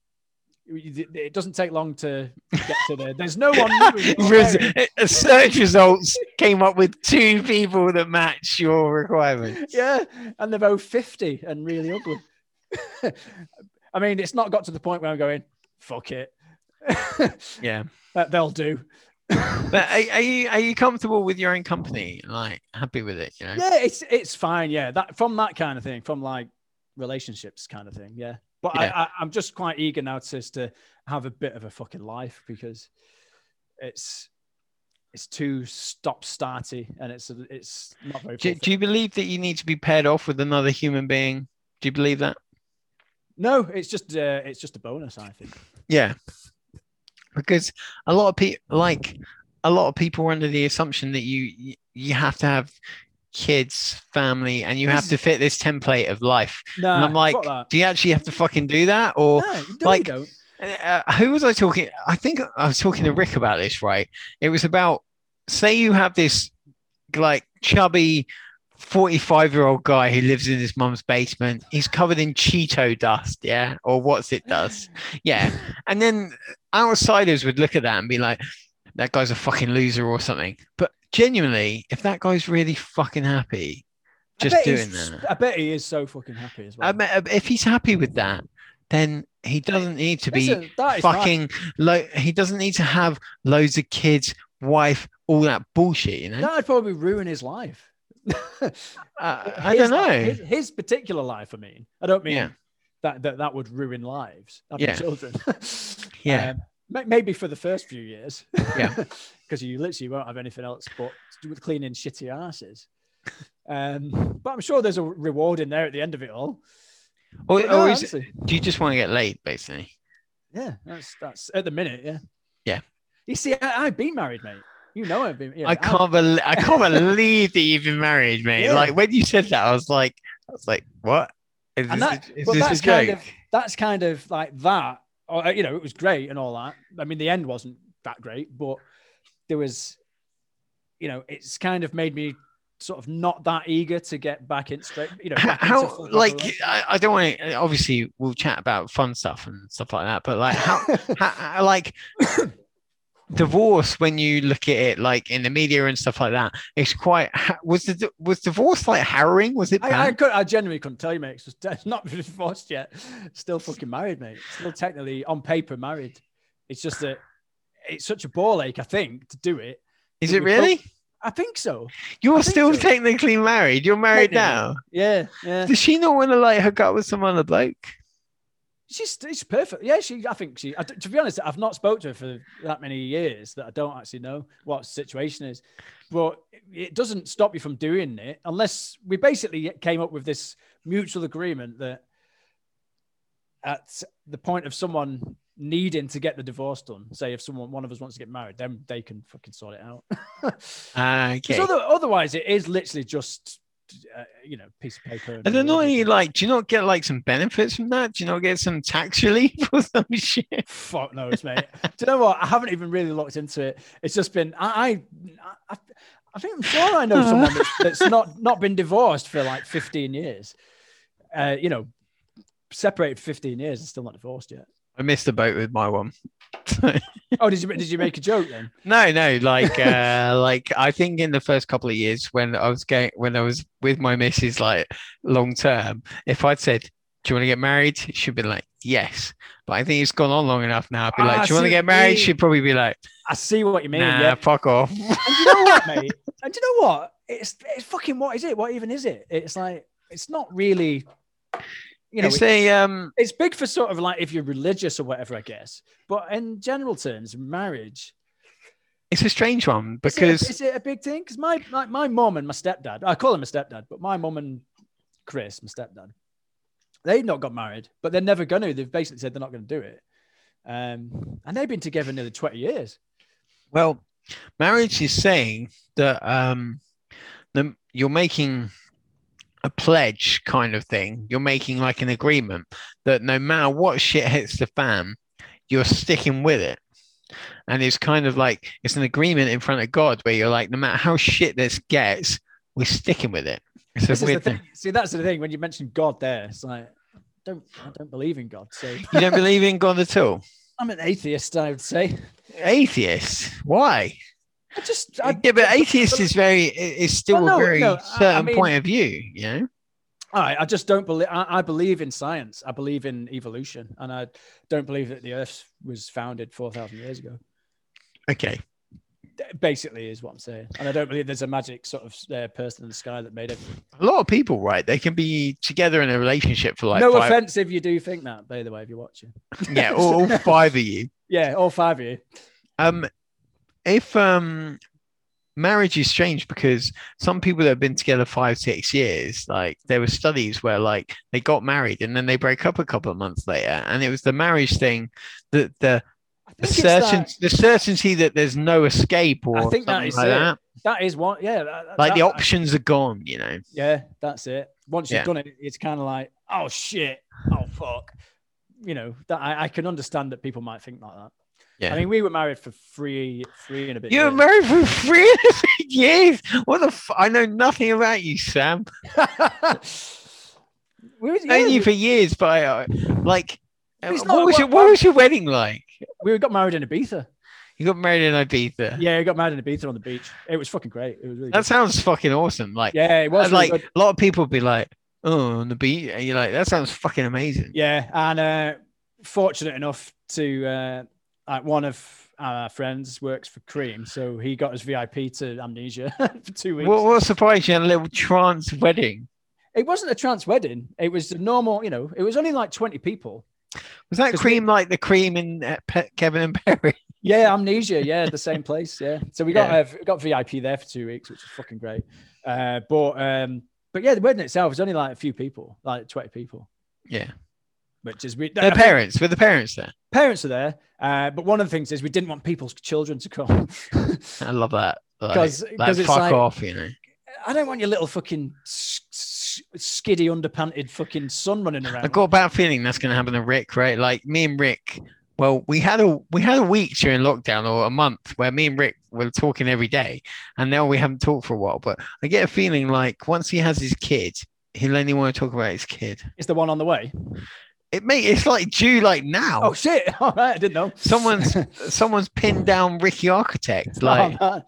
[SPEAKER 3] it it doesn't take long to get to there. There's no one. new in your
[SPEAKER 2] Res-
[SPEAKER 3] area.
[SPEAKER 2] uh, search results came up with two people that match your requirements
[SPEAKER 3] yeah, and they're both 50 and really ugly. I mean, it's not got to the point where I'm going, fuck it.
[SPEAKER 2] yeah
[SPEAKER 3] that they'll do.
[SPEAKER 2] but are, are you are you comfortable with your own company like happy with it you know
[SPEAKER 3] Yeah, it's it's fine. Yeah, that from that kind of thing, from like relationships kind of thing. Yeah, but
[SPEAKER 2] Yeah.
[SPEAKER 3] I, I, I'm just quite eager now just to have a bit of a fucking life because it's it's too stop starty and it's it's not very.
[SPEAKER 2] do,
[SPEAKER 3] fulfilling.
[SPEAKER 2] do you believe that you need to be paired off with another human being do you believe that
[SPEAKER 3] no, it's just uh, it's just a bonus, I think.
[SPEAKER 2] Yeah, because a lot of people like a lot of people are under the assumption that you you- you have to have kids, family, and you have to fit this template of life.
[SPEAKER 3] No,
[SPEAKER 2] and I'm like, do you actually have to fucking do that? Or
[SPEAKER 3] no, you
[SPEAKER 2] like-
[SPEAKER 3] like, don't.
[SPEAKER 2] uh, who was I talking? I think I was talking to Rick about this. Right? It was about say you have this like chubby 45 year old guy who lives in his mum's basement. He's covered in Cheeto dust, yeah, or what's it dust, yeah. And then outsiders would look at that and be like, that guy's a fucking loser or something. But genuinely, if that guy's really fucking happy
[SPEAKER 3] I
[SPEAKER 2] just
[SPEAKER 3] bet
[SPEAKER 2] doing
[SPEAKER 3] he's-
[SPEAKER 2] that,
[SPEAKER 3] I bet he is so fucking happy as well.
[SPEAKER 2] I mean, if he's happy with that, then he doesn't need to be
[SPEAKER 3] Listen, that is nice.
[SPEAKER 2] fucking lo- he doesn't need to have loads of kids wife all that bullshit you know
[SPEAKER 3] That'd probably ruin his life.
[SPEAKER 2] Uh, i
[SPEAKER 3] His-
[SPEAKER 2] don't know
[SPEAKER 3] His, his particular life, I mean. I don't mean
[SPEAKER 2] Yeah.
[SPEAKER 3] that, that that would ruin lives, having
[SPEAKER 2] Yeah.
[SPEAKER 3] children.
[SPEAKER 2] yeah
[SPEAKER 3] Um, ma- maybe for the first few years.
[SPEAKER 2] Yeah.
[SPEAKER 3] Because you literally won't have anything else but to do with cleaning shitty asses. Um, but I'm sure there's a reward in there at the end of it all.
[SPEAKER 2] or,
[SPEAKER 3] But uh, no,
[SPEAKER 2] or is-
[SPEAKER 3] honestly,
[SPEAKER 2] do you just want to get laid basically
[SPEAKER 3] yeah, that's that's at the minute, yeah.
[SPEAKER 2] Yeah.
[SPEAKER 3] You see, I, I've been married, mate. You know I've been. Yeah,
[SPEAKER 2] i
[SPEAKER 3] I've-
[SPEAKER 2] can't believe i can't believe that you've been married mate
[SPEAKER 3] Yeah.
[SPEAKER 2] like when you said that i was like i was like what is
[SPEAKER 3] And
[SPEAKER 2] this,
[SPEAKER 3] that-
[SPEAKER 2] is
[SPEAKER 3] well,
[SPEAKER 2] this a
[SPEAKER 3] that's
[SPEAKER 2] joke
[SPEAKER 3] kind of- that's kind of like that. Or, uh, you know, it was great and all that. I mean, the end wasn't that great, but there was, you know, it's kind of made me sort of not that eager to get back in straight. You know,
[SPEAKER 2] H-
[SPEAKER 3] back into
[SPEAKER 2] how
[SPEAKER 3] full-time
[SPEAKER 2] like
[SPEAKER 3] relationship.
[SPEAKER 2] I, I don't want to obviously we'll chat about fun stuff and stuff like that but like how, how uh, like divorce when you look at it like in the media and stuff like that it's quite ha- was the di- was divorce like harrowing was it
[SPEAKER 3] I, I
[SPEAKER 2] bad?
[SPEAKER 3] could, I genuinely couldn't tell you, mate. 'cause It's not been divorced yet. Still fucking married, mate. Still technically on paper married. It's just that it's such a ball ache, I think, to do it.
[SPEAKER 2] is it
[SPEAKER 3] we felt-
[SPEAKER 2] really
[SPEAKER 3] I think so.
[SPEAKER 2] you're
[SPEAKER 3] think
[SPEAKER 2] still
[SPEAKER 3] so.
[SPEAKER 2] technically married you're married now
[SPEAKER 3] Technically. Yeah, yeah.
[SPEAKER 2] does she not want to like hook up with some other bloke
[SPEAKER 3] She's she's perfect. Yeah, she. I think she. I, to be honest, I've not spoke to her for that many years that I don't actually know what the situation is. But it doesn't stop you from doing it unless we basically came up with this mutual agreement that at the point of someone needing to get the divorce done, say if someone one of us wants to get married, then they can fucking sort it out. 'Cause
[SPEAKER 2] uh, okay
[SPEAKER 3] other- otherwise, it is literally just uh, you know piece of paper.
[SPEAKER 2] and then not any like do you not get like some benefits from that do you not get some tax relief or some shit
[SPEAKER 3] Fuck knows, mate. Do you know what? I haven't even really looked into it. It's just been I I I, I think I'm sure I know someone that's, that's not not been divorced for like 15 years. Uh, you know, separated 15 years and still not divorced yet.
[SPEAKER 2] i missed the boat with my one
[SPEAKER 3] Oh, did you did you make a joke then?
[SPEAKER 2] No, no, like uh like I think in the first couple of years when I was going when I was with my missus like long term, if I'd said, Do you want to get married? She'd be like, Yes. But I think it's gone on long enough now. I'd be
[SPEAKER 3] Ah,
[SPEAKER 2] like, Do you want to
[SPEAKER 3] see
[SPEAKER 2] get
[SPEAKER 3] what you
[SPEAKER 2] married?
[SPEAKER 3] mean.
[SPEAKER 2] She'd probably be like,
[SPEAKER 3] I see what you mean.
[SPEAKER 2] Nah,
[SPEAKER 3] Yeah.
[SPEAKER 2] fuck off.
[SPEAKER 3] And you know what, mate? And you know what? It's it's fucking what is it? What even is it? It's like it's not really. You know,
[SPEAKER 2] it's a um
[SPEAKER 3] it's big for sort of like if you're religious or whatever, I guess. But in general terms, marriage
[SPEAKER 2] it's a strange one
[SPEAKER 3] is it a-
[SPEAKER 2] because
[SPEAKER 3] is it, a big thing? Because my like my mom and my stepdad, I call him a stepdad, but my mom and Chris, my stepdad, they've not got married, but they're never going to. They've basically said they're not going to do it. Um, and they've been together nearly twenty years.
[SPEAKER 2] Well, marriage is saying that um, the, you're making a pledge kind of thing. You're making like an agreement that no matter what shit hits the fan, you're sticking with it. And it's kind of like it's an agreement in front of God where you're like, no matter how shit this gets, we're sticking with it. It's
[SPEAKER 3] This
[SPEAKER 2] a
[SPEAKER 3] is the
[SPEAKER 2] weird thing.
[SPEAKER 3] thing. See, that's the thing. When you mentioned God, there, it's like I don't I don't believe in God. So
[SPEAKER 2] You don't believe in God at all?
[SPEAKER 3] I'm an atheist. I would say.
[SPEAKER 2] Atheist? Why?
[SPEAKER 3] I just I,
[SPEAKER 2] yeah, but atheist is very is still
[SPEAKER 3] Well,
[SPEAKER 2] a
[SPEAKER 3] no,
[SPEAKER 2] very
[SPEAKER 3] no, I- I
[SPEAKER 2] certain
[SPEAKER 3] mean-
[SPEAKER 2] point of view. You know.
[SPEAKER 3] All right, I just don't believe. I, I believe in science. I believe in evolution, and I don't believe that the Earth was founded four thousand years ago.
[SPEAKER 2] Okay.
[SPEAKER 3] That Basically, is what I'm saying, and I don't believe there's a magic sort of uh, person in the sky that made it.
[SPEAKER 2] a lot of people, right? They can be together in a relationship for like
[SPEAKER 3] no
[SPEAKER 2] five,
[SPEAKER 3] offense if you do think that, by the way, if you're watching.
[SPEAKER 2] yeah, all, all five of you.
[SPEAKER 3] Yeah, all five of you.
[SPEAKER 2] Um, if um, marriage is strange because some people that have been together five, six years, like there were studies where like they got married and then they broke up a couple of months later, and it was the marriage thing that the
[SPEAKER 3] I
[SPEAKER 2] the
[SPEAKER 3] think it's
[SPEAKER 2] certain
[SPEAKER 3] that,
[SPEAKER 2] the certainty that there's no escape or
[SPEAKER 3] I think that
[SPEAKER 2] something
[SPEAKER 3] is
[SPEAKER 2] like
[SPEAKER 3] it.
[SPEAKER 2] that.
[SPEAKER 3] that is one. Yeah, that- that-
[SPEAKER 2] Like the
[SPEAKER 3] that-
[SPEAKER 2] options are gone, you know.
[SPEAKER 3] Yeah, that's it. Once you've
[SPEAKER 2] Yeah.
[SPEAKER 3] done it, it's kind of like, oh shit, oh fuck. You know, that I, I can understand that people might think like that.
[SPEAKER 2] Yeah.
[SPEAKER 3] I mean, we were married for three, three and a bit.
[SPEAKER 2] You were
[SPEAKER 3] years.
[SPEAKER 2] married for three and a bit years. What the? F- I know nothing about you, Sam.
[SPEAKER 3] we, was,
[SPEAKER 2] I've known
[SPEAKER 3] yeah,
[SPEAKER 2] you for years, but I, uh, like, uh,
[SPEAKER 3] It's
[SPEAKER 2] what
[SPEAKER 3] not-
[SPEAKER 2] was your what was your wedding like?
[SPEAKER 3] we, we got married in Ibiza.
[SPEAKER 2] You got married in Ibiza.
[SPEAKER 3] Yeah, we got married in Ibiza on the beach. It was fucking great. It was really
[SPEAKER 2] That
[SPEAKER 3] good.
[SPEAKER 2] sounds fucking awesome. Like,
[SPEAKER 3] Yeah, it was
[SPEAKER 2] and,
[SPEAKER 3] really
[SPEAKER 2] like
[SPEAKER 3] good.
[SPEAKER 2] a lot of people would be like, "Oh, on the beach," and you're like, "That sounds fucking amazing."
[SPEAKER 3] Yeah, and uh, fortunate enough to uh, like one of our friends works for Cream, so he got his VIP to Amnesia for two weeks.
[SPEAKER 2] What, what surprised you? A little trance wedding.
[SPEAKER 3] it wasn't a trance wedding; it was a normal. You know, it was only like twenty people.
[SPEAKER 2] Was that
[SPEAKER 3] 'Cause
[SPEAKER 2] cream like the cream in uh, Pe- Kevin and Perry?
[SPEAKER 3] Yeah, Amnesia. Yeah, the same place. Yeah, so we got
[SPEAKER 2] Yeah.
[SPEAKER 3] uh, v- got VIP there for two weeks, which is fucking great. Uh, but um, but yeah, the wedding itself was only like a few people, like twenty people,
[SPEAKER 2] Yeah,
[SPEAKER 3] which is we.
[SPEAKER 2] the parents were the parents there.
[SPEAKER 3] parents are there, uh, but one of the things is we didn't want people's children to come.
[SPEAKER 2] I love that. Like,
[SPEAKER 3] 'Cause-
[SPEAKER 2] like,
[SPEAKER 3] 'cause it's
[SPEAKER 2] fuck
[SPEAKER 3] like-
[SPEAKER 2] off, you know.
[SPEAKER 3] I don't want your little fucking s- s- skiddy, underpanted fucking son running around.
[SPEAKER 2] I've got a bad feeling that's going to happen to Rick, right? Like me and Rick. Well, we had a we had a week during lockdown or a month where me and Rick were talking every day, and now we haven't talked for a while. But I get a feeling like once he has his kid, he'll only want to talk about his kid.
[SPEAKER 3] Is the one on the
[SPEAKER 2] Oh.
[SPEAKER 3] way?
[SPEAKER 2] It may it's like due like now.
[SPEAKER 3] Oh shit! All right, I didn't know.
[SPEAKER 2] Someone's someone's pinned down Ricky Architect. Like,
[SPEAKER 3] Oh, man.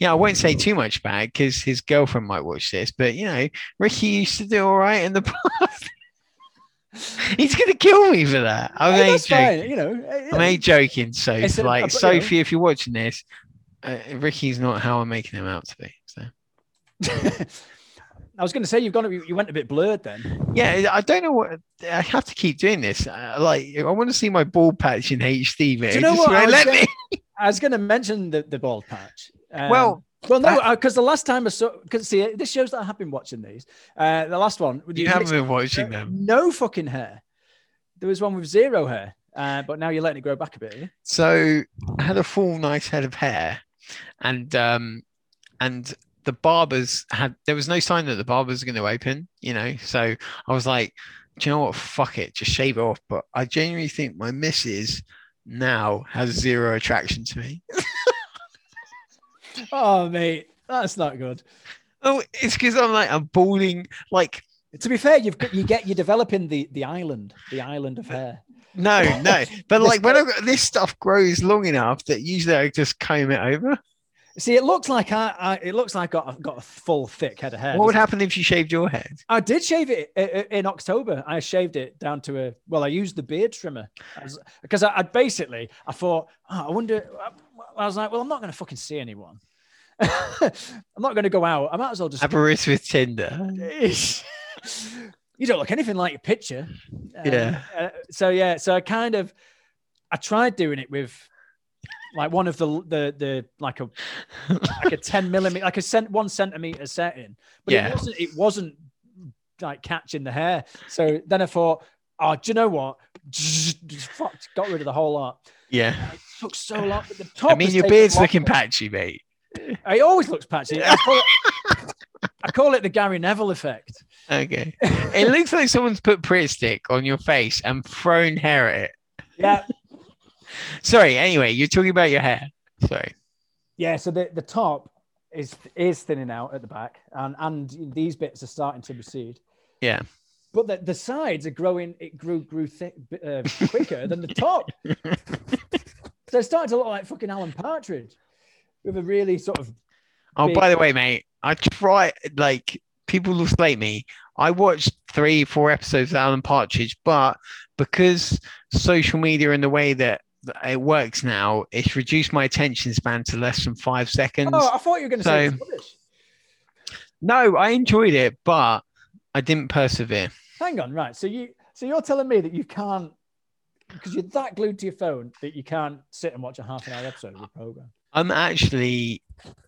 [SPEAKER 2] yeah, I won't say too much about it because his girlfriend might watch this. But you know, Ricky used to do all right in the past. He's gonna kill me for that. I'm
[SPEAKER 3] Hey,
[SPEAKER 2] only
[SPEAKER 3] that's
[SPEAKER 2] joking.
[SPEAKER 3] fine. You know, eh,
[SPEAKER 2] I'm only joking,
[SPEAKER 3] It's
[SPEAKER 2] Sophie.
[SPEAKER 3] a-
[SPEAKER 2] Like,
[SPEAKER 3] but, you know-
[SPEAKER 2] Sophie, if you're watching this, uh, Ricky's not how I'm making him out to be. So,
[SPEAKER 3] I was going to say you've gone. You went a bit blurred then.
[SPEAKER 2] yeah, I don't know what I have to keep doing this. Uh, like, I want to see my ball patch in HD. Mate.
[SPEAKER 3] you know
[SPEAKER 2] Just
[SPEAKER 3] what?
[SPEAKER 2] won't
[SPEAKER 3] I was
[SPEAKER 2] Let
[SPEAKER 3] gonna-
[SPEAKER 2] me.
[SPEAKER 3] I was going to mention the the bald patch. Um,
[SPEAKER 2] well,
[SPEAKER 3] well,
[SPEAKER 2] that-
[SPEAKER 3] no, because the last time I saw, because see, this shows that I have been watching these. Uh, the last one,
[SPEAKER 2] you
[SPEAKER 3] mixed-
[SPEAKER 2] haven't been watching them.
[SPEAKER 3] No fucking hair. There was one with zero hair, uh, but now you're letting it grow back a bit. are you?
[SPEAKER 2] So I had a full nice head of hair, and um, and the barbers had there was no sign that the barbers were going to open. You know, so I was like, do you know what? Fuck it, just shave it off. But I genuinely think my missus now has zero attraction to me.
[SPEAKER 3] Oh, mate, that's not good.
[SPEAKER 2] Oh, it's because I'm like I'm balding. Like
[SPEAKER 3] To be fair, you've got, you get you're developing the the island, the island of hair.
[SPEAKER 2] no, no, but
[SPEAKER 3] This-
[SPEAKER 2] like when I've got, this stuff grows long enough that usually I just comb it over.
[SPEAKER 3] See, it looks like I, I it looks like I got got a full thick head of hair.
[SPEAKER 2] What would
[SPEAKER 3] doesn't it?
[SPEAKER 2] happen if you shaved your head?
[SPEAKER 3] I did shave it i- i- in October. I shaved it down to a well. I used the beard trimmer because I, I basically I thought oh, I wonder. I, I was like, well, I'm not going to fucking see anyone. I'm not going to go out. I might as well just
[SPEAKER 2] Apparition with Tinder.
[SPEAKER 3] you don't look anything like your picture. Um,
[SPEAKER 2] Yeah.
[SPEAKER 3] uh, so yeah, so I kind of I tried doing it with like one of the the the like a like a ten millimeter like a cent one centimeter setting, but
[SPEAKER 2] Yeah.
[SPEAKER 3] it wasn't it wasn't like catching the hair. So then I thought, oh, do you know what? Just fucked, got rid of the whole lot.
[SPEAKER 2] Yeah.
[SPEAKER 3] It took so long. but The top
[SPEAKER 2] I mean,
[SPEAKER 3] was
[SPEAKER 2] your
[SPEAKER 3] taking
[SPEAKER 2] beard's
[SPEAKER 3] longer.
[SPEAKER 2] looking patchy, mate.
[SPEAKER 3] It always looks patchy. I call it, I call it the Gary Neville effect.
[SPEAKER 2] Okay. it looks like someone's put Pritt stick on your face and thrown hair at it.
[SPEAKER 3] Yeah,
[SPEAKER 2] Sorry. Anyway, you're talking about your hair. Sorry.
[SPEAKER 3] Yeah, so the, the top is is thinning out at the back, and and these bits are starting to recede.
[SPEAKER 2] Yeah.
[SPEAKER 3] but the, the sides are growing. It grew grew thick uh, quicker than the top, so it started to look like fucking Alan Partridge with a really sort of
[SPEAKER 2] Oh,
[SPEAKER 3] Big-
[SPEAKER 2] by the way, mate, I try like people will slate me. I watched three, four episodes of Alan Partridge, but because social media and the way that that it works now, it's reduced my attention span to less than five seconds.
[SPEAKER 3] oh, I thought you were going to say
[SPEAKER 2] So-
[SPEAKER 3] it's rubbish.
[SPEAKER 2] No, I enjoyed it, but I didn't persevere.
[SPEAKER 3] Hang on, right? So you so you're telling me that you can't because you're that glued to your phone that you can't sit and watch a half an hour episode of a program.
[SPEAKER 2] I'm actually,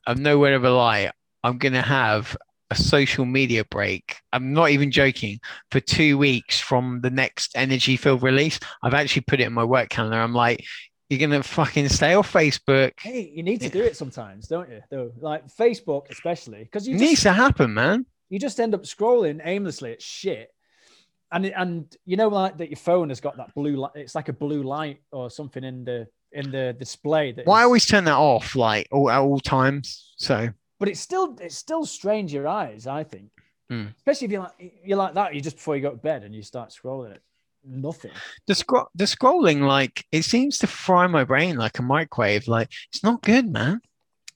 [SPEAKER 2] I'm nowhere of a lie. I'm going to have a social media break. I'm not even joking. For two weeks from the next Energy Field release, I've actually put it in my work calendar. I'm like, you're going to fucking stay off Facebook. It
[SPEAKER 3] Hey, you need to
[SPEAKER 2] Yeah.
[SPEAKER 3] do it sometimes, don't you? Though, like Facebook especially, because you just
[SPEAKER 2] needs to happen, man.
[SPEAKER 3] you just end up scrolling aimlessly at shit. And it- and you know like that your phone has got that blue light. It's like a blue light or something in the in the display. That
[SPEAKER 2] Why I
[SPEAKER 3] is-
[SPEAKER 2] always turn that off, like all, at all times. So
[SPEAKER 3] But it's still it's still strains your eyes. I think,
[SPEAKER 2] Hmm.
[SPEAKER 3] especially if you like you like that. You just before you go to bed and you start scrolling it. Nothing.
[SPEAKER 2] the scroll, the scrolling, like it seems to fry my brain like a microwave. Like it's not good, man.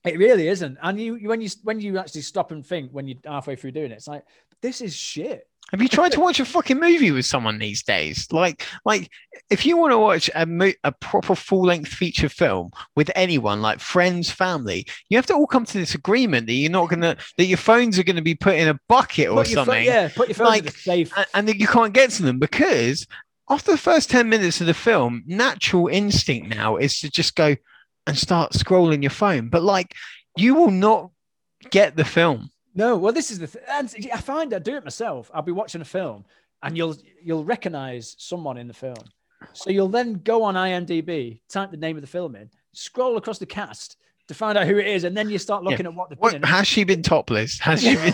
[SPEAKER 3] It really isn't. And you you- when you when you actually stop and think when you're halfway through doing it, it's like this is shit.
[SPEAKER 2] Have you tried to watch a fucking movie with someone these days? Like, like if you want to watch a mo- a proper full length feature film with anyone, like friends, family, you have to all come to this agreement that you're not gonna that your phones are gonna be put in a bucket or
[SPEAKER 3] Put your phone-
[SPEAKER 2] something,
[SPEAKER 3] yeah, put your phone in
[SPEAKER 2] Like,
[SPEAKER 3] the safe.
[SPEAKER 2] a- and that you can't get to them because after the first ten minutes of the film, natural instinct now is to just go and start scrolling your phone. But like, you will not get the film.
[SPEAKER 3] No, well, this is the. Th- and I find I do it myself. I'll be watching a film, and you'll you'll recognize someone in the film. So you'll then go on IMDb, type the name of the film in, scroll across the cast to find out who it is, and then you start
[SPEAKER 2] Yeah.
[SPEAKER 3] looking at what they're
[SPEAKER 2] What,
[SPEAKER 3] putting. in.
[SPEAKER 2] has she been topless? Has she been?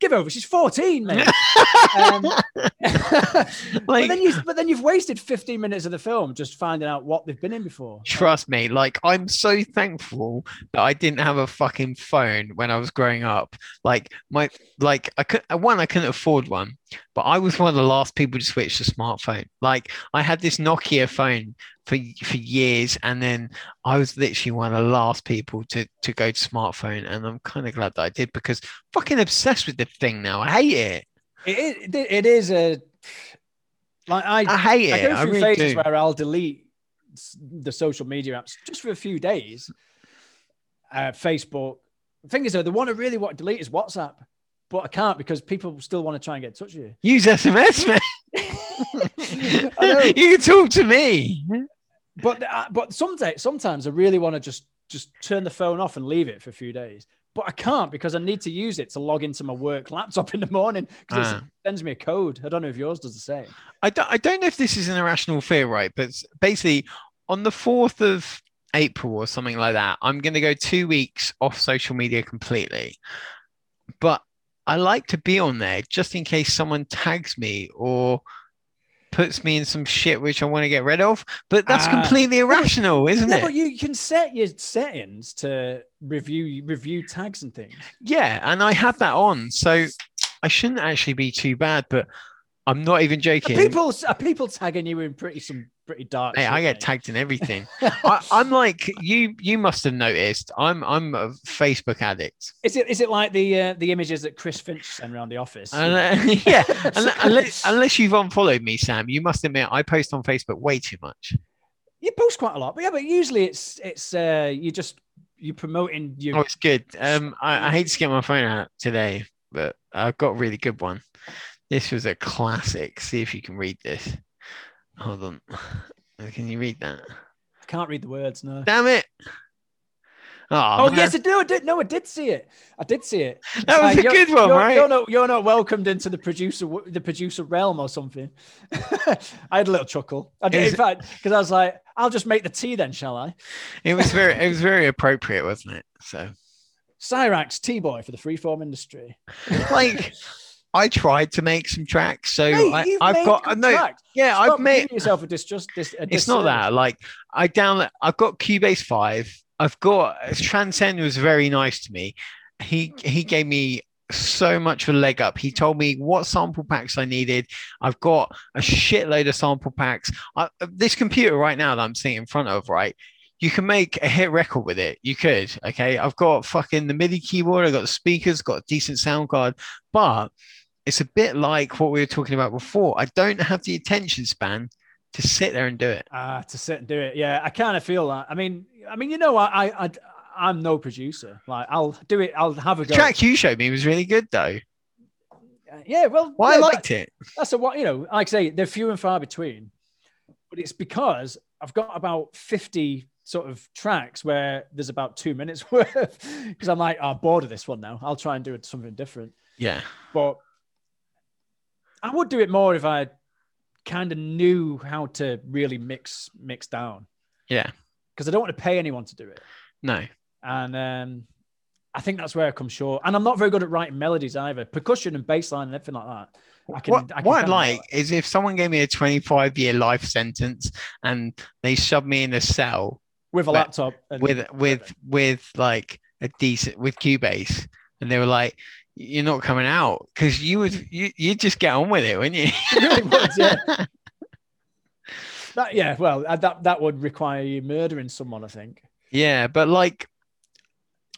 [SPEAKER 3] Give over. She's fourteen, mate. um, but
[SPEAKER 2] Like-
[SPEAKER 3] then you, but then you've wasted fifteen minutes of the film just finding out what they've been in before.
[SPEAKER 2] Trust me, like I'm so thankful that I didn't have a fucking phone when I was growing up. Like my like I could uh, one, I couldn't afford one, but I was one of the last people to switch to smartphone. Like I had this Nokia phone for for years, and then I was literally one of the last people to to go to smartphone, and I'm kind of glad that I did because I'm fucking obsessed with the thing now. I hate it.
[SPEAKER 3] It, it, it is a like I
[SPEAKER 2] I hate
[SPEAKER 3] I
[SPEAKER 2] it.
[SPEAKER 3] go
[SPEAKER 2] Ah, I,
[SPEAKER 3] through
[SPEAKER 2] really
[SPEAKER 3] phases
[SPEAKER 2] do.
[SPEAKER 3] where I'll delete s- the social media apps just for a few days. Uh, Facebook. Thing is, though, the one I really want to delete is WhatsApp, but I can't because people still want to try and get in touch with you.
[SPEAKER 2] Use SMS, man.
[SPEAKER 3] I know.
[SPEAKER 2] you can talk to me.
[SPEAKER 3] But uh, but sometimes sometimes I really want to just just turn the phone off and leave it for a few days. But I can't because I need to use it to log into my work laptop in the morning because it
[SPEAKER 2] Ah.
[SPEAKER 3] sends me a code. I don't know if yours does the same.
[SPEAKER 2] I don't, I don't know if this is an irrational fear, right? But s- basically, on the 4th of April or something like that, I'm going to go two weeks off social media completely. But I like to be on there just in case someone tags me or puts me in some shit which I want to get rid of. But that's
[SPEAKER 3] Ah.
[SPEAKER 2] completely irrational, isn't
[SPEAKER 3] No,
[SPEAKER 2] it?
[SPEAKER 3] but you can set your settings to review review tags and things.
[SPEAKER 2] Yeah, and I had that on, so I shouldn't actually be too bad. But I'm not even
[SPEAKER 3] Are
[SPEAKER 2] joking.
[SPEAKER 3] people are people tagging you in pretty some pretty dark.
[SPEAKER 2] Hey,
[SPEAKER 3] shit,
[SPEAKER 2] I get
[SPEAKER 3] mate?
[SPEAKER 2] tagged in everything. I, I'm like you. You must have noticed. I'm I'm a Facebook addict.
[SPEAKER 3] Is it is it like the uh, the images that Chris Finch sent around the office?
[SPEAKER 2] And, uh, yeah, unle- unless, unless you've unfollowed me, Sam, you must admit I post on Facebook way too much.
[SPEAKER 3] you post quite a lot, but yeah, but usually it's it's uh, you just you promoting your
[SPEAKER 2] Oh, it's good. Um, I, I hate to get my phone out today, but I've got a really good one. This was a classic. See if you can read this. Hold on. Can you read that?
[SPEAKER 3] I can't read the words no.
[SPEAKER 2] Damn it! Oh,
[SPEAKER 3] Oh
[SPEAKER 2] man.
[SPEAKER 3] yes, I do. I did. No, I did see it. I did see it. It's
[SPEAKER 2] That was a
[SPEAKER 3] Uh, you're-
[SPEAKER 2] good one,
[SPEAKER 3] you're,
[SPEAKER 2] right?
[SPEAKER 3] You're not, you're not welcomed into the producer, w- the producer realm or something. I had a little chuckle. I did,
[SPEAKER 2] Is
[SPEAKER 3] in fact, because I was like, "I'll just make the tea then, shall I?"
[SPEAKER 2] it was very it was very appropriate, wasn't it? So.
[SPEAKER 3] Cyrax tea boy for the freeform industry.
[SPEAKER 2] like I tried to make some tracks, so
[SPEAKER 3] Mate,
[SPEAKER 2] Oh, I,
[SPEAKER 3] you've
[SPEAKER 2] I've
[SPEAKER 3] made
[SPEAKER 2] got
[SPEAKER 3] good
[SPEAKER 2] no.
[SPEAKER 3] tracks.
[SPEAKER 2] Yeah,
[SPEAKER 3] Stop
[SPEAKER 2] I've made.
[SPEAKER 3] giving yourself a distrust. Dis, a
[SPEAKER 2] It's not
[SPEAKER 3] disservice.
[SPEAKER 2] that. Like I download. I've got Cubase five. I've got Transcend was very nice to me. He he gave me so much of a leg up. He told me what sample packs I needed. I've got a shitload of sample packs. I, this computer right now that I'm sitting in front of, right? You can make a hit record with it. You could. Okay. I've got fucking the MIDI keyboard. I've got the speakers, got a decent sound card, but it's a bit like what we were talking about before. I don't have the attention span to sit there and do it.
[SPEAKER 3] Ah, to sit and do it. Yeah, I kind of feel that. I mean, I mean, you know, I, I, I I'm no producer. Like, I'll do it. I'll have a
[SPEAKER 2] The
[SPEAKER 3] go.
[SPEAKER 2] track you showed me was really good though.
[SPEAKER 3] Uh, Yeah, well,
[SPEAKER 2] Well, I
[SPEAKER 3] yeah,
[SPEAKER 2] liked it.
[SPEAKER 3] that's a what you know like i say they're few and far between but it's because i've got about 50 sort of tracks where there's about two minutes worth because i'm like "Oh, i'm bored of this one now i'll try and do it something different
[SPEAKER 2] Yeah.
[SPEAKER 3] but i would do it more if i kind of knew how to really mix mix down
[SPEAKER 2] Yeah.
[SPEAKER 3] because i don't want to pay anyone to do it
[SPEAKER 2] No.
[SPEAKER 3] and um I think that's where I come short. And I'm not very good at writing melodies either, percussion and bass line and everything like that. I can,
[SPEAKER 2] what
[SPEAKER 3] I can
[SPEAKER 2] what I'd
[SPEAKER 3] kinda-
[SPEAKER 2] like is if someone gave me a 25 year life sentence and they shoved me in a cell
[SPEAKER 3] with a
[SPEAKER 2] but
[SPEAKER 3] laptop and
[SPEAKER 2] with with with like a decent with Cubase, and they were like, "You're not coming out because you would you you just get on with it, wouldn't you?"
[SPEAKER 3] really would, yeah. That, yeah, well, uh, that that would require you murdering someone, I think.
[SPEAKER 2] yeah, but like,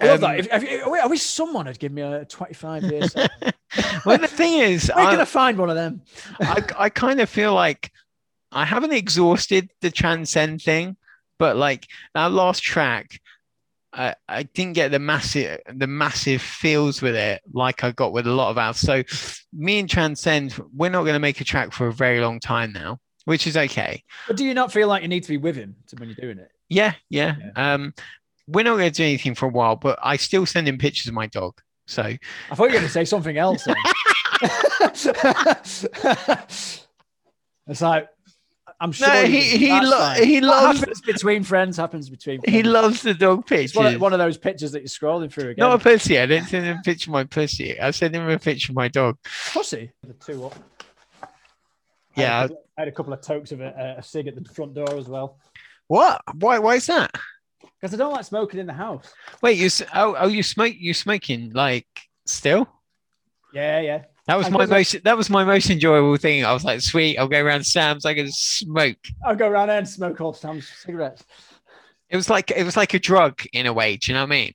[SPEAKER 3] I love
[SPEAKER 2] Um,
[SPEAKER 3] that. If, if, I wish someone had given me a 25 years. Where
[SPEAKER 2] um, well, the thing is, I,
[SPEAKER 3] can I find one of them?
[SPEAKER 2] I, I kind of feel like I haven't exhausted the transcend thing, but like that last track, I, I didn't get the massive the massive feels with it like I got with a lot of ours. So me and transcend, we're not going to make a track for a very long time now, which is okay.
[SPEAKER 3] But do you not feel like you need to be with him to when you're doing it?
[SPEAKER 2] Yeah, yeah. Um, we're not going to do anything for a while, but I still send him pictures of my dog. So
[SPEAKER 3] I thought you were going to say something else. then. it's like, I'm sure.
[SPEAKER 2] no,
[SPEAKER 3] you-
[SPEAKER 2] he he
[SPEAKER 3] that's
[SPEAKER 2] lo-
[SPEAKER 3] fine.
[SPEAKER 2] he
[SPEAKER 3] What
[SPEAKER 2] loves
[SPEAKER 3] happens between friends happens between friends.
[SPEAKER 2] he loves the dog
[SPEAKER 3] it's one
[SPEAKER 2] pictures.
[SPEAKER 3] of, one of those pictures that you're scrolling through again.
[SPEAKER 2] Not a pussy. I didn't send him a picture of my pussy. I sent him a picture of my dog.
[SPEAKER 3] pussy. The two up. I
[SPEAKER 2] Yeah.
[SPEAKER 3] had a couple- I had a couple of tokes of a, a cig at the front door as well
[SPEAKER 2] What? Why? Why is that?
[SPEAKER 3] because I don't like smoking in the house.
[SPEAKER 2] Wait, you? s- Oh, oh, you smoke? You smoking like still?
[SPEAKER 3] Yeah, yeah.
[SPEAKER 2] That was
[SPEAKER 3] I
[SPEAKER 2] my
[SPEAKER 3] don't know.
[SPEAKER 2] most. That was my most enjoyable thing. I was like, sweet. I'll go around Sam's. I can smoke.
[SPEAKER 3] I'll go around there and smoke all Sam's cigarettes.
[SPEAKER 2] It was like it was like a drug in a way. Do you know what I mean?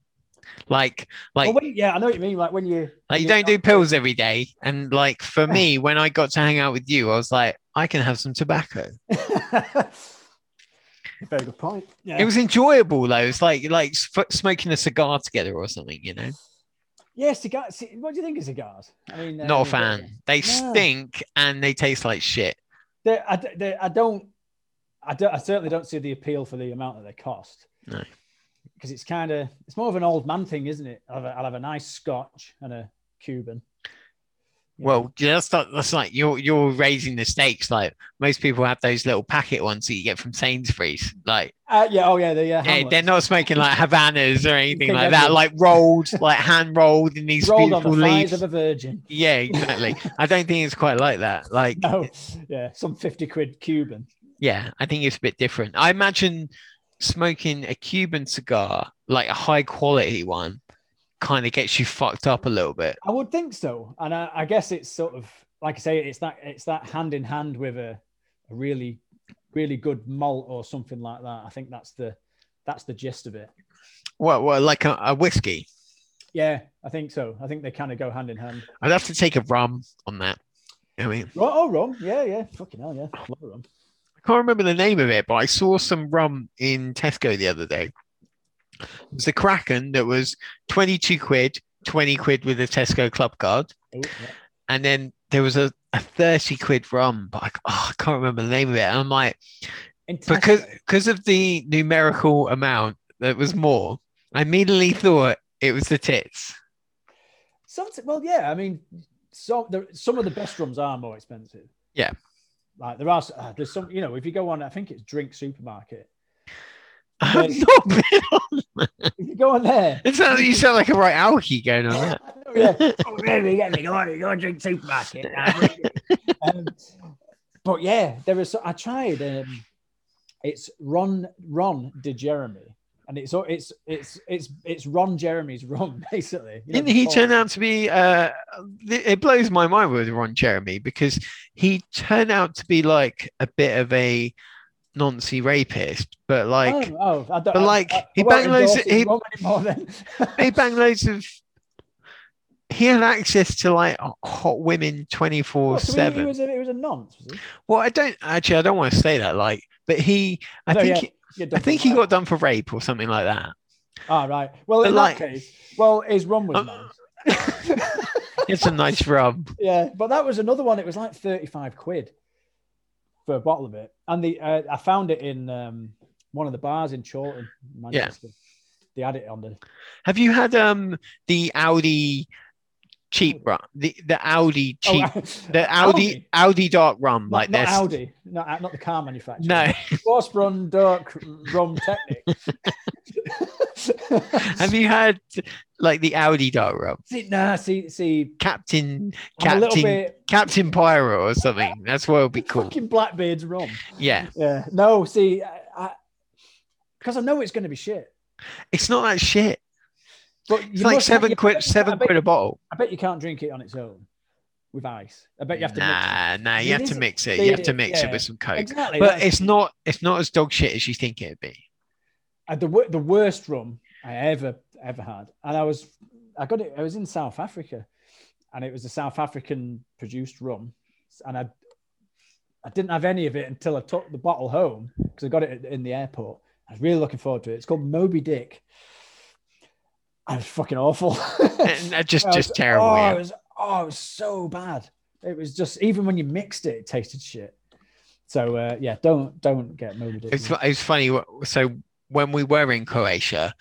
[SPEAKER 2] Like, like,
[SPEAKER 3] Well, when, yeah, I know what you mean. Like when you
[SPEAKER 2] like you don't do pills every day. And like for me, when I got to hang out with you, I was like, I can have some tobacco.
[SPEAKER 3] Very good point. Yeah,
[SPEAKER 2] It was enjoyable though. It's like like s- smoking a cigar together or something. You know.
[SPEAKER 3] yeah. Cigars. ci- What do you think of cigars? I mean, uh,
[SPEAKER 2] not a fan. They
[SPEAKER 3] No.
[SPEAKER 2] stink and they taste like shit.
[SPEAKER 3] they I, d- they I don't. I don't. I certainly don't see the appeal for the amount that they cost.
[SPEAKER 2] No.
[SPEAKER 3] Because it's kind of it's more of an old man thing, isn't it? I'll have a, I'll have a nice Scotch and a Cuban. Yeah.
[SPEAKER 2] Well, yeah, that's not, that's like you're you're raising the stakes. Like most people have those little packet ones that you get from Sainsbury's. Like
[SPEAKER 3] Uh, yeah. Oh yeah. The uh,
[SPEAKER 2] eh,
[SPEAKER 3] Hamlets.
[SPEAKER 2] they're not smoking like Havanas or anything
[SPEAKER 3] Think
[SPEAKER 2] like
[SPEAKER 3] that's
[SPEAKER 2] that.
[SPEAKER 3] it.
[SPEAKER 2] Like rolled, like hand rolled in these
[SPEAKER 3] rolled on the
[SPEAKER 2] beautiful
[SPEAKER 3] thighs
[SPEAKER 2] leaves.
[SPEAKER 3] of a virgin.
[SPEAKER 2] Yeah, exactly. I don't think it's quite like that. Like
[SPEAKER 3] No. Yeah. Some fifty quid Cuban.
[SPEAKER 2] yeah, I think it's a bit different. I imagine smoking a Cuban cigar, like a high quality one, kind of gets you fucked up a little bit.
[SPEAKER 3] I would think so, and I, I guess it's sort of like I say, it's that it's that hand in hand with a, a really, really good malt or something like that. I think that's the that's the gist of it.
[SPEAKER 2] Well, well, like a, a whiskey.
[SPEAKER 3] Yeah, I think so. I think they kind of go hand in hand.
[SPEAKER 2] I'd have to take a rum on that. I mean,
[SPEAKER 3] Right, oh, rum. Yeah, yeah. Fucking hell, yeah. Love rum.
[SPEAKER 2] I can't remember the name of it, but I saw some rum in Tesco the other day. It was the Kraken that was 22 quid, 20 quid with a Tesco club card.
[SPEAKER 3] Oh, yeah.
[SPEAKER 2] And then there was a, a 30 quid rum, but I, oh, I can't remember the name of it. And I'm like,
[SPEAKER 3] Intense.
[SPEAKER 2] because because of the numerical amount that was more, I immediately thought it was the tits.
[SPEAKER 3] Somet- well, yeah. I mean, some there, some of the best rums are more expensive.
[SPEAKER 2] Yeah.
[SPEAKER 3] Like there are s- uh, there's some you know if you go on I think it's Drink Supermarket
[SPEAKER 2] I've
[SPEAKER 3] Right.
[SPEAKER 2] not been on.
[SPEAKER 3] if you go on there
[SPEAKER 2] It sounds, you sound like a right alky going on that.
[SPEAKER 3] yeah. oh, baby, get me, go on, go and drink supermarket. um, but yeah, there is. I tried. Um, it's Ron Ron de Jeremy, and it's oh, it's it's it's it's Ron Jeremy's rum basically. You know, oh.
[SPEAKER 2] Didn't he
[SPEAKER 3] the-
[SPEAKER 2] turn out to be? Uh, th- it blows my mind with Ron Jeremy because he turned out to be like a bit of a Nancy rapist, but like
[SPEAKER 3] Oh, oh, I don't,
[SPEAKER 2] but like, he
[SPEAKER 3] won't
[SPEAKER 2] bang loads-
[SPEAKER 3] endorse his
[SPEAKER 2] he-
[SPEAKER 3] rum anymore then.
[SPEAKER 2] he banged loads of. He had access to like hot women twenty four
[SPEAKER 3] What, so he- he
[SPEAKER 2] seven.
[SPEAKER 3] was a- It was a nonce. Was he?
[SPEAKER 2] Well, I don't actually. I don't want to say that. Like, but he. I
[SPEAKER 3] No,
[SPEAKER 2] think.
[SPEAKER 3] yeah,
[SPEAKER 2] he-
[SPEAKER 3] You're
[SPEAKER 2] I
[SPEAKER 3] done
[SPEAKER 2] think
[SPEAKER 3] for
[SPEAKER 2] he
[SPEAKER 3] that.
[SPEAKER 2] got done for rape or something like that.
[SPEAKER 3] Ah, right. Well,
[SPEAKER 2] But
[SPEAKER 3] in
[SPEAKER 2] like-
[SPEAKER 3] that case, well, his rum was
[SPEAKER 2] Um,
[SPEAKER 3] nonce.
[SPEAKER 2] It's a nice rub.
[SPEAKER 3] Yeah, but that was another one. It was like thirty-five quid for a bottle of it, and the uh, I found it in um, one of the bars in Chorlton, Manchester. They had it on the
[SPEAKER 2] Have you had um the Audi cheap rum, the the Audi
[SPEAKER 3] Oh,
[SPEAKER 2] cheap, the Audi Audi dark rum, like
[SPEAKER 3] Like not,
[SPEAKER 2] this.
[SPEAKER 3] not Audi, not, not the car manufacturer.
[SPEAKER 2] No,
[SPEAKER 3] Sportsbrun Dirk Rum Technic.
[SPEAKER 2] have you had like the Audi dark rum?
[SPEAKER 3] see, nah, see, see,
[SPEAKER 2] Captain
[SPEAKER 3] I'm a little
[SPEAKER 2] Captain
[SPEAKER 3] bit
[SPEAKER 2] Captain Pyro or something. That's what would be cool.
[SPEAKER 3] fucking Blackbeard's rum.
[SPEAKER 2] Yeah,
[SPEAKER 3] Yeah, no, see, I, because I, know it's going to be shit.
[SPEAKER 2] it's not that shit.
[SPEAKER 3] But you
[SPEAKER 2] It's like
[SPEAKER 3] must have-
[SPEAKER 2] seven
[SPEAKER 3] you- I
[SPEAKER 2] quid,
[SPEAKER 3] bet- I
[SPEAKER 2] seven
[SPEAKER 3] bet,
[SPEAKER 2] quid a bottle.
[SPEAKER 3] I bet you can't drink it on its own with ice. I bet you have to. mix it.
[SPEAKER 2] Nah, nah,
[SPEAKER 3] It
[SPEAKER 2] you have to
[SPEAKER 3] is-
[SPEAKER 2] mix it.
[SPEAKER 3] they-
[SPEAKER 2] You have to mix it
[SPEAKER 3] yeah.
[SPEAKER 2] with some coke.
[SPEAKER 3] Exactly,
[SPEAKER 2] But
[SPEAKER 3] that's-
[SPEAKER 2] it's not, it's not as dog shit as you think it'd be.
[SPEAKER 3] uh, the wor- the worst rum I ever ever had, and I was I got it. I was in South Africa, and it was a South African produced rum, and I I didn't have any of it until I took the bottle home because I got it in the airport. I was really looking forward to it. It's called Moby Dick. I was fucking awful.
[SPEAKER 2] And that just,
[SPEAKER 3] I was-
[SPEAKER 2] just terrible.
[SPEAKER 3] Oh,
[SPEAKER 2] yeah.
[SPEAKER 3] it was oh, it was so bad. It was just even when you mixed it, it tasted shit. So uh, yeah, don't don't get Moby Dick.
[SPEAKER 2] It's,
[SPEAKER 3] rum.
[SPEAKER 2] it's funny. wh- So when we were in Croatia,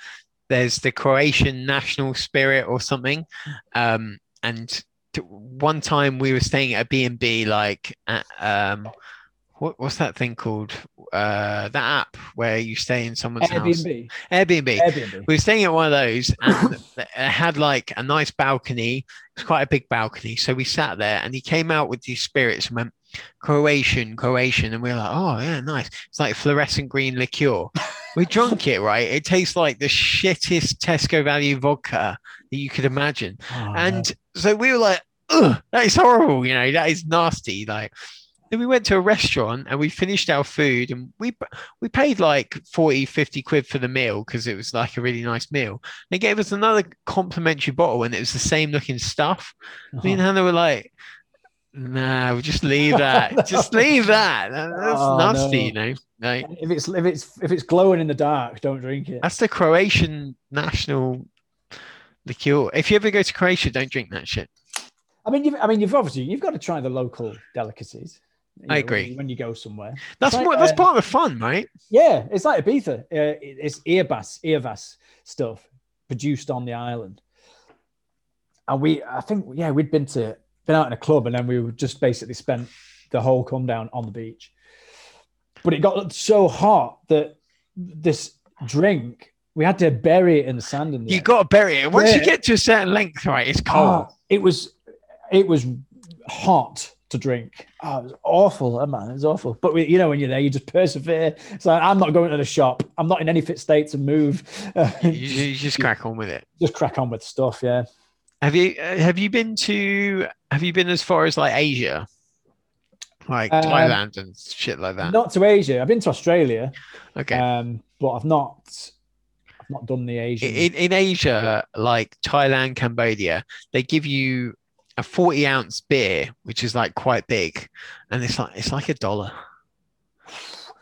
[SPEAKER 2] there's the Croatian national spirit or something. Um, and t- one time we were staying at a B&B like at, um, what, what's that thing called? Uh, that app where you stay in someone's house.
[SPEAKER 3] Airbnb.
[SPEAKER 2] Airbnb.
[SPEAKER 3] Airbnb.
[SPEAKER 2] we were staying at one of those and it had like a nice balcony. It was quite a big balcony. So we sat there and he came out with these spirits and went, Croatian, Croatian. And we were like, oh, yeah, nice. It's like fluorescent green liqueur. we drunk it, right? It tastes like the shittest Tesco value vodka that you could imagine.
[SPEAKER 3] Oh,
[SPEAKER 2] And so we were like, Ugh, that is horrible, you know, that is nasty. Like, then we went to a restaurant and we finished our food and we we paid like 40, 50 quid for the meal because it was like a really nice meal. They gave us another complimentary bottle and it was the same looking stuff.
[SPEAKER 3] no.
[SPEAKER 2] Me and Hannah were like, nah, we'll just leave that. just leave that. That- That's
[SPEAKER 3] Oh,
[SPEAKER 2] nasty,
[SPEAKER 3] no.
[SPEAKER 2] you know. Like,
[SPEAKER 3] if it's if it's if it's glowing in the dark, don't drink it.
[SPEAKER 2] that's the Croatian national liqueur. If you ever go to Croatia, don't drink that shit.
[SPEAKER 3] I mean, you've, I mean, you've obviously you've got to try the local delicacies. you
[SPEAKER 2] I
[SPEAKER 3] know,
[SPEAKER 2] agree.
[SPEAKER 3] when you, when you go somewhere.
[SPEAKER 2] That's
[SPEAKER 3] Like,
[SPEAKER 2] more, that's
[SPEAKER 3] uh,
[SPEAKER 2] part of the fun, right?
[SPEAKER 3] Yeah, it's like Ibiza. Uh, it- it's Earbas, Earbas stuff produced on the island. And we, I think, yeah, we'd been to been out in a club, and then we would just basically spent the whole come down on the beach. But it got so hot that this drink we had to bury it in the sand. In the
[SPEAKER 2] You
[SPEAKER 3] end.
[SPEAKER 2] got to bury it. Once you
[SPEAKER 3] Yeah.
[SPEAKER 2] get to a certain length, right, it's cold.
[SPEAKER 3] Oh, it was it was hot to drink. Oh, it was awful, eh, man. It was awful. But we, you know, when you're there, you just persevere. So I'm not going to the shop. I'm not in any fit state to move. Oh,
[SPEAKER 2] You, you- you just crack on with it.
[SPEAKER 3] just crack on with stuff. Yeah.
[SPEAKER 2] Have you uh, have you been to have you been as far as like Asia, like
[SPEAKER 3] Um,
[SPEAKER 2] Thailand and shit like that?
[SPEAKER 3] Not to Asia. I've been to Australia,
[SPEAKER 2] okay.
[SPEAKER 3] um, but I've not. I've not done the Asian.
[SPEAKER 2] in, in Asia, like Thailand, Cambodia, they give you a 40 ounce beer, which is like quite big, and it's like it's like a dollar.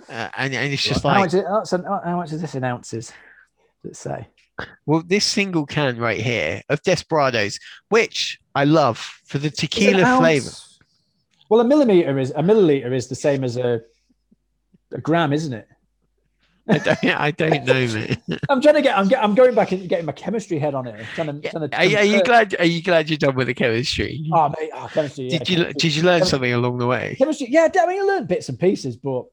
[SPEAKER 2] Uh, and, and it's just
[SPEAKER 3] how
[SPEAKER 2] like
[SPEAKER 3] much, is, that's an, how much is this in ounces? Let's say.
[SPEAKER 2] well this single can right here of desperados which i love for the
[SPEAKER 3] Is an
[SPEAKER 2] tequila flavor
[SPEAKER 3] ounce- Well, a millimeter is a milliliter is the same as a a gram, isn't it?
[SPEAKER 2] I don't, I don't know, mate.
[SPEAKER 3] I'm trying to get. I'm, get, I'm going back and getting my chemistry head on it. I'm trying to. trying to
[SPEAKER 2] Are, you- are you
[SPEAKER 3] convert-
[SPEAKER 2] glad? Are you glad you're done with the chemistry?
[SPEAKER 3] Oh, mate. Oh, chemistry. yeah,
[SPEAKER 2] did you
[SPEAKER 3] chemistry.
[SPEAKER 2] Did you learn something along the way?
[SPEAKER 3] Chemistry. Yeah, I mean, I learned bits and pieces, but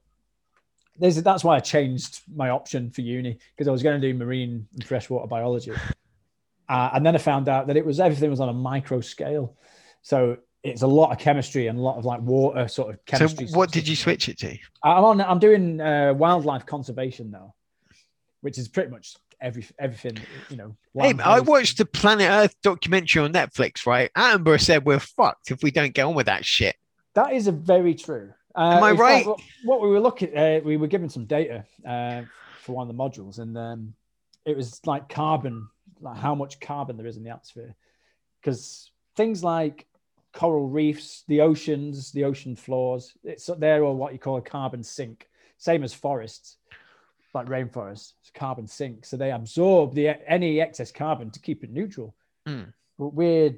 [SPEAKER 3] there's that's why I changed my option for uni because I was going to do marine and freshwater biology, uh, and then I found out that it was everything was on a micro scale, so it's a lot of chemistry and a lot of like water sort of
[SPEAKER 2] So,
[SPEAKER 3] chemistry.
[SPEAKER 2] what did you switch it to?
[SPEAKER 3] I'm on. I'm doing uh, wildlife conservation now, which is pretty much every everything. You know.
[SPEAKER 2] Hey, I
[SPEAKER 3] land-based.
[SPEAKER 2] watched the Planet Earth documentary on Netflix. Right, Attenborough said we're fucked if we don't get on with that shit.
[SPEAKER 3] That is a very true. Uh,
[SPEAKER 2] Am I
[SPEAKER 3] in fact,
[SPEAKER 2] right?
[SPEAKER 3] What, what we were looking, uh, we were given some data uh, for one of the modules, and um, it was like carbon, like how much carbon there is in the atmosphere, because things like coral reefs, the oceans, the ocean floors, it's they're all what you call a carbon sink, same as forests, like rainforests, it's a carbon sink. So they absorb the any excess carbon to keep it neutral.
[SPEAKER 2] Mm.
[SPEAKER 3] But we're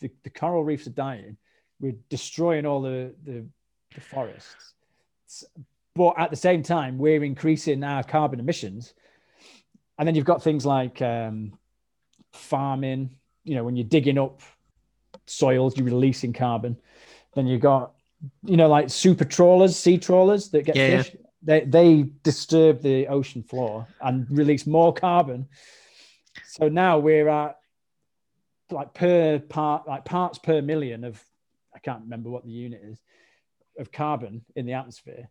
[SPEAKER 3] the, the coral reefs are dying we're destroying all the, the, the forests. S- But at the same time, we're increasing our carbon emissions. And then you've got things like um, farming, you know, when you're digging up soils, you're releasing carbon. Then you got, you know, like super trawlers, sea trawlers that get
[SPEAKER 2] Yeah, yeah.
[SPEAKER 3] fish. They they disturb the ocean floor and release more carbon. So now we're at like per part, like parts per million of, I can't remember what the unit is, of carbon in the atmosphere,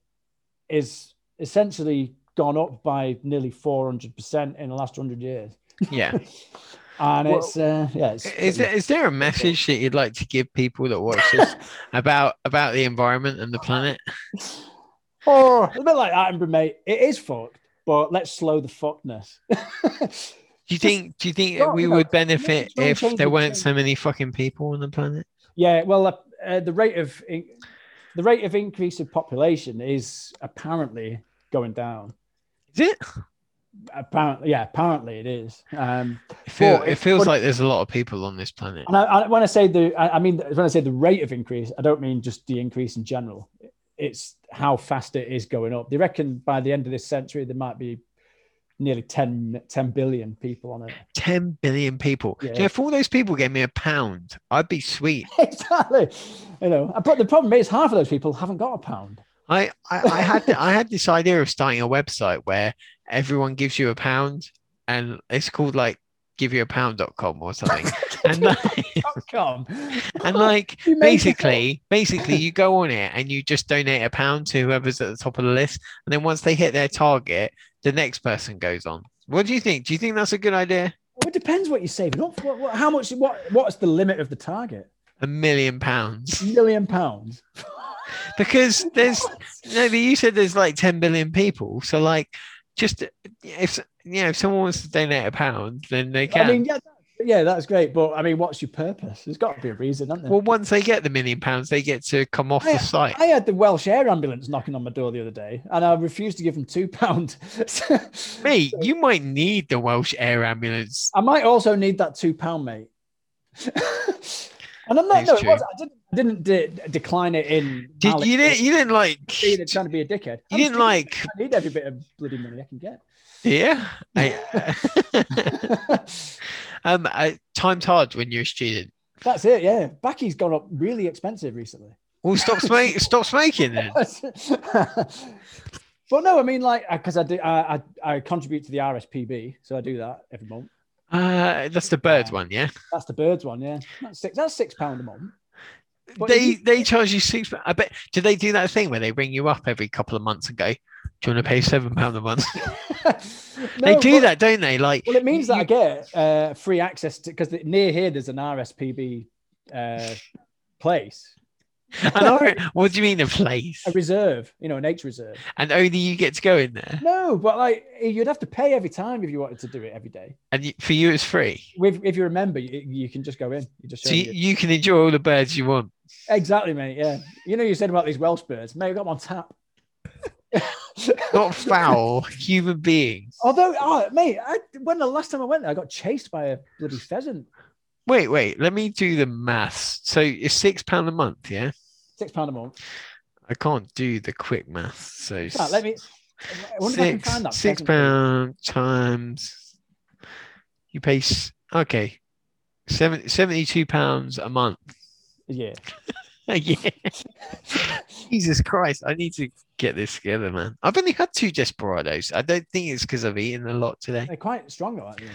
[SPEAKER 3] is essentially gone up by nearly four hundred percent in the last hundred years.
[SPEAKER 2] yeah.
[SPEAKER 3] And
[SPEAKER 2] Well,
[SPEAKER 3] it's uh, yeah, it's,
[SPEAKER 2] Is there, is there a message that you'd like to give people that watch this about about the environment and the planet?
[SPEAKER 3] Oh, a bit like Attenborough, mate. It is fucked, but let's slow the fuckness.
[SPEAKER 2] Do you think do you think
[SPEAKER 3] Well,
[SPEAKER 2] we
[SPEAKER 3] you know,
[SPEAKER 2] would benefit
[SPEAKER 3] nothing's wrong
[SPEAKER 2] if
[SPEAKER 3] changing
[SPEAKER 2] there weren't
[SPEAKER 3] change.
[SPEAKER 2] so many fucking people on the planet?
[SPEAKER 3] yeah, well, uh, uh, the rate of in- the rate of increase of population is apparently going down.
[SPEAKER 2] Is it?
[SPEAKER 3] Apparently, yeah, apparently it is. Um,
[SPEAKER 2] It, feel,
[SPEAKER 3] Well,
[SPEAKER 2] it
[SPEAKER 3] it-
[SPEAKER 2] feels
[SPEAKER 3] but-
[SPEAKER 2] like there's a lot of people on this planet.
[SPEAKER 3] and I, I, when I say the, I, I mean when I say the rate of increase, I don't mean just the increase in general. It's how fast it is going up. They reckon by the end of this century there might be nearly 10, 10 billion people on it.
[SPEAKER 2] 10 billion people. So
[SPEAKER 3] Yeah.
[SPEAKER 2] if all those people gave me a pound, I'd be sweet.
[SPEAKER 3] exactly. You know, uh, but the problem is half of those people haven't got a pound.
[SPEAKER 2] I, I, I had I had this idea of starting a website where everyone gives you a pound and it's called like giveyouapound.com or something. and like,
[SPEAKER 3] Come,
[SPEAKER 2] and like
[SPEAKER 3] You made it
[SPEAKER 2] basically basically you go on it and you just donate a pound to whoever's at the top of the list and then once they hit their target the next person goes on what do you think do you think that's a good idea
[SPEAKER 3] well, it depends what you're saving up. What, what, how much? What? What's the limit of the target?
[SPEAKER 2] a million pounds
[SPEAKER 3] Million pounds.
[SPEAKER 2] because there's no but you said there's like 10 billion people so like just if you know if someone wants to donate a pound then they
[SPEAKER 3] I
[SPEAKER 2] can
[SPEAKER 3] mean, yeah, that- yeah, that's great. But I mean, what's your purpose? There's got to be a reason, hasn't there?
[SPEAKER 2] well once they get the million pounds they get to come off the site
[SPEAKER 3] I had the Welsh Air Ambulance knocking on my door the other day, and I refused to give them two pound.
[SPEAKER 2] mate you might need the welsh air ambulance
[SPEAKER 3] I might also need that two pound, mate. and I'm not.
[SPEAKER 2] It's
[SPEAKER 3] No, it
[SPEAKER 2] true.
[SPEAKER 3] was, I didn't, I didn't de- decline it in.
[SPEAKER 2] did
[SPEAKER 3] malice.
[SPEAKER 2] you didn't you didn't like
[SPEAKER 3] being a- trying to be a dickhead.
[SPEAKER 2] you
[SPEAKER 3] I'm
[SPEAKER 2] didn't
[SPEAKER 3] stupid.
[SPEAKER 2] like
[SPEAKER 3] I need every bit of bloody money I can get.
[SPEAKER 2] Yeah. I- um, I, time's hard when you're a student.
[SPEAKER 3] That's it. Yeah, Backy's gone up really expensive recently.
[SPEAKER 2] Well, stop smoking. stop smoking then.
[SPEAKER 3] but no, I mean like because I do I, I I contribute to the RSPB, so I do that every month.
[SPEAKER 2] Uh, that's the bird one, yeah.
[SPEAKER 3] That's the birds one. Yeah, that's six. That's six pound a month. But if
[SPEAKER 2] they
[SPEAKER 3] you-
[SPEAKER 2] they charge you six. I bet. Do they do that thing where they ring you up every couple of months and go, "Do you want to pay seven pound a month?" they
[SPEAKER 3] No,
[SPEAKER 2] do
[SPEAKER 3] but-
[SPEAKER 2] that, don't they? Like,
[SPEAKER 3] Well, it means that I
[SPEAKER 2] you-
[SPEAKER 3] get uh, free access to because near here there's an RSPB uh, place,
[SPEAKER 2] and I- what do you mean a place?
[SPEAKER 3] a reserve, you know, an H reserve.
[SPEAKER 2] And only you get to go in there,
[SPEAKER 3] No, but like you'd have to pay every time if you wanted to do it every day.
[SPEAKER 2] and you, for you it's free.
[SPEAKER 3] With, if you remember, you, you can just go in. You just show
[SPEAKER 2] So you,
[SPEAKER 3] them
[SPEAKER 2] you can enjoy all the birds you want.
[SPEAKER 3] your- exactly, mate. Yeah, you know you said about these Welsh birds, mate. I got them on tap.
[SPEAKER 2] Not foul human beings.
[SPEAKER 3] Although, oh, mate, I, when the last time I went there, I got chased by a bloody pheasant.
[SPEAKER 2] Wait, wait. Let me do the maths. So it's six pound a month, yeah.
[SPEAKER 3] Six pound a month.
[SPEAKER 2] I can't do the quick math. So
[SPEAKER 3] Right, let me. I wonder if I can
[SPEAKER 2] six,
[SPEAKER 3] find that
[SPEAKER 2] six
[SPEAKER 3] pheasant.
[SPEAKER 2] pound times you pay s- okay. Seven, 72 pounds a month.
[SPEAKER 3] Yeah.
[SPEAKER 2] yeah. Jesus Christ. I need to get this together, man. I've only had two desperados. I don't think it's because I've eaten a lot today.
[SPEAKER 3] They're quite strong, though, aren't they?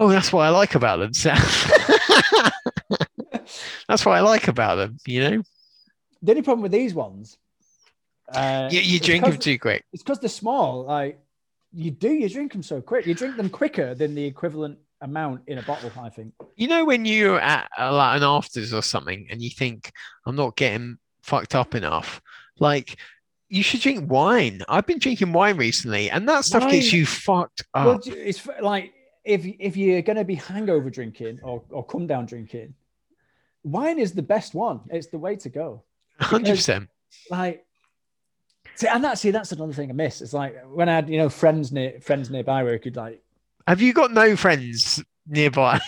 [SPEAKER 2] Oh, that's what I like about them, Sam. that's what I like about them, you know?
[SPEAKER 3] The only problem with these ones, uh,
[SPEAKER 2] You, you
[SPEAKER 3] it's
[SPEAKER 2] drink them
[SPEAKER 3] 'cause-
[SPEAKER 2] too quick.
[SPEAKER 3] it's because they're small. Like you do, you drink them so quick. You drink them quicker than the equivalent amount in a bottle. I think.
[SPEAKER 2] You know when you're at uh, like an afters or something and you think I'm not getting fucked up enough, like you should drink wine. I've been drinking wine recently, and that stuff gets
[SPEAKER 3] Wine-
[SPEAKER 2] you fucked up.
[SPEAKER 3] Well, d- it's f- like if if you're going to be hangover drinking or or come down drinking, wine is the best one. It's the way to go.
[SPEAKER 2] Hundred percent.
[SPEAKER 3] Like. See, and that see, that's another thing I miss. It's like when I had, you know, friends near friends nearby where I could like,
[SPEAKER 2] Have you got no friends nearby?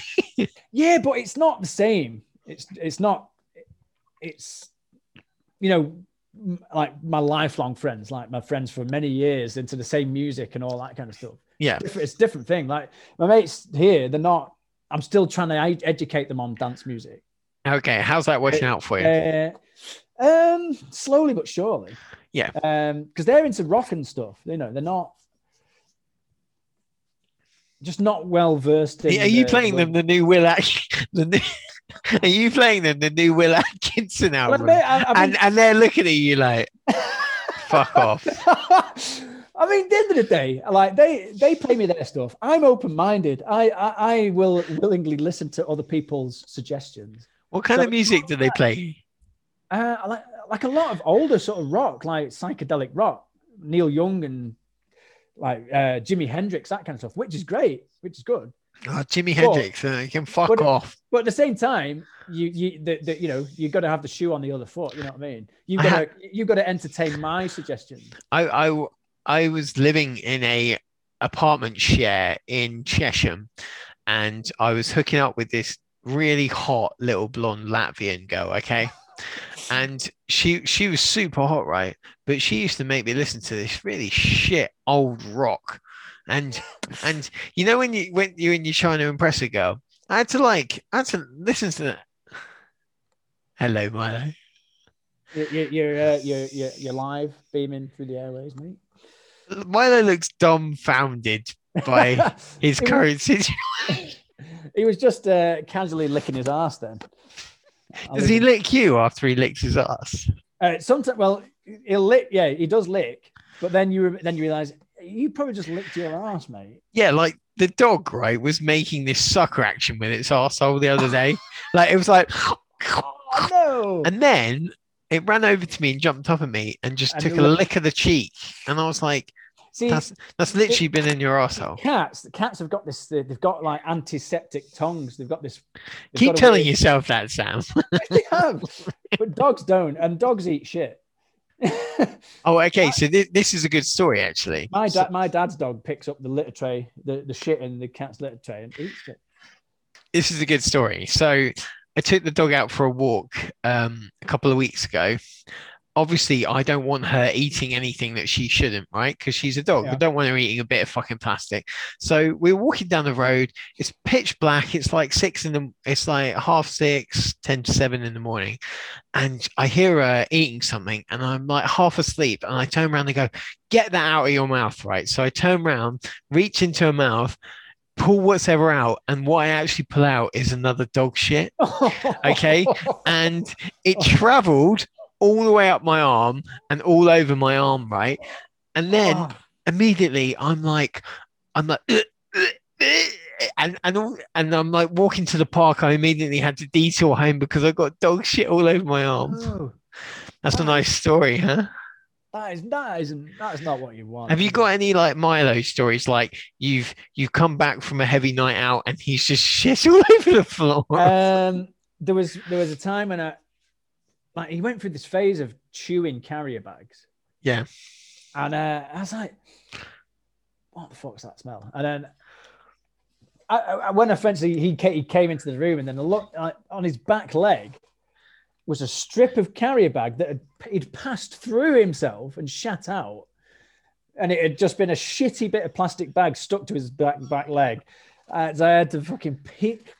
[SPEAKER 3] yeah, but it's not the same. It's it's not. It's you know, m- like my lifelong friends, like my friends for many years into the same music and all that kind of stuff.
[SPEAKER 2] Yeah.
[SPEAKER 3] Different- it's a different thing. Like my mates here, they're not. I'm still trying to ed- educate them on dance music.
[SPEAKER 2] Okay, how's that working out for you?
[SPEAKER 3] Uh, um, slowly but surely.
[SPEAKER 2] Yeah.
[SPEAKER 3] Um, because they're into rock and stuff. You know, they're not just not well versed. in
[SPEAKER 2] Are you
[SPEAKER 3] the-
[SPEAKER 2] playing them the new Will Atkinson? The new, are you playing them the new Will Atkinson
[SPEAKER 3] Well,
[SPEAKER 2] album?
[SPEAKER 3] mate, I, I mean,
[SPEAKER 2] and and they're looking at you like, fuck off.
[SPEAKER 3] I mean, at the end of the day, like they they play me their stuff. I'm open minded. I, I I will willingly listen to other people's suggestions.
[SPEAKER 2] What kind
[SPEAKER 3] So-
[SPEAKER 2] of music do they play?
[SPEAKER 3] Uh, I like like a lot of older sort of rock, like psychedelic rock, Neil Young and like uh, Jimi Hendrix, that kind of stuff, which is great, which is good.
[SPEAKER 2] Oh, Jimi
[SPEAKER 3] Well,
[SPEAKER 2] Hendrix. Uh, you can fuck
[SPEAKER 3] what-
[SPEAKER 2] off.
[SPEAKER 3] But at the same time, you you the, the, you know you got to have the shoe on the other foot. You know what I mean? You
[SPEAKER 2] I
[SPEAKER 3] got to you got to entertain my suggestions.
[SPEAKER 2] I, I w- I was living in a apartment share in Chesham, and I was hooking up with this really hot little blonde Latvian girl. Okay, and she she was super hot, right? But she used to make me listen to this really shit old rock, and and you know when you when you when you're trying to impress a girl, I had to like I had to listen to that. Hello, Milo.
[SPEAKER 3] You, you, you're, uh, you're you're you're live beaming through the airways, mate.
[SPEAKER 2] Milo looks dumbfounded by his
[SPEAKER 3] It was-
[SPEAKER 2] current situation.
[SPEAKER 3] He was just uh, casually licking his ass then. I
[SPEAKER 2] Does he
[SPEAKER 3] mean,
[SPEAKER 2] lick you after he licks his ass?
[SPEAKER 3] Uh, sometimes, well, he'll lick. Yeah, he does lick, but then you then you realize you probably just licked your ass, mate.
[SPEAKER 2] Yeah, like the dog, right, was making this sucker action with its arsehole the other day. like it was like,
[SPEAKER 3] Oh, no.
[SPEAKER 2] and then it ran over to me and jumped up at me and just
[SPEAKER 3] And
[SPEAKER 2] took
[SPEAKER 3] it
[SPEAKER 2] a
[SPEAKER 3] was-
[SPEAKER 2] lick of the cheek. And I was like,
[SPEAKER 3] See,
[SPEAKER 2] that's that's literally been in your asshole.
[SPEAKER 3] cats. The cats have got this. They've got like antiseptic tongues. They've got this. they've
[SPEAKER 2] Keep
[SPEAKER 3] got a
[SPEAKER 2] telling
[SPEAKER 3] weird-
[SPEAKER 2] yourself that, Sam.
[SPEAKER 3] they have, but dogs don't, and dogs eat shit.
[SPEAKER 2] Oh, okay. So this, this is a good story, actually.
[SPEAKER 3] my
[SPEAKER 2] So-
[SPEAKER 3] dad, my dad's dog picks up the litter tray, the, the shit in the cat's litter tray, and eats it.
[SPEAKER 2] this is a good story. So I took the dog out for a walk um, a couple of weeks ago. Obviously, I don't want her eating anything that she shouldn't, right? Because she's a dog. I
[SPEAKER 3] Yeah.
[SPEAKER 2] don't want her eating a bit of fucking plastic. So we're walking down the road. It's pitch black. It's like six in the. It's like half six, ten to seven in the morning, and I hear her eating something, and I'm like half asleep, and I turn around and go, "Get that out of your mouth!" Right. So I turn around, reach into her mouth, pull whatever out, and what I actually pull out is another dog shit. Okay. And it traveled all the way up my arm and all over my arm, right? And then
[SPEAKER 3] Ah,
[SPEAKER 2] immediately I'm like, I'm like, and and all, and I'm like walking to the park. I immediately had to detour home because I got dog shit all over my arm.
[SPEAKER 3] Oh, no.
[SPEAKER 2] That's a
[SPEAKER 3] Wow.
[SPEAKER 2] nice story, huh?
[SPEAKER 3] that is that isn't that is not what you want.
[SPEAKER 2] Have you got any like Milo stories? Like you've you've come back from a heavy night out and he's just shit all over the floor.
[SPEAKER 3] Um, there was there was a time when I like he went through this phase of chewing carrier bags.
[SPEAKER 2] Yeah.
[SPEAKER 3] And uh, I was like, what the fuck's that smell? And then I, I, I- when eventually he ca- he came into the room, and then I looked like, on his back leg was a strip of carrier bag that had, he'd passed through himself and shat out. And it had just been a shitty bit of plastic bag stuck to his back back leg. Uh, so I had to fucking peek.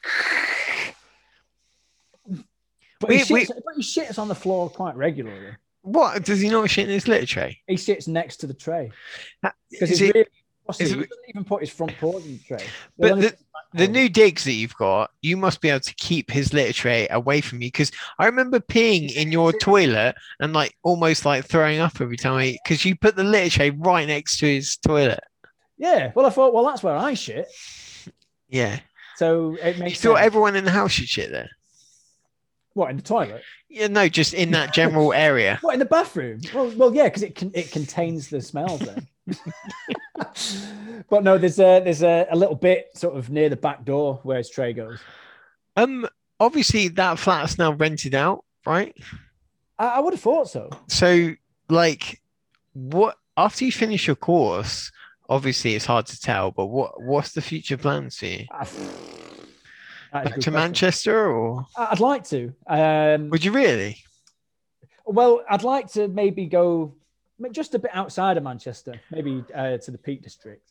[SPEAKER 3] But,
[SPEAKER 2] We-
[SPEAKER 3] he
[SPEAKER 2] we-
[SPEAKER 3] shits, but he shits on the floor quite regularly.
[SPEAKER 2] What does he not shit in his litter tray?
[SPEAKER 3] He sits next to the tray.
[SPEAKER 2] Ha-
[SPEAKER 3] Because
[SPEAKER 2] is
[SPEAKER 3] he's
[SPEAKER 2] it-
[SPEAKER 3] really fussy.
[SPEAKER 2] is it-
[SPEAKER 3] he doesn't even put his front paws in the tray.
[SPEAKER 2] But
[SPEAKER 3] He'll only
[SPEAKER 2] the-
[SPEAKER 3] put his back
[SPEAKER 2] The
[SPEAKER 3] paws.
[SPEAKER 2] new digs that you've got, you must be able to keep his litter tray away from you. Because I remember peeing in your toilet and like almost like throwing up every time because you put the litter tray right next to his toilet.
[SPEAKER 3] Yeah. Well, I thought, well, that's where I shit.
[SPEAKER 2] Yeah,
[SPEAKER 3] So it
[SPEAKER 2] you
[SPEAKER 3] makes
[SPEAKER 2] thought
[SPEAKER 3] sense.
[SPEAKER 2] everyone in the house should shit there.
[SPEAKER 3] what in the toilet?
[SPEAKER 2] Yeah, no, just in that general area.
[SPEAKER 3] What in the bathroom? Well, well, yeah, because it can, it contains the smells then. but no, there's a there's a, a little bit sort of near the back door where his tray goes.
[SPEAKER 2] Um, obviously that flat's now rented out, right?
[SPEAKER 3] I, I would have thought so.
[SPEAKER 2] So, like, what after you finish your course? Obviously, it's hard to tell, but what what's the future plans for you?
[SPEAKER 3] Ah, that is a
[SPEAKER 2] Back to
[SPEAKER 3] good question.
[SPEAKER 2] Manchester, or
[SPEAKER 3] I- I'd like to. Um,
[SPEAKER 2] would you really?
[SPEAKER 3] Well, I'd like to maybe go ma- just a bit outside of Manchester, maybe uh, to the Peak District.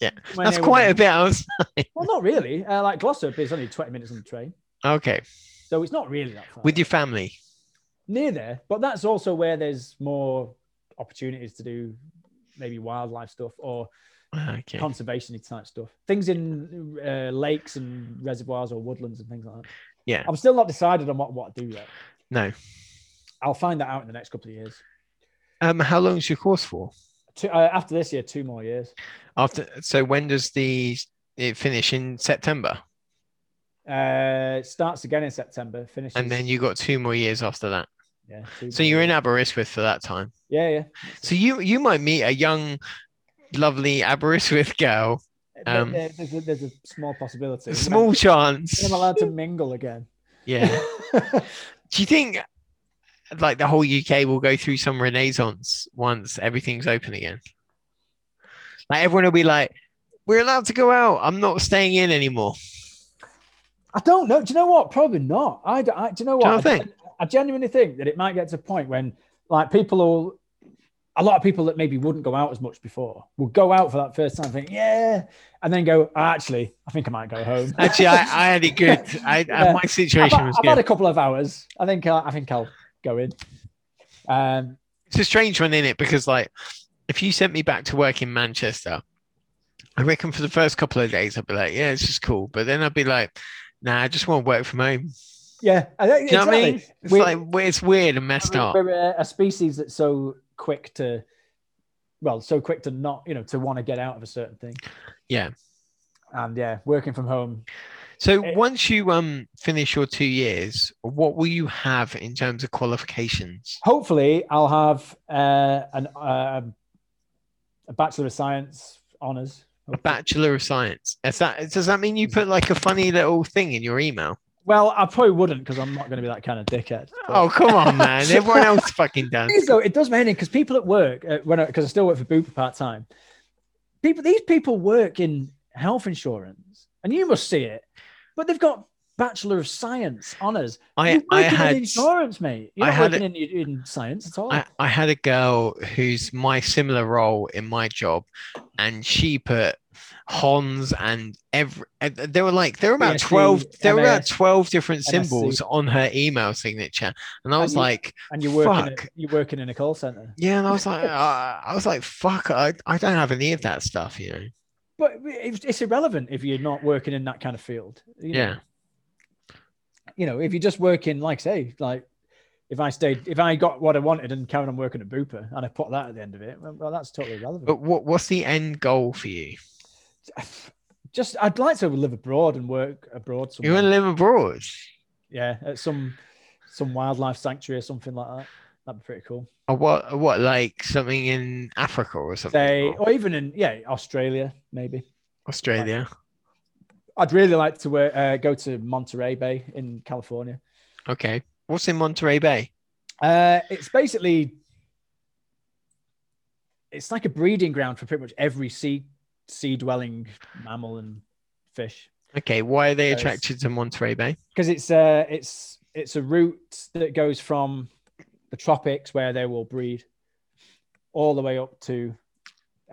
[SPEAKER 2] Yeah,
[SPEAKER 3] Somewhere
[SPEAKER 2] That's
[SPEAKER 3] near
[SPEAKER 2] quite a
[SPEAKER 3] where-
[SPEAKER 2] bit. I was,
[SPEAKER 3] Well, not really. Uh, like Glossop is only 20 minutes on the train.
[SPEAKER 2] okay,
[SPEAKER 3] So it's not really that far.
[SPEAKER 2] with your family.
[SPEAKER 3] near there, but that's also where there's more opportunities to do maybe wildlife stuff or
[SPEAKER 2] Okay.
[SPEAKER 3] conservation type stuff. Things in uh, lakes and reservoirs or woodlands and things like that.
[SPEAKER 2] Yeah.
[SPEAKER 3] I'm still not decided on what, what to do yet.
[SPEAKER 2] No.
[SPEAKER 3] I'll find that out in the next couple of years.
[SPEAKER 2] Um, how long is your course for?
[SPEAKER 3] Two, uh, after this year, two more years.
[SPEAKER 2] After so when does the it finish in September?
[SPEAKER 3] Uh, it starts again in September, finishes.
[SPEAKER 2] And then you got two more years after that.
[SPEAKER 3] yeah, two
[SPEAKER 2] So
[SPEAKER 3] more
[SPEAKER 2] you're in
[SPEAKER 3] years.
[SPEAKER 2] Aberystwyth for that time.
[SPEAKER 3] Yeah, yeah.
[SPEAKER 2] So you you might meet a young, lovely Aberystwyth girl.
[SPEAKER 3] There-
[SPEAKER 2] Um,
[SPEAKER 3] there- there's, a, there's a small possibility.
[SPEAKER 2] A small chance.
[SPEAKER 3] I'm allowed to mingle again.
[SPEAKER 2] Yeah. Do you think like the whole UK will go through some renaissance once everything's open again? Like everyone will be like, we're allowed to go out. I'm not staying in anymore.
[SPEAKER 3] I don't know. Do you know what? Probably not. I, d- I- do you know
[SPEAKER 2] Do you
[SPEAKER 3] what?
[SPEAKER 2] not
[SPEAKER 3] I, gen- I genuinely think that it might get to a point when, like, people will, a lot of people that maybe wouldn't go out as much before will go out for that first time, think, yeah, and then go, "Ah, actually, I think I might go home.
[SPEAKER 2] Actually, I, I had it good. I, I
[SPEAKER 3] Yeah.
[SPEAKER 2] my
[SPEAKER 3] I've,
[SPEAKER 2] situation
[SPEAKER 3] had-
[SPEAKER 2] was
[SPEAKER 3] I've had
[SPEAKER 2] good.
[SPEAKER 3] a couple of hours. I think I, I think I'll go in. Um,
[SPEAKER 2] It's a strange one in it because like if you sent me back to work in Manchester, I reckon for the first couple of days I'd be like, yeah, it's just cool. But then I'd be like, nah, I just want to work from home.
[SPEAKER 3] yeah, I think-
[SPEAKER 2] Do you know
[SPEAKER 3] exactly.
[SPEAKER 2] what I mean? It's
[SPEAKER 3] We-
[SPEAKER 2] like we- it's weird and messed up.
[SPEAKER 3] We're a, a species that's so quick to, well, so quick to not, you know, to want to get out of a certain thing.
[SPEAKER 2] Yeah.
[SPEAKER 3] And yeah, working from home.
[SPEAKER 2] So
[SPEAKER 3] it-
[SPEAKER 2] once you um finish your two years, what will you have in terms of qualifications?
[SPEAKER 3] Hopefully, I'll have uh, an um a bachelor of science honors.
[SPEAKER 2] A bachelor of science. Is that does that mean you put like a funny little thing in your email?
[SPEAKER 3] Well, I probably wouldn't because I'm not going to be that kind of dickhead. but-
[SPEAKER 2] Oh come on, man! Everyone else fucking does.
[SPEAKER 3] It is, though. It does mainly because people at work, uh, when because I, still work for Bupa part time. People, these people work in health insurance, and you must see it. But they've got Bachelor of Science honors.
[SPEAKER 2] I
[SPEAKER 3] You're
[SPEAKER 2] I
[SPEAKER 3] working in
[SPEAKER 2] had
[SPEAKER 3] insurance, mate. You're
[SPEAKER 2] I
[SPEAKER 3] not
[SPEAKER 2] had
[SPEAKER 3] working in, in science at all.
[SPEAKER 2] I, I had a girl who's my similar role in my job, and she put Hans and every. and There were like there were about
[SPEAKER 3] BSc,
[SPEAKER 2] twelve. There were about
[SPEAKER 3] MS,
[SPEAKER 2] twelve different
[SPEAKER 3] MSc.
[SPEAKER 2] symbols on her email signature, E. and I
[SPEAKER 3] And
[SPEAKER 2] was
[SPEAKER 3] you-
[SPEAKER 2] like,
[SPEAKER 3] and you're working.
[SPEAKER 2] fuck.
[SPEAKER 3] At, you're working in a call center.
[SPEAKER 2] yeah, and I was like, uh, I was like, fuck, I, I don't have any of that stuff, you know.
[SPEAKER 3] But it's, it's irrelevant if you're not working in that kind of field. you know.
[SPEAKER 2] Yeah,
[SPEAKER 3] you know, if you just work in, like say, like if I stayed, if I got what I wanted and carried on working at Bupa and I put that at the end of it, well, well, that's totally irrelevant.
[SPEAKER 2] but what what's the end goal for you? Oh.
[SPEAKER 3] just I'd like to live abroad and work abroad
[SPEAKER 2] You
[SPEAKER 3] somewhere.
[SPEAKER 2] want to live abroad?
[SPEAKER 3] yeah, at some some wildlife sanctuary or something like that. That'd be pretty cool.
[SPEAKER 2] Or what? or What like something in Africa or something?
[SPEAKER 3] Say, oh,
[SPEAKER 2] or
[SPEAKER 3] or even in yeah, Australia maybe.
[SPEAKER 2] Australia.
[SPEAKER 3] I'd really like to work, uh, go to Monterey Bay in California.
[SPEAKER 2] Okay. What's in Monterey Bay?
[SPEAKER 3] Uh, it's basically it's like a breeding ground for pretty much every sea sea dwelling mammal and fish.
[SPEAKER 2] Okay, why are they
[SPEAKER 3] Uh, it's-
[SPEAKER 2] attracted to Monterey Bay?
[SPEAKER 3] because it's uh it's it's a route that goes from the tropics where they will breed all the way up to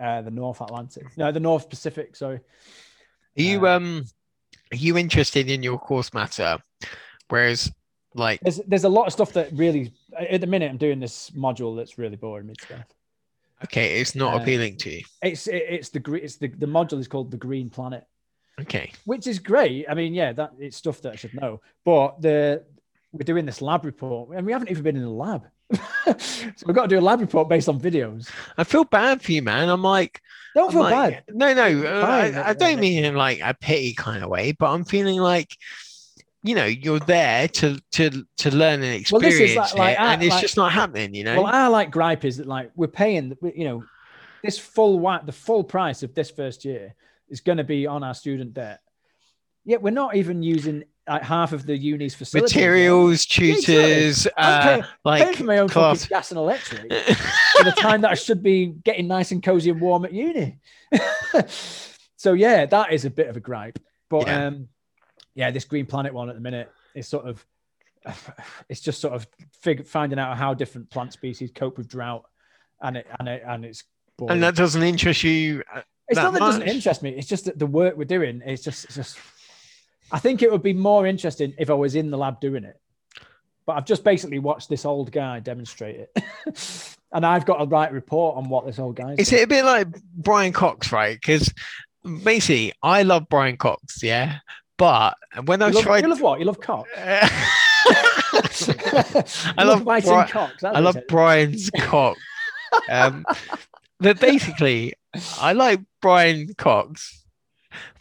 [SPEAKER 3] uh, the North Atlantic, no, the North Pacific. Sorry,
[SPEAKER 2] Are you
[SPEAKER 3] Uh,
[SPEAKER 2] um are you interested in your course matter? Whereas like
[SPEAKER 3] there's there's a lot of stuff that really at the minute I'm doing this module that's really boring me to death.
[SPEAKER 2] okay, it's not
[SPEAKER 3] uh,
[SPEAKER 2] appealing to you.
[SPEAKER 3] It's it, it's the gre- it's the the module is called the Green Planet,
[SPEAKER 2] Okay.
[SPEAKER 3] which is great. I mean, yeah, that it's stuff that I should know. But the we're doing this lab report, and we haven't even been in the lab, so we've got to do a lab report based on videos.
[SPEAKER 2] I feel bad for you, man. I'm like
[SPEAKER 3] Don't feel
[SPEAKER 2] I'm
[SPEAKER 3] bad.
[SPEAKER 2] like, No, no, uh,
[SPEAKER 3] Fine,
[SPEAKER 2] I, I
[SPEAKER 3] uh,
[SPEAKER 2] don't
[SPEAKER 3] uh,
[SPEAKER 2] mean in like a pity kind of way, but I'm feeling like you know you're there to to to learn and
[SPEAKER 3] Well, this
[SPEAKER 2] experience
[SPEAKER 3] is like- like
[SPEAKER 2] it,
[SPEAKER 3] I-
[SPEAKER 2] and it's
[SPEAKER 3] like-
[SPEAKER 2] just not happening. You know,
[SPEAKER 3] Well, our like gripe is that like we're paying, you know, this full white, the full price of this first year is going to be on our student debt. Yet we're not even using like half of the uni's facilities.
[SPEAKER 2] materials,
[SPEAKER 3] Yeah, exactly.
[SPEAKER 2] tutors,
[SPEAKER 3] I'm
[SPEAKER 2] uh,
[SPEAKER 3] paying- paying
[SPEAKER 2] like
[SPEAKER 3] for my own
[SPEAKER 2] cloth.
[SPEAKER 3] fucking gas and electric for the time that I should be getting nice and cozy and warm at uni. so yeah, that is a bit of a gripe. But
[SPEAKER 2] Yeah.
[SPEAKER 3] um, yeah, this Green Planet one at the minute is sort of, it's just sort of fig- finding out how different plant species cope with drought, and it and it and it's. boring.
[SPEAKER 2] and that doesn't interest you uh,
[SPEAKER 3] it's
[SPEAKER 2] that
[SPEAKER 3] not that it doesn't
[SPEAKER 2] much.
[SPEAKER 3] interest me. It's just that the work we're doing is just it's just. I think it would be more interesting if I was in the lab doing it. But I've just basically watched this old guy demonstrate it. and I've got to write a report on what this old guy's
[SPEAKER 2] Is
[SPEAKER 3] doing.
[SPEAKER 2] it a bit like Brian Cox, right? Because basically, I love Brian Cox, yeah. But when I
[SPEAKER 3] you, love,
[SPEAKER 2] tried,
[SPEAKER 3] you love what? You love cock. I
[SPEAKER 2] love
[SPEAKER 3] biting
[SPEAKER 2] Bri-
[SPEAKER 3] cocks.
[SPEAKER 2] I love Brian's cock. Um, but basically, I like Brian Cox,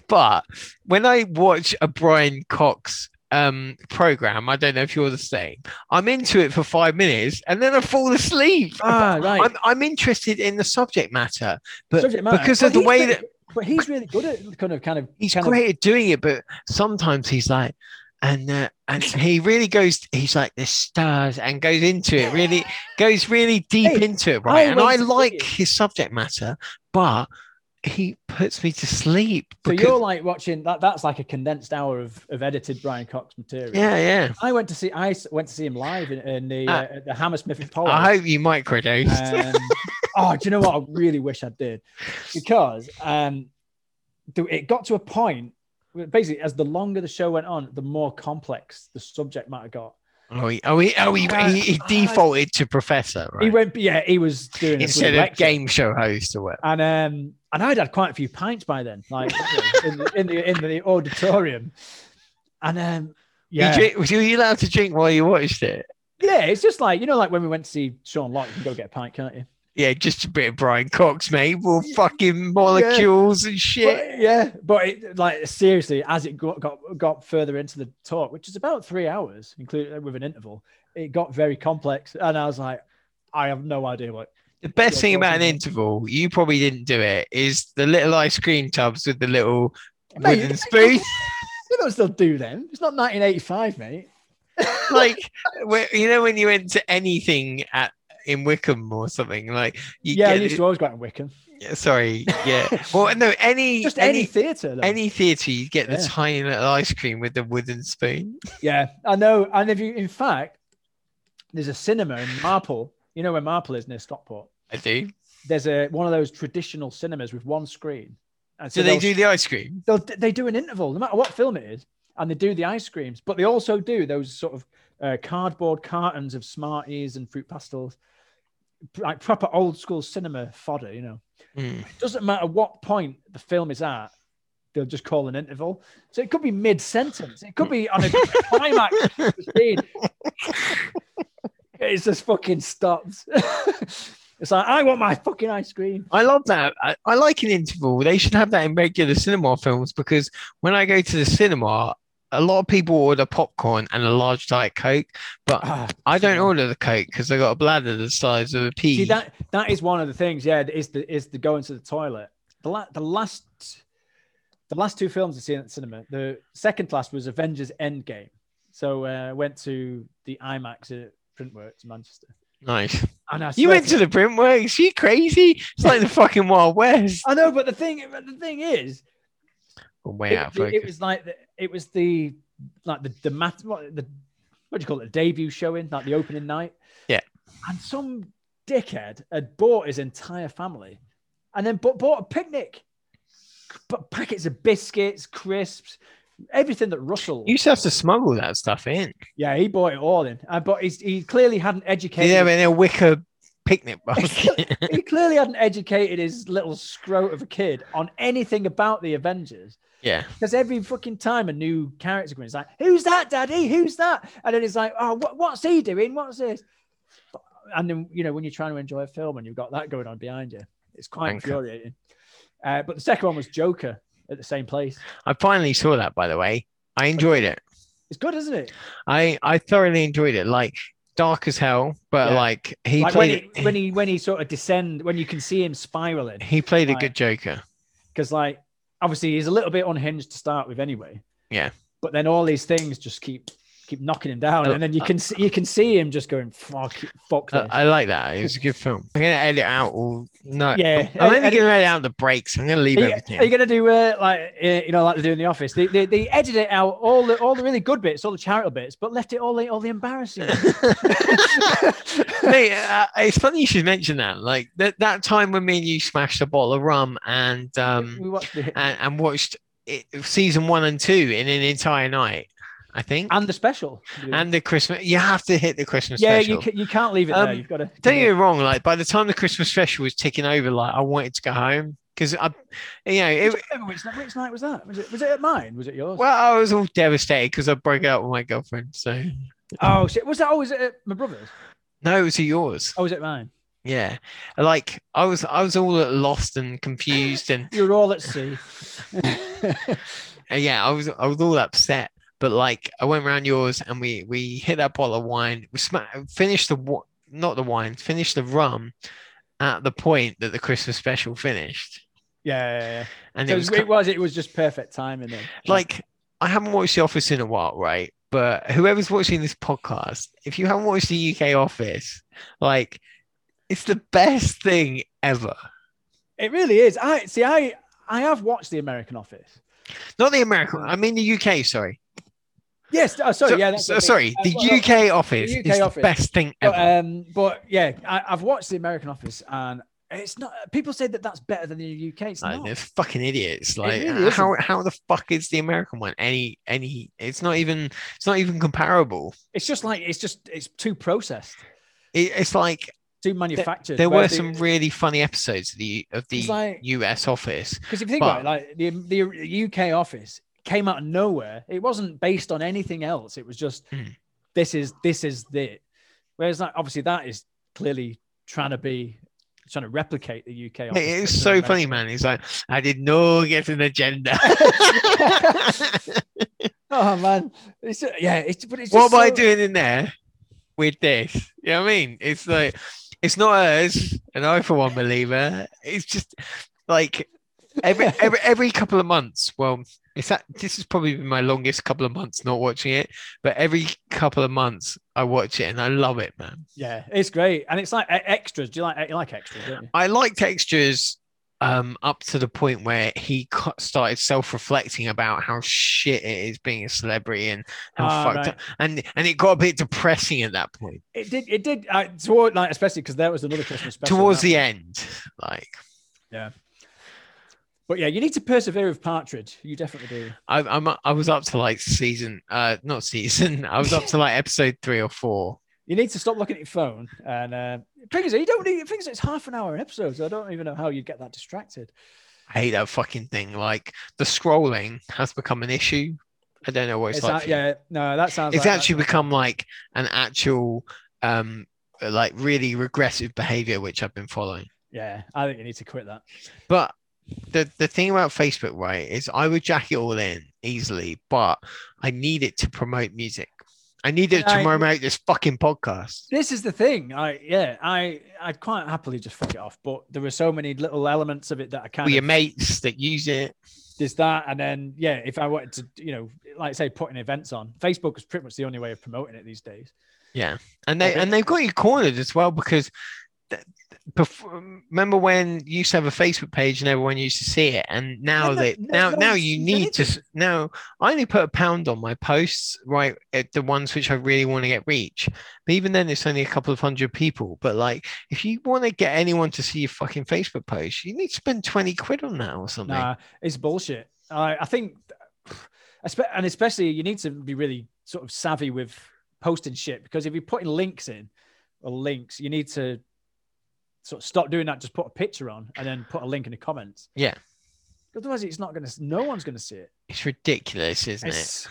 [SPEAKER 2] but when I watch a Brian Cox um, program, I don't know if you're the same. I'm into it for five minutes and then I fall asleep.
[SPEAKER 3] Ah, right.
[SPEAKER 2] I'm, I'm interested in the subject matter, but
[SPEAKER 3] Subject matter.
[SPEAKER 2] because
[SPEAKER 3] But
[SPEAKER 2] of the
[SPEAKER 3] he's
[SPEAKER 2] way
[SPEAKER 3] really-
[SPEAKER 2] that
[SPEAKER 3] But he's really good at kind of, kind of.
[SPEAKER 2] he's
[SPEAKER 3] kind
[SPEAKER 2] great at doing it, but sometimes he's like, and uh, and he really goes, he's like the stars and goes into it, really goes really deep
[SPEAKER 3] Hey,
[SPEAKER 2] into it, right?
[SPEAKER 3] I
[SPEAKER 2] and I
[SPEAKER 3] went to see
[SPEAKER 2] like
[SPEAKER 3] it.
[SPEAKER 2] his subject matter, but he puts me to sleep.
[SPEAKER 3] Of, so
[SPEAKER 2] because-
[SPEAKER 3] you're like watching that. That's like a condensed hour of, of edited Brian Cox material.
[SPEAKER 2] yeah, yeah.
[SPEAKER 3] I went to see. I s- went to see him live in, in the
[SPEAKER 2] Ah.
[SPEAKER 3] uh, at the Hammersmith Apollo.
[SPEAKER 2] I hope you microdosed.
[SPEAKER 3] Um, oh, do you know what? I really wish I did because um, th- it got to a point. where Basically, as the longer the show went on, the more complex the subject matter got.
[SPEAKER 2] oh, he, oh, he, oh he,
[SPEAKER 3] Uh,
[SPEAKER 2] he, he
[SPEAKER 3] I-
[SPEAKER 2] defaulted to professor,
[SPEAKER 3] He
[SPEAKER 2] right?
[SPEAKER 3] went, yeah, he was doing a
[SPEAKER 2] Instead
[SPEAKER 3] bloody
[SPEAKER 2] of
[SPEAKER 3] lecture.
[SPEAKER 2] game show host or whatever.
[SPEAKER 3] and um, and I'd had quite a few pints by then, like in the in the, in the auditorium, and um, yeah,
[SPEAKER 2] You drink, were you allowed to drink while you watched it?
[SPEAKER 3] yeah, it's just like you know, like when we went to see Sean Locke, you can go get a pint, can't you?
[SPEAKER 2] Yeah, just a bit of Brian Cox, mate. More fucking molecules and shit.
[SPEAKER 3] But, yeah, but it, like seriously, as it got, got got further into the talk, which is about three hours, including uh, with an interval, it got very complex, and I was like, I have no idea what.
[SPEAKER 2] The best
[SPEAKER 3] Yeah,
[SPEAKER 2] thing
[SPEAKER 3] go on,
[SPEAKER 2] about an
[SPEAKER 3] Andy.
[SPEAKER 2] interval, you probably didn't do it, is the little ice cream tubs with the little
[SPEAKER 3] Mate,
[SPEAKER 2] wooden spoon.
[SPEAKER 3] You don't still do them. It's not 1985, mate.
[SPEAKER 2] like, where, you know, when you went to anything at in Wickham or something, like, you
[SPEAKER 3] yeah, I
[SPEAKER 2] get
[SPEAKER 3] used to always go out in Wickham.
[SPEAKER 2] it- sorry, yeah. Well, no, any
[SPEAKER 3] Just any,
[SPEAKER 2] any
[SPEAKER 3] theatre. though.
[SPEAKER 2] any theatre, you get the
[SPEAKER 3] Yeah.
[SPEAKER 2] tiny little ice cream with the wooden spoon.
[SPEAKER 3] Yeah, I know. And if you, in fact, there's a cinema in Marple. You know where Marple is near Stockport.
[SPEAKER 2] I do.
[SPEAKER 3] There's a one of those traditional cinemas with one screen. And
[SPEAKER 2] So they do the ice cream.
[SPEAKER 3] They'll, they do an interval, no matter what film it is, and they do the ice creams. But they also do those sort of uh, cardboard cartons of Smarties and fruit pastels, like proper old school cinema fodder. You know,
[SPEAKER 2] Mm.
[SPEAKER 3] it doesn't matter what point the film is at. They'll just call an interval. So it could be mid sentence. It could be on a climax Indeed. it's just fucking stops. it's like I want my fucking ice cream.
[SPEAKER 2] I love that. I, I like an interval. They should have that in regular cinema films because when I go to the cinema, a lot of people order popcorn and a large diet coke, but
[SPEAKER 3] Ah,
[SPEAKER 2] I don't
[SPEAKER 3] yeah.
[SPEAKER 2] order the coke because I got a bladder the size of a pea.
[SPEAKER 3] See that that is one of the things. Yeah, is the is the going to the toilet. The la- the last the last two films I've seen at the cinema. The second last was Avengers Endgame. So uh, I went to the IMAX at Printworks in Manchester.
[SPEAKER 2] nice.
[SPEAKER 3] And I
[SPEAKER 2] You
[SPEAKER 3] swear
[SPEAKER 2] went to the Brimworks? You crazy? It's like the fucking Wild West.
[SPEAKER 3] I know, but the thing but the thing is,
[SPEAKER 2] Way out.
[SPEAKER 3] it,
[SPEAKER 2] of
[SPEAKER 3] it- it
[SPEAKER 2] focus.
[SPEAKER 3] was like the, it was the like the the mat what the what do you call it the debut showing like the opening night
[SPEAKER 2] Yeah.
[SPEAKER 3] and some dickhead had bought his entire family and then bought, bought a picnic but packets of biscuits crisps everything that Russell
[SPEAKER 2] You used to have to smuggle that stuff in.
[SPEAKER 3] yeah he bought it all in uh, but he's, he clearly hadn't educated
[SPEAKER 2] Yeah, in a wicker picnic basket.
[SPEAKER 3] he clearly hadn't educated his little scrote of a kid on anything about the Avengers
[SPEAKER 2] yeah.
[SPEAKER 3] Because every fucking time a new character comes, in, it's like, "Who's that, Daddy? Who's that?" And then it's like, "Oh, what, what's he doing? What's this?" And then you know when you're trying to enjoy a film and you've got that going on behind you, it's quite
[SPEAKER 2] Wanker.
[SPEAKER 3] infuriating. Uh, but the second one was Joker at the same place.
[SPEAKER 2] I finally saw that, by the way. I enjoyed it.
[SPEAKER 3] It's good, isn't it?
[SPEAKER 2] I I thoroughly enjoyed it. Like dark as hell, but
[SPEAKER 3] Yeah.
[SPEAKER 2] like he
[SPEAKER 3] like when
[SPEAKER 2] played
[SPEAKER 3] he, when he when he sort of descend, when you can see him spiraling,
[SPEAKER 2] he played a
[SPEAKER 3] like-
[SPEAKER 2] good Joker.
[SPEAKER 3] because like obviously he's a little bit unhinged to start with anyway.
[SPEAKER 2] Yeah.
[SPEAKER 3] But then all these things just keep keep knocking him down,
[SPEAKER 2] Oh,
[SPEAKER 3] and then
[SPEAKER 2] uh,
[SPEAKER 3] you can see, you can see him just going fuck fuck
[SPEAKER 2] I,
[SPEAKER 3] this.
[SPEAKER 2] I like that. It was a good film. I'm gonna edit out all no.
[SPEAKER 3] yeah,
[SPEAKER 2] I'm
[SPEAKER 3] and-
[SPEAKER 2] only
[SPEAKER 3] and-
[SPEAKER 2] gonna edit out the breaks. I'm gonna leave
[SPEAKER 3] Are you,
[SPEAKER 2] everything.
[SPEAKER 3] are you gonna do uh, like uh, you know like they do in the office? They, they they edited it out all the all the really good bits, all the charitable bits, but left it all the all the embarrassing.
[SPEAKER 2] Mate, uh, it's funny you should mention that. Like that that time when me and you smashed a bottle of rum and um
[SPEAKER 3] we watched the
[SPEAKER 2] and, and watched it, season one and two in an entire night, I think.
[SPEAKER 3] and the special.
[SPEAKER 2] And the Christmas, you have to hit the Christmas
[SPEAKER 3] yeah,
[SPEAKER 2] special.
[SPEAKER 3] you ca- you can't leave it there.
[SPEAKER 2] Um,
[SPEAKER 3] You've got to.
[SPEAKER 2] Don't get me wrong. Like by the time the Christmas special was ticking over, like I wanted to go home because I, you know, it,
[SPEAKER 3] which, night- which night was that? Was it was it at mine? Was it yours?
[SPEAKER 2] well, I was all devastated because I broke up with my girlfriend. So
[SPEAKER 3] oh shit! Was that? Oh, was it at my brother's?
[SPEAKER 2] no, it was yours.
[SPEAKER 3] Oh, was it mine?
[SPEAKER 2] Yeah, like I was, I was all lost and confused, and
[SPEAKER 3] You're all at sea.
[SPEAKER 2] uh, yeah, I was, I was all upset. But like, I went round yours, and we we hit that bottle of wine. We sma- finished the wa- not the wine, finished the rum at the point that the Christmas special finished,
[SPEAKER 3] Yeah, yeah, yeah.
[SPEAKER 2] and
[SPEAKER 3] So
[SPEAKER 2] it was
[SPEAKER 3] it was it was just perfect timing. Then.
[SPEAKER 2] like I haven't watched The Office in a while, right? But whoever's watching this podcast, if you haven't watched the UK Office, like it's the best thing ever.
[SPEAKER 3] it really is. I see. I I have watched The American Office.
[SPEAKER 2] Not the American, I mean the UK. Sorry,
[SPEAKER 3] Yes. Oh, sorry.
[SPEAKER 2] So-
[SPEAKER 3] yeah. that's
[SPEAKER 2] so-
[SPEAKER 3] what I mean.
[SPEAKER 2] sorry.
[SPEAKER 3] Uh,
[SPEAKER 2] The
[SPEAKER 3] well,
[SPEAKER 2] UK Office
[SPEAKER 3] the UK
[SPEAKER 2] is the
[SPEAKER 3] Office.
[SPEAKER 2] best thing
[SPEAKER 3] But,
[SPEAKER 2] ever.
[SPEAKER 3] um, but yeah, I, I've watched The American Office, and it's not. People say that that's better than the UK. It's
[SPEAKER 2] Like,
[SPEAKER 3] not.
[SPEAKER 2] they're fucking idiots. Like
[SPEAKER 3] really
[SPEAKER 2] how how the fuck is the American one? Any any? It's not even it's not even comparable.
[SPEAKER 3] It's just like it's just it's too processed,
[SPEAKER 2] It, it's like
[SPEAKER 3] too manufactured.
[SPEAKER 2] there were
[SPEAKER 3] whereas the-
[SPEAKER 2] some really funny episodes of the of the
[SPEAKER 3] It's like-
[SPEAKER 2] US Office.
[SPEAKER 3] Because if you think
[SPEAKER 2] But-
[SPEAKER 3] about it, like the the UK office came out of nowhere. It wasn't based on anything else. It was just
[SPEAKER 2] Mm.
[SPEAKER 3] this is this is it. Whereas that obviously that is clearly trying to be trying to replicate the UK office.
[SPEAKER 2] Mate,
[SPEAKER 3] but
[SPEAKER 2] it's
[SPEAKER 3] to
[SPEAKER 2] so
[SPEAKER 3] America.
[SPEAKER 2] funny, man. He's like, I did not get an agenda.
[SPEAKER 3] Oh man, it's yeah. It's but it's
[SPEAKER 2] what am
[SPEAKER 3] just
[SPEAKER 2] I
[SPEAKER 3] so-
[SPEAKER 2] doing in there with this? You know what I mean? It's like, it's not us, and I for one believe her. It's just like every every every couple of months. Well, it's that this has probably been my longest couple of months not watching it, but every couple of months I watch it and I love it, man.
[SPEAKER 3] Yeah, it's great, and it's like e- extras. Do you like you like extras? Don't you?
[SPEAKER 2] I like textures um up to the point where he co- started self-reflecting about how shit it is being a celebrity and how
[SPEAKER 3] Ah,
[SPEAKER 2] fucked
[SPEAKER 3] right.
[SPEAKER 2] up and and it got a bit depressing at that point
[SPEAKER 3] It did. It did. Uh, toward like especially because there was another Christmas special.
[SPEAKER 2] towards
[SPEAKER 3] that-
[SPEAKER 2] the end like
[SPEAKER 3] But yeah, you need to persevere with Partridge. You definitely do.
[SPEAKER 2] I, i'm i was up to like season uh not season i was up to like episode three or four
[SPEAKER 3] You need to stop looking at your phone. And uh, thing is, you don't need. Thing is, it's half an hour an episode, so I don't even know how you get that distracted.
[SPEAKER 2] i hate that fucking thing like the scrolling has become an issue i don't know what it's,
[SPEAKER 3] It's
[SPEAKER 2] like
[SPEAKER 3] like-
[SPEAKER 2] for you.
[SPEAKER 3] yeah, no, that sounds.
[SPEAKER 2] it's
[SPEAKER 3] like-
[SPEAKER 2] actually become like an actual um like really regressive behavior which i've been following
[SPEAKER 3] yeah, I think you need to quit that.
[SPEAKER 2] But the the thing about Facebook, right, is I would jack it all in easily, but I need it to promote music. I need it to
[SPEAKER 3] I-
[SPEAKER 2] promote this fucking podcast.
[SPEAKER 3] This is the thing. I yeah, I I'd quite happily just fuck it off, but there were so many little elements of it that I can't.
[SPEAKER 2] With your mates that use it.
[SPEAKER 3] There's that, and then yeah, if I wanted to, you know, like say putting events on, Facebook is pretty much the only way of promoting it these days.
[SPEAKER 2] And they
[SPEAKER 3] Okay.
[SPEAKER 2] and they've got you cornered as well because th- th- bef- remember when you used to have a Facebook page and everyone used to see it, and now
[SPEAKER 3] no,
[SPEAKER 2] they
[SPEAKER 3] no,
[SPEAKER 2] now
[SPEAKER 3] no
[SPEAKER 2] now
[SPEAKER 3] one's
[SPEAKER 2] you
[SPEAKER 3] seen
[SPEAKER 2] need to s- now I only put a pound on my posts, right? At the ones which I really want to get reach, but even then it's only a couple of hundred people. But like, if you want to get anyone to see your fucking Facebook post, you need to spend twenty quid on that or something.
[SPEAKER 3] Nah, it's bullshit. I, I think, espe- and especially you need to be really sort of savvy with posting shit because if you're putting links in or links, you need to sort of stop doing that. Just put a picture on and then put a link in the comments.
[SPEAKER 2] Yeah.
[SPEAKER 3] Otherwise, it's not going to, no one's going to see it.
[SPEAKER 2] It's ridiculous, isn't it?
[SPEAKER 3] It's-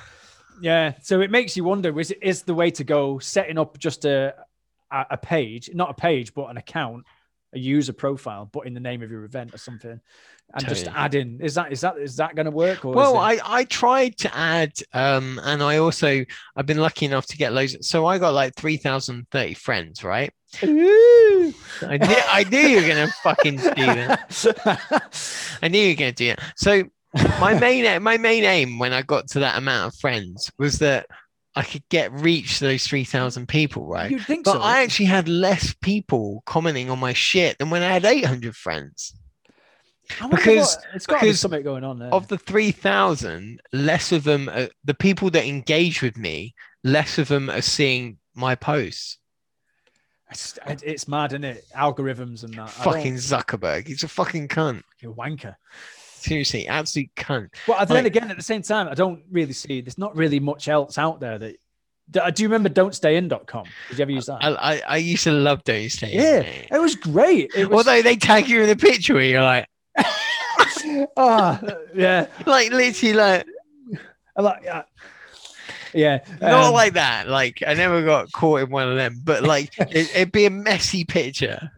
[SPEAKER 3] Yeah. So it makes you wonder is, is the way to go setting up just a, a a page, not a page, but an account, a user profile, but in the name of your event or something, and just
[SPEAKER 2] Totally.
[SPEAKER 3] adding is that is that is that going to work? Or is
[SPEAKER 2] Well,
[SPEAKER 3] it-
[SPEAKER 2] I, I tried to add, um, and I also I've been lucky enough to get loads. So I got like three thousand thirty friends, right? I knew, I knew you were gonna fucking do that. I knew you were gonna do that. So my main my main aim when I got to that amount of friends was that I could get reach those three thousand people, right?
[SPEAKER 3] You'd think
[SPEAKER 2] But
[SPEAKER 3] so.
[SPEAKER 2] I actually had less people commenting on my shit than when I had eight hundred friends.
[SPEAKER 3] I wonder
[SPEAKER 2] because-
[SPEAKER 3] what- it's got to be
[SPEAKER 2] because
[SPEAKER 3] something going on there.
[SPEAKER 2] Of the three thousand, less of them, are, the people that engage with me, less of them are seeing my posts.
[SPEAKER 3] it's, it- it's mad, isn't it? Algorithms and that. I don't-
[SPEAKER 2] Fucking Zuckerberg, he's a fucking cunt.
[SPEAKER 3] you're a wanker.
[SPEAKER 2] seriously, absolute cunt.
[SPEAKER 3] But then
[SPEAKER 2] Like-
[SPEAKER 3] again, at the same time, I don't really see there's not really much else out there that. that- I do remember don'tstayin.com. Did you ever use that?
[SPEAKER 2] I, I, I used to love those things.
[SPEAKER 3] Yeah,
[SPEAKER 2] mate.
[SPEAKER 3] it was great. It was,
[SPEAKER 2] Although they tag you in a picture, where you're like,
[SPEAKER 3] ah, yeah,
[SPEAKER 2] like literally, like
[SPEAKER 3] I like, uh, yeah,
[SPEAKER 2] not
[SPEAKER 3] um,
[SPEAKER 2] like that. Like I never got caught in one of them, but like it, it'd be a messy picture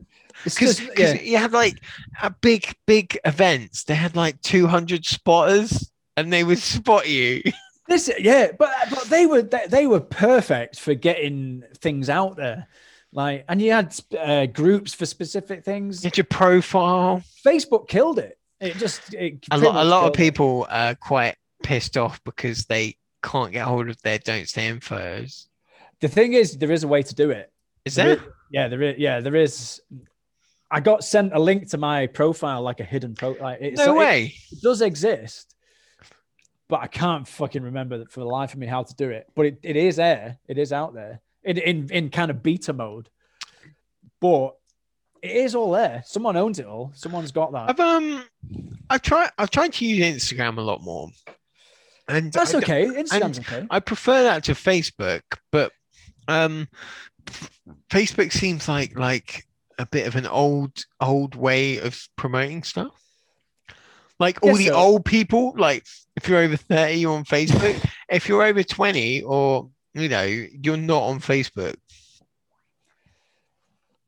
[SPEAKER 3] it's
[SPEAKER 2] because
[SPEAKER 3] just- yeah.
[SPEAKER 2] you had like at big big events. They had like 200 spotters, and they would spot you.
[SPEAKER 3] This, yeah, but but they were they, they were perfect for getting things out there, like, and you had uh, groups for specific things.
[SPEAKER 2] Get your profile.
[SPEAKER 3] Facebook killed it. It just it
[SPEAKER 2] a
[SPEAKER 3] pretty
[SPEAKER 2] lot, a
[SPEAKER 3] much
[SPEAKER 2] lot of
[SPEAKER 3] killed it.
[SPEAKER 2] people are quite pissed off because they can't get hold of their don't stay in photos.
[SPEAKER 3] The thing is, there is a way to do it.
[SPEAKER 2] Is
[SPEAKER 3] There
[SPEAKER 2] that?
[SPEAKER 3] is- yeah, there is. Yeah, there is. I got sent a link to my profile, like a hidden pro. Like it,
[SPEAKER 2] No
[SPEAKER 3] so it-
[SPEAKER 2] way.
[SPEAKER 3] It does exist, but I can't fucking remember that for the life of me how to do it. But it, it is there. It is out there in, in in kind of beta mode. But it is all there. Someone owns it all. Someone's got that.
[SPEAKER 2] I've um, I've tried. I've tried to use Instagram a lot more, and
[SPEAKER 3] That's
[SPEAKER 2] I,
[SPEAKER 3] okay. Instagram's okay.
[SPEAKER 2] I prefer that to Facebook, but um, Facebook seems like like a bit of an old old way of promoting stuff. Like all
[SPEAKER 3] Yes,
[SPEAKER 2] the
[SPEAKER 3] sir.
[SPEAKER 2] old people, like if you're over thirty, you're on Facebook. if you're over twenty, or you know, you're not on Facebook.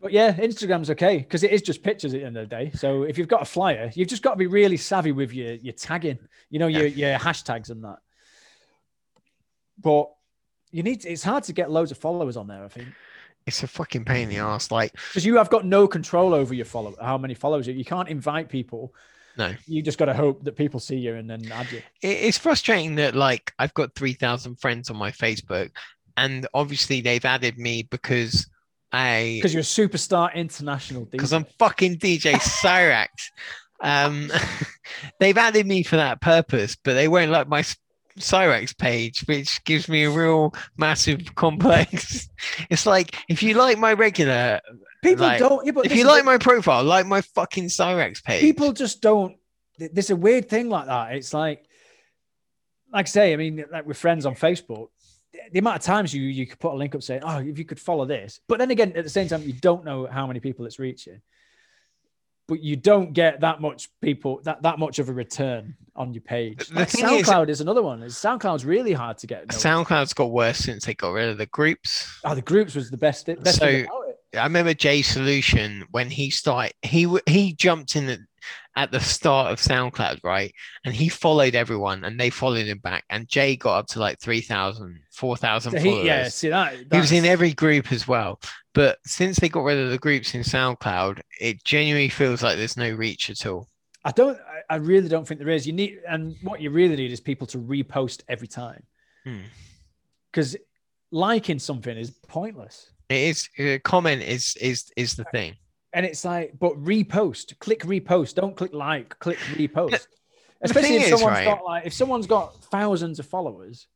[SPEAKER 3] But yeah, Instagram's okay because it is just pictures at the end of the day. So if you've got a flyer, you've just got to be really savvy with your your tagging, you know, your your hashtags and that. But you need it's hard to get loads of followers on there, I think.
[SPEAKER 2] It's a fucking pain in the ass. Like
[SPEAKER 3] because you have got no control over your follow how many followers you, you can't invite people
[SPEAKER 2] No.
[SPEAKER 3] you just got to hope that people see you and then add you
[SPEAKER 2] it, it's frustrating that like I've got three thousand friends on my Facebook, and obviously they've added me because I
[SPEAKER 3] because you're a superstar international
[SPEAKER 2] because
[SPEAKER 3] DJ.
[SPEAKER 2] I'm fucking DJ Cyrax. Um, they've added me for that purpose, but they won't like my S- Cyrax page, which gives me a real massive complex. it's like if you like my regular,
[SPEAKER 3] people
[SPEAKER 2] like,
[SPEAKER 3] don't yeah, but
[SPEAKER 2] if
[SPEAKER 3] this
[SPEAKER 2] you
[SPEAKER 3] is
[SPEAKER 2] like
[SPEAKER 3] it.
[SPEAKER 2] my profile, like my fucking Cyrax page.
[SPEAKER 3] people just don't th- there's a weird thing like that it's like like i say i mean like with friends on facebook the- the amount of times you you could put a link up saying oh if you could follow this but then again at the same time you don't know how many people it's reaching but you don't get that much people that that much of a return on your page
[SPEAKER 2] The
[SPEAKER 3] like
[SPEAKER 2] thing is-
[SPEAKER 3] soundcloud is, another one It's- soundcloud's really hard to get no-
[SPEAKER 2] SoundCloud's got worse since they got rid of the groups.
[SPEAKER 3] oh the groups was the best, best thing
[SPEAKER 2] So-
[SPEAKER 3] about it.
[SPEAKER 2] I remember Jay Solution when he started. He w- he jumped in at, at the start of SoundCloud, right? And he followed everyone, and they followed him back. And Jay got up to like 3,000, 4,000
[SPEAKER 3] So
[SPEAKER 2] followers.
[SPEAKER 3] he, yeah see that
[SPEAKER 2] he was in
[SPEAKER 3] that's-
[SPEAKER 2] every group as well. But since they got rid of the groups in SoundCloud, it genuinely feels like there's no reach at all.
[SPEAKER 3] I don't. I- I really don't think there is. You need, and what you really need is people to repost every time,
[SPEAKER 2] Hmm.
[SPEAKER 3] because liking something is pointless.
[SPEAKER 2] It is uh, comment is is is the thing.
[SPEAKER 3] And it's like, but repost, click repost. Don't click like, click repost.
[SPEAKER 2] the
[SPEAKER 3] Especially
[SPEAKER 2] thing
[SPEAKER 3] if
[SPEAKER 2] is,
[SPEAKER 3] someone's
[SPEAKER 2] right-
[SPEAKER 3] got like, if someone's got thousands of followers,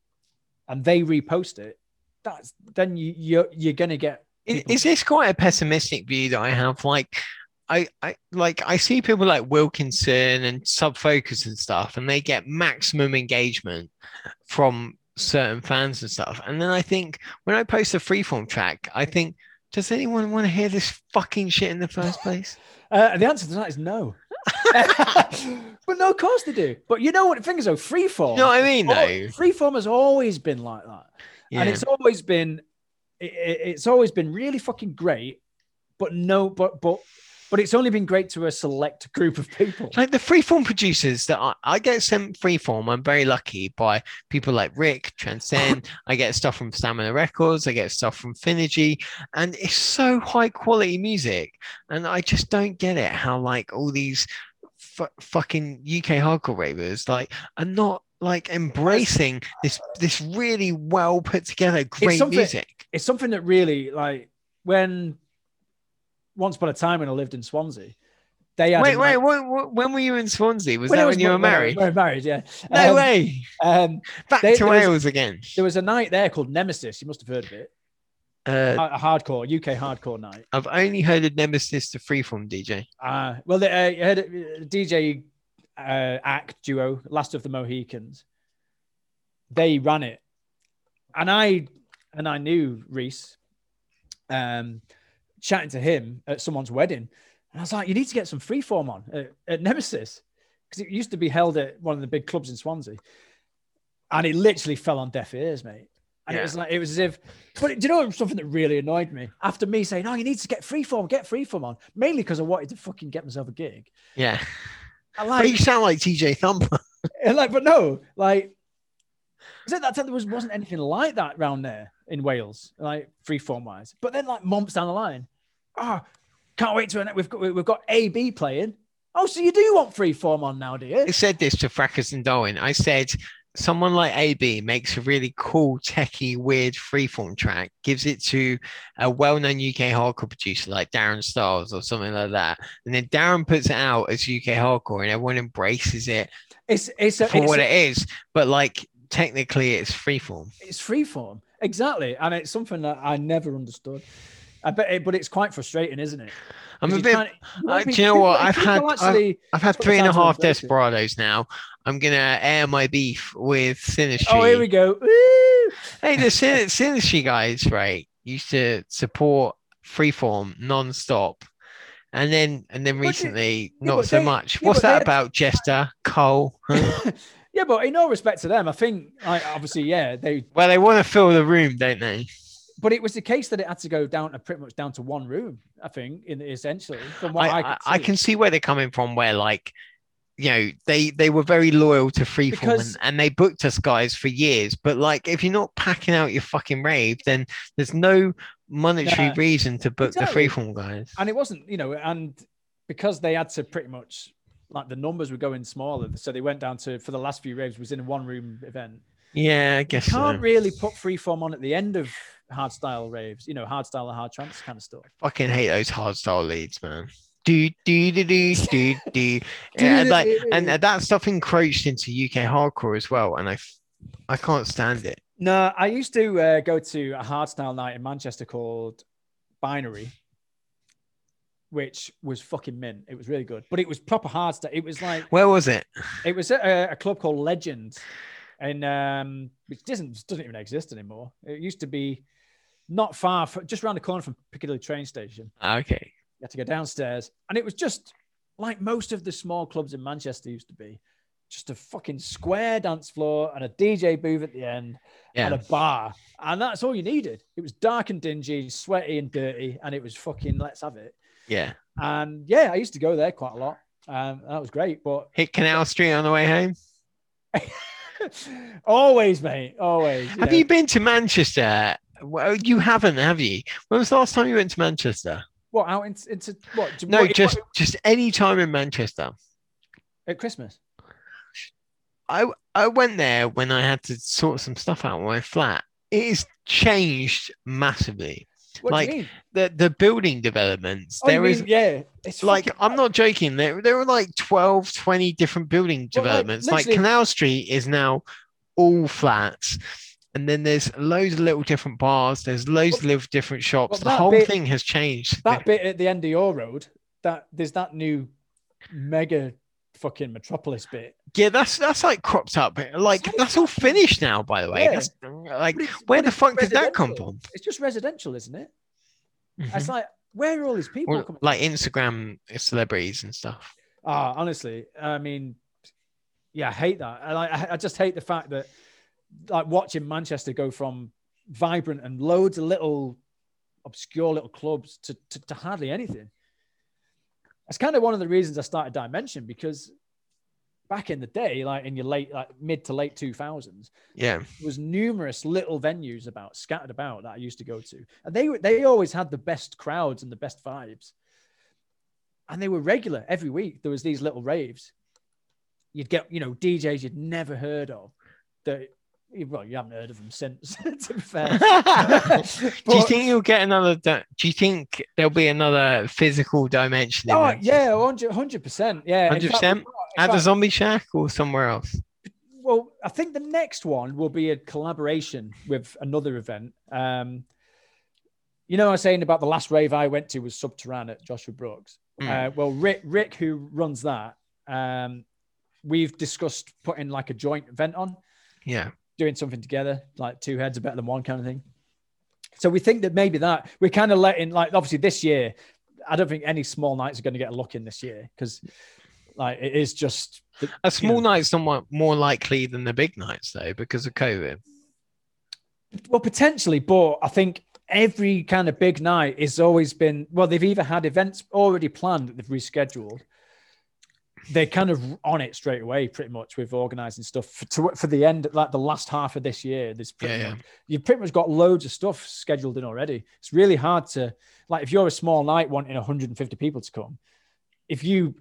[SPEAKER 3] and they repost it, that's then you you're, you're gonna get.
[SPEAKER 2] is,
[SPEAKER 3] people-
[SPEAKER 2] is this quite a pessimistic view that I have? Like, I, I like I see people like Wilkinson and Subfocus and stuff, and they get maximum engagement from certain fans and stuff. And then I think when I post a freeform track, I think, does anyone want to hear this fucking shit in the first place?
[SPEAKER 3] Uh, the answer to that is no. but no, of course they do. But you know what? The thing is, though, freeform.
[SPEAKER 2] you know what I mean?
[SPEAKER 3] al-
[SPEAKER 2] Though,
[SPEAKER 3] Freeform has always been like that,
[SPEAKER 2] yeah.
[SPEAKER 3] and it's always been, it, it- it's always been really fucking great, but no, but but but it's only been great to a select group of people.
[SPEAKER 2] like the freeform producers that I, I get sent freeform. I'm very lucky by people like Rick Transcend. I get stuff from Stamina Records. I get stuff from Finergy, and it's so high quality music. And I just don't get it how like all these fu- fucking UK hardcore ravers like are not like embracing this this really well put together great
[SPEAKER 3] something-
[SPEAKER 2] music.
[SPEAKER 3] It's something that really like when once upon a time when I lived in Swansea, they had
[SPEAKER 2] Wait,
[SPEAKER 3] like-
[SPEAKER 2] wait, wait, when were you in Swansea? Was
[SPEAKER 3] when I
[SPEAKER 2] that when you were
[SPEAKER 3] I-
[SPEAKER 2] married?
[SPEAKER 3] when I was married, yeah.
[SPEAKER 2] No
[SPEAKER 3] Um,
[SPEAKER 2] way.
[SPEAKER 3] um,
[SPEAKER 2] Back
[SPEAKER 3] they-
[SPEAKER 2] to
[SPEAKER 3] there was-
[SPEAKER 2] Wales again.
[SPEAKER 3] there was a night there called Nemesis. You must have heard of it.
[SPEAKER 2] Uh,
[SPEAKER 3] A a hardcore UK hardcore night.
[SPEAKER 2] I've only heard of Nemesis to Freeform DJ.
[SPEAKER 3] Uh, well, the, uh, you heard it, uh, DJ uh, act duo, Last of the Mohicans, they ran it, and I and I knew Reese, um, chatting to him at someone's wedding, and I was like, "You need to get some freeform on at, at Nemesis," because it used to be held at one of the big clubs in Swansea, and it literally fell on deaf ears, mate. And it
[SPEAKER 2] Yeah.
[SPEAKER 3] was like it was as if, but do you know something that really annoyed me? After me saying, "Oh, you need to get freeform, get freeform on," mainly because I wanted to fucking get myself a gig.
[SPEAKER 2] Yeah.
[SPEAKER 3] I
[SPEAKER 2] But
[SPEAKER 3] like
[SPEAKER 2] you sound like TJ Thumper.
[SPEAKER 3] and like, but no, like, was at that time there was wasn't anything like that round there in Wales, like free form wise. But then like months down the line, ah, can't wait to we've got we've got AB playing. Oh, so you do want free form on now, do you?
[SPEAKER 2] I said this to Frackers and Darwin. I said, someone like AB makes a really cool, techie, weird freeform track, gives it to a well known UK hardcore producer like Darren Styles or something like that. And then Darren puts it out as UK hardcore and everyone embraces it
[SPEAKER 3] It's it's a,
[SPEAKER 2] for
[SPEAKER 3] it's,
[SPEAKER 2] what it is. But like, technically, it's freeform.
[SPEAKER 3] it's free form exactly, and it's something that I never understood. I bet, it, but it's quite frustrating, isn't it?
[SPEAKER 2] I'm a
[SPEAKER 3] 'Cause you
[SPEAKER 2] bit,
[SPEAKER 3] can't- know
[SPEAKER 2] uh, do you know what? I've
[SPEAKER 3] People
[SPEAKER 2] had-
[SPEAKER 3] actually-
[SPEAKER 2] I've had
[SPEAKER 3] put
[SPEAKER 2] three and a
[SPEAKER 3] myself on
[SPEAKER 2] half
[SPEAKER 3] the basis.
[SPEAKER 2] desperados now. I'm going to air my beef with Sinistry.
[SPEAKER 3] oh, here we go. Woo!
[SPEAKER 2] Hey, the Sin- Sinistry guys, right, used to support freeform non-stop. And then and then
[SPEAKER 3] But they-
[SPEAKER 2] recently,
[SPEAKER 3] yeah,
[SPEAKER 2] not
[SPEAKER 3] but
[SPEAKER 2] so
[SPEAKER 3] they-
[SPEAKER 2] much.
[SPEAKER 3] yeah,
[SPEAKER 2] What's
[SPEAKER 3] but they
[SPEAKER 2] that
[SPEAKER 3] had-
[SPEAKER 2] about, Jester? Cole?
[SPEAKER 3] Yeah, but in all respect to them, I think like obviously, yeah, they
[SPEAKER 2] well, they want to fill the room, don't they?
[SPEAKER 3] but it was the case that it had to go down to pretty much down to one room, I think, in essentially. From what I,
[SPEAKER 2] I, I, I
[SPEAKER 3] could see.
[SPEAKER 2] can see where they're coming from where like you know they they were very loyal to freeform
[SPEAKER 3] Because-
[SPEAKER 2] and, and they booked us guys for years but like if you're not packing out your fucking rave then there's no monetary
[SPEAKER 3] Nah.
[SPEAKER 2] reason to book
[SPEAKER 3] Exactly.
[SPEAKER 2] the freeform guys
[SPEAKER 3] and it wasn't, you know, and because they had to pretty much like the numbers were going smaller, so they went down to for the last few raves was in a one room event.
[SPEAKER 2] yeah i guess so.
[SPEAKER 3] Can't really put freeform on at the end of hardstyle raves, you know, hardstyle or hard trance kind of stuff.
[SPEAKER 2] fucking hate those hardstyle leads, man. Do do do do do do, and like, and that stuff encroached into UK hardcore as well, and I, f- I can't stand it.
[SPEAKER 3] No, I used to uh, go to a hardstyle night in Manchester called Binary, which was fucking mint. It was really good, but it was proper hardstyle. It was like
[SPEAKER 2] Where was it?
[SPEAKER 3] it was at a, a club called Legend, and um, which doesn't doesn't even exist anymore. It used to be not far, fr- just around the corner from Piccadilly train station.
[SPEAKER 2] Ah, Okay,
[SPEAKER 3] You had to go downstairs, and it was just like most of the small clubs in Manchester used to be, just a fucking square dance floor and a DJ booth at the end and
[SPEAKER 2] yeah,
[SPEAKER 3] a bar, and that's all you needed. It was dark and dingy, sweaty and dirty, and it was fucking let's have it.
[SPEAKER 2] yeah.
[SPEAKER 3] And yeah, I used to go there quite a lot. Um, that was great, but
[SPEAKER 2] Hit Canal Street on the way home.
[SPEAKER 3] always, mate. Always. you
[SPEAKER 2] Have
[SPEAKER 3] know.
[SPEAKER 2] you been to Manchester? Well, you haven't, have you? When was the last time you went to Manchester?
[SPEAKER 3] what out into, into what? j-
[SPEAKER 2] No,
[SPEAKER 3] what-
[SPEAKER 2] just
[SPEAKER 3] what-
[SPEAKER 2] just any time in Manchester.
[SPEAKER 3] at Christmas.
[SPEAKER 2] I I went there when I had to sort some stuff out in my flat. It has changed massively.
[SPEAKER 3] What
[SPEAKER 2] Like,
[SPEAKER 3] do you mean?
[SPEAKER 2] the the building developments
[SPEAKER 3] Oh, you
[SPEAKER 2] there is
[SPEAKER 3] mean- yeah. It's
[SPEAKER 2] like
[SPEAKER 3] fucking-
[SPEAKER 2] i'm not joking there, there were like 12 20 different building
[SPEAKER 3] Well, like,
[SPEAKER 2] developments like,
[SPEAKER 3] literally-
[SPEAKER 2] canal street is now all flats and then there's loads of little different bars there's loads of little different shops
[SPEAKER 3] well,
[SPEAKER 2] the
[SPEAKER 3] that
[SPEAKER 2] whole
[SPEAKER 3] bit-
[SPEAKER 2] thing has changed
[SPEAKER 3] that bit at the end of your road. That there's that new mega fucking metropolis bit.
[SPEAKER 2] yeah that's that's like cropped up like
[SPEAKER 3] Sorry.
[SPEAKER 2] that's all finished now by the way
[SPEAKER 3] Yeah.
[SPEAKER 2] that's, like
[SPEAKER 3] But it's-
[SPEAKER 2] where
[SPEAKER 3] but
[SPEAKER 2] the
[SPEAKER 3] it's
[SPEAKER 2] fuck did that come
[SPEAKER 3] residential.
[SPEAKER 2] from
[SPEAKER 3] It's just residential, isn't it?
[SPEAKER 2] Mhm.
[SPEAKER 3] It's like where are all these people
[SPEAKER 2] Or,
[SPEAKER 3] coming?
[SPEAKER 2] like instagram celebrities and stuff
[SPEAKER 3] Ah, honestly, I mean, yeah, I hate that. And I, I- I just hate the fact that, like, watching Manchester go from vibrant and loads of little obscure little clubs to, to, to hardly anything. That's kind of one of the reasons I started Dimension because back in the day, like in your late, like mid to late 2000s,
[SPEAKER 2] yeah
[SPEAKER 3] there was numerous little venues about scattered about that I used to go to, and they were- they always had the best crowds and the best vibes, and they were regular every week. There was these little raves, you'd get you know DJs you'd never heard of, that well you haven't heard of them since. to be fair,
[SPEAKER 2] Do you
[SPEAKER 3] But- oh,
[SPEAKER 2] think you'll get another? di- Do you think there'll be another physical dimension? In
[SPEAKER 3] oh
[SPEAKER 2] Manchester?
[SPEAKER 3] yeah, hundred percent, yeah, in fact,
[SPEAKER 2] 100%?
[SPEAKER 3] in
[SPEAKER 2] at the
[SPEAKER 3] fact,
[SPEAKER 2] Zombie Shack or somewhere else.
[SPEAKER 3] well, I think the next one will be a collaboration with another event. Um, you know, I was saying about the last rave I went to was Subterrane at Joshua Brooks.
[SPEAKER 2] Mm.
[SPEAKER 3] Uh, well, Rick, Rick, who runs that, um, we've discussed putting like a joint event on,
[SPEAKER 2] Yeah.
[SPEAKER 3] doing something together, like two heads are better than one kind of thing. So we think that maybe that we're kind of letting like obviously this year, I don't think any small nights are going to get a look in this year because like it is just
[SPEAKER 2] A small night's somewhat more likely than the big nights though, because of COVID.
[SPEAKER 3] well potentially, but I think every kind of big night has always been well they've either had events already planned that they've rescheduled. They're kind of on it straight away, pretty much with organising stuff for, to, for the end, like the last half of this year. There's pretty
[SPEAKER 2] Yeah, yeah.
[SPEAKER 3] much you've pretty much got loads of stuff scheduled in already. It's really hard to like if you're a small night wanting 150 people to come, if you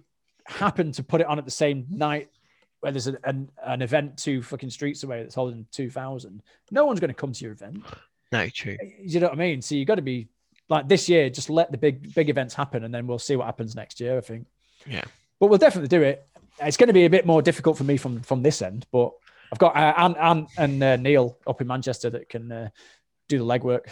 [SPEAKER 3] happen to put it on at the same night where there's an, an, an event two fucking streets away that's holding 2,000, no one's going to come to your event.
[SPEAKER 2] No, true.
[SPEAKER 3] You know what I mean? So you got to be like this year, just let the big big events happen, and then we'll see what happens next year. I think.
[SPEAKER 2] Yeah.
[SPEAKER 3] But we'll definitely do it. It's going to be a bit more difficult for me from from this end, but I've got uh, Ant, Ant and uh, Neil up in Manchester that can uh, do the legwork.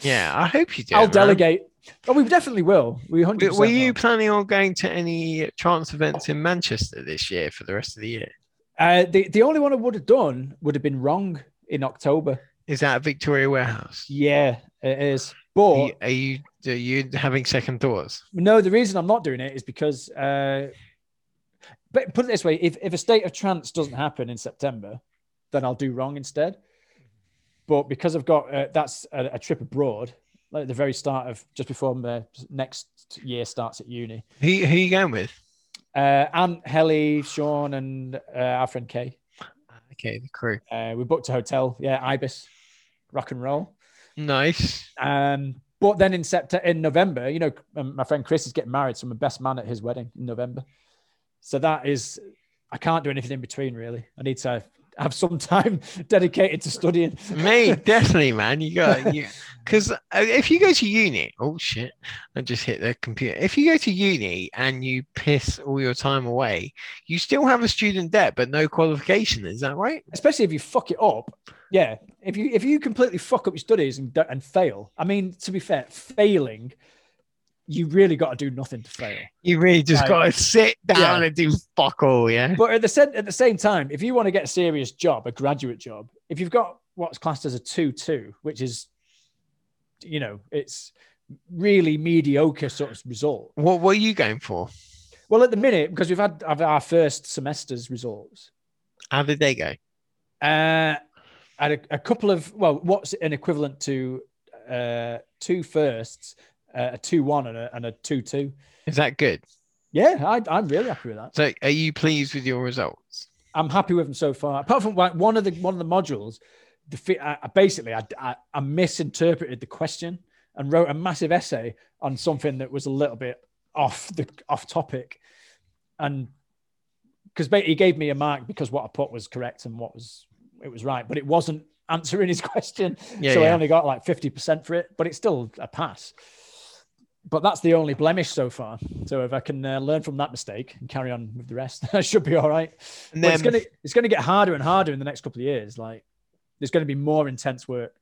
[SPEAKER 2] Yeah. I hope you do.
[SPEAKER 3] I'll
[SPEAKER 2] man.
[SPEAKER 3] delegate. Oh, we definitely will. We
[SPEAKER 2] W-
[SPEAKER 3] hundred.
[SPEAKER 2] Were you planning on going to any trance events in Manchester this year for the rest of the year?
[SPEAKER 3] Uh, the the only one I would have done would have been wrong in October.
[SPEAKER 2] Is that Victoria Warehouse?
[SPEAKER 3] Yeah, it is. But
[SPEAKER 2] Are you, are you are you having second thoughts?
[SPEAKER 3] No, the reason I'm not doing it is because, uh, but put it this way: if, if a state of trance doesn't happen in September, then I'll do wrong instead. But because I've got uh, that's a, a trip abroad, like at the very start of just before my next year starts at uni,
[SPEAKER 2] Who who are you going with?
[SPEAKER 3] uh, Aunt Helly, Sean, and uh, our friend Kay,
[SPEAKER 2] Okay, the crew.
[SPEAKER 3] uh, we booked a hotel. Yeah, Ibis, rock and roll.
[SPEAKER 2] Nice.
[SPEAKER 3] Um, but then in September, in November, you know, um, my friend Chris is getting married, so I'm a best man at his wedding in November. So that is, I can't do anything in between really. I need to have some time dedicated to studying.
[SPEAKER 2] Me, definitely, man. You got you because if you go to uni, oh shit, I just hit the computer. If you go to uni and you piss all your time away, you still have a student debt but no qualification. Is that right?
[SPEAKER 3] Especially if you fuck it up. Yeah, if you if you completely fuck up your studies and don't- and fail. I mean, to be fair, failing, you really got to do nothing to fail.
[SPEAKER 2] You really just
[SPEAKER 3] Right.
[SPEAKER 2] got to sit down and do fuck all. Yeah.
[SPEAKER 3] But at the same at the same time, if you want to get a serious job, a graduate job, if you've got what's classed as a two-two, which is, you know, it's really mediocre sort of result.
[SPEAKER 2] What were you going for?
[SPEAKER 3] Well, at the minute, because we've had of our first semester's results,
[SPEAKER 2] How did they go?
[SPEAKER 3] uh, had a, a couple of well, what's an equivalent to uh, two firsts, uh, a two-one and a, and a two-two.
[SPEAKER 2] Is that good?
[SPEAKER 3] Yeah, I, I'm really happy with that.
[SPEAKER 2] So, are you pleased with your results?
[SPEAKER 3] I'm happy with them so far. Apart from like, one of the one of the modules, the fi- I, I basically I, I I misinterpreted the question and wrote a massive essay on something that was a little bit off the off topic, and because he gave me a mark because what I put was correct and what was it was right, but it wasn't answering his question,
[SPEAKER 2] Yeah,
[SPEAKER 3] so I
[SPEAKER 2] yeah.
[SPEAKER 3] only got like fifty percent for it, but it's still a pass. But that's the only blemish so far. So if I can uh, learn from that mistake and carry on with the rest, I should be all right.
[SPEAKER 2] And
[SPEAKER 3] Well, it's
[SPEAKER 2] then-
[SPEAKER 3] gonna it's gonna get harder and harder in the next couple of years. Like there's gonna be more intense work.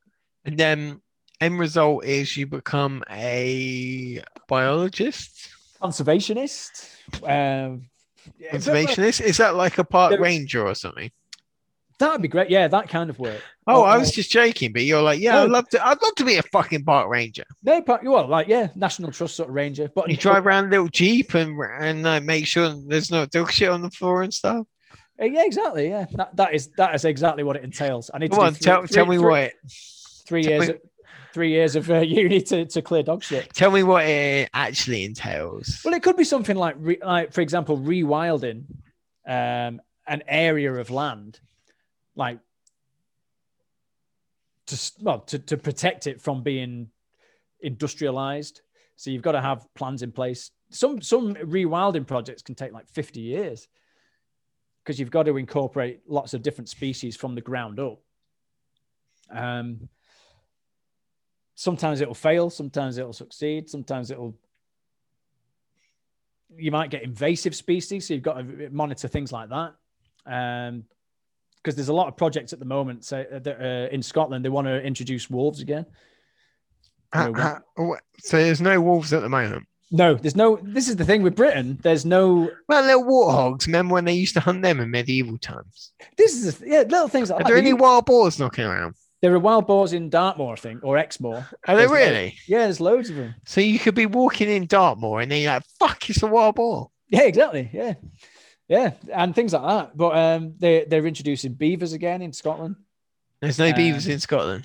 [SPEAKER 2] And then end result is you become a biologist,
[SPEAKER 3] Conservationist, um, yeah, but-
[SPEAKER 2] conservationist. Is that like a park
[SPEAKER 3] There-
[SPEAKER 2] ranger or something?
[SPEAKER 3] That'd be great. Yeah, that kind of work.
[SPEAKER 2] Oh,
[SPEAKER 3] Or-
[SPEAKER 2] I was just joking, but you're like, yeah, I'd
[SPEAKER 3] No.
[SPEAKER 2] love to. I'd love to be a fucking park ranger.
[SPEAKER 3] no, but well, like yeah, National Trust sort of ranger. But
[SPEAKER 2] You drive around a little jeep and and like, make sure there's no dog shit on the floor and stuff.
[SPEAKER 3] Uh, yeah, exactly. Yeah, that, that is that is exactly what it entails. I need
[SPEAKER 2] Come
[SPEAKER 3] to do
[SPEAKER 2] on,
[SPEAKER 3] three-
[SPEAKER 2] tell,
[SPEAKER 3] three-
[SPEAKER 2] tell me
[SPEAKER 3] three-
[SPEAKER 2] what it,
[SPEAKER 3] three
[SPEAKER 2] tell
[SPEAKER 3] years.
[SPEAKER 2] me-
[SPEAKER 3] of- Three years of uh, uni to, to clear dog shit.
[SPEAKER 2] tell me what it actually entails.
[SPEAKER 3] Well, it could be something like, re, like for example, rewilding um, an area of land, like to s- well to, to protect it from being industrialized. So you've got to have plans in place. Some some rewilding projects can take like fifty years because you've got to incorporate lots of different species from the ground up. Um, sometimes it'll fail, sometimes it'll succeed, sometimes it'll you might get invasive species, so you've got to monitor things like that. Um, because there's a lot of projects at the moment. So uh, that, uh, in Scotland, they want to introduce wolves again.
[SPEAKER 2] Ha-
[SPEAKER 3] no,
[SPEAKER 2] ha- oh, so there's no wolves at the moment.
[SPEAKER 3] No, there's no. This is the thing with Britain. There's no.
[SPEAKER 2] Well, little warthogs. Remember when they used to hunt them in medieval times?
[SPEAKER 3] This is the th- yeah little things like
[SPEAKER 2] Are
[SPEAKER 3] that.
[SPEAKER 2] there any
[SPEAKER 3] You-
[SPEAKER 2] wild boars knocking around?
[SPEAKER 3] there are wild boars in Dartmoor, I think, or Exmoor.
[SPEAKER 2] Are they
[SPEAKER 3] There's loads.
[SPEAKER 2] really?
[SPEAKER 3] Yeah, there's loads of them.
[SPEAKER 2] So you could be walking in Dartmoor and then you're like, fuck, it's a wild boar.
[SPEAKER 3] Yeah, exactly. Yeah, yeah, and things like that. But um, they they're introducing beavers again in Scotland.
[SPEAKER 2] There's no
[SPEAKER 3] Um,
[SPEAKER 2] beavers in Scotland.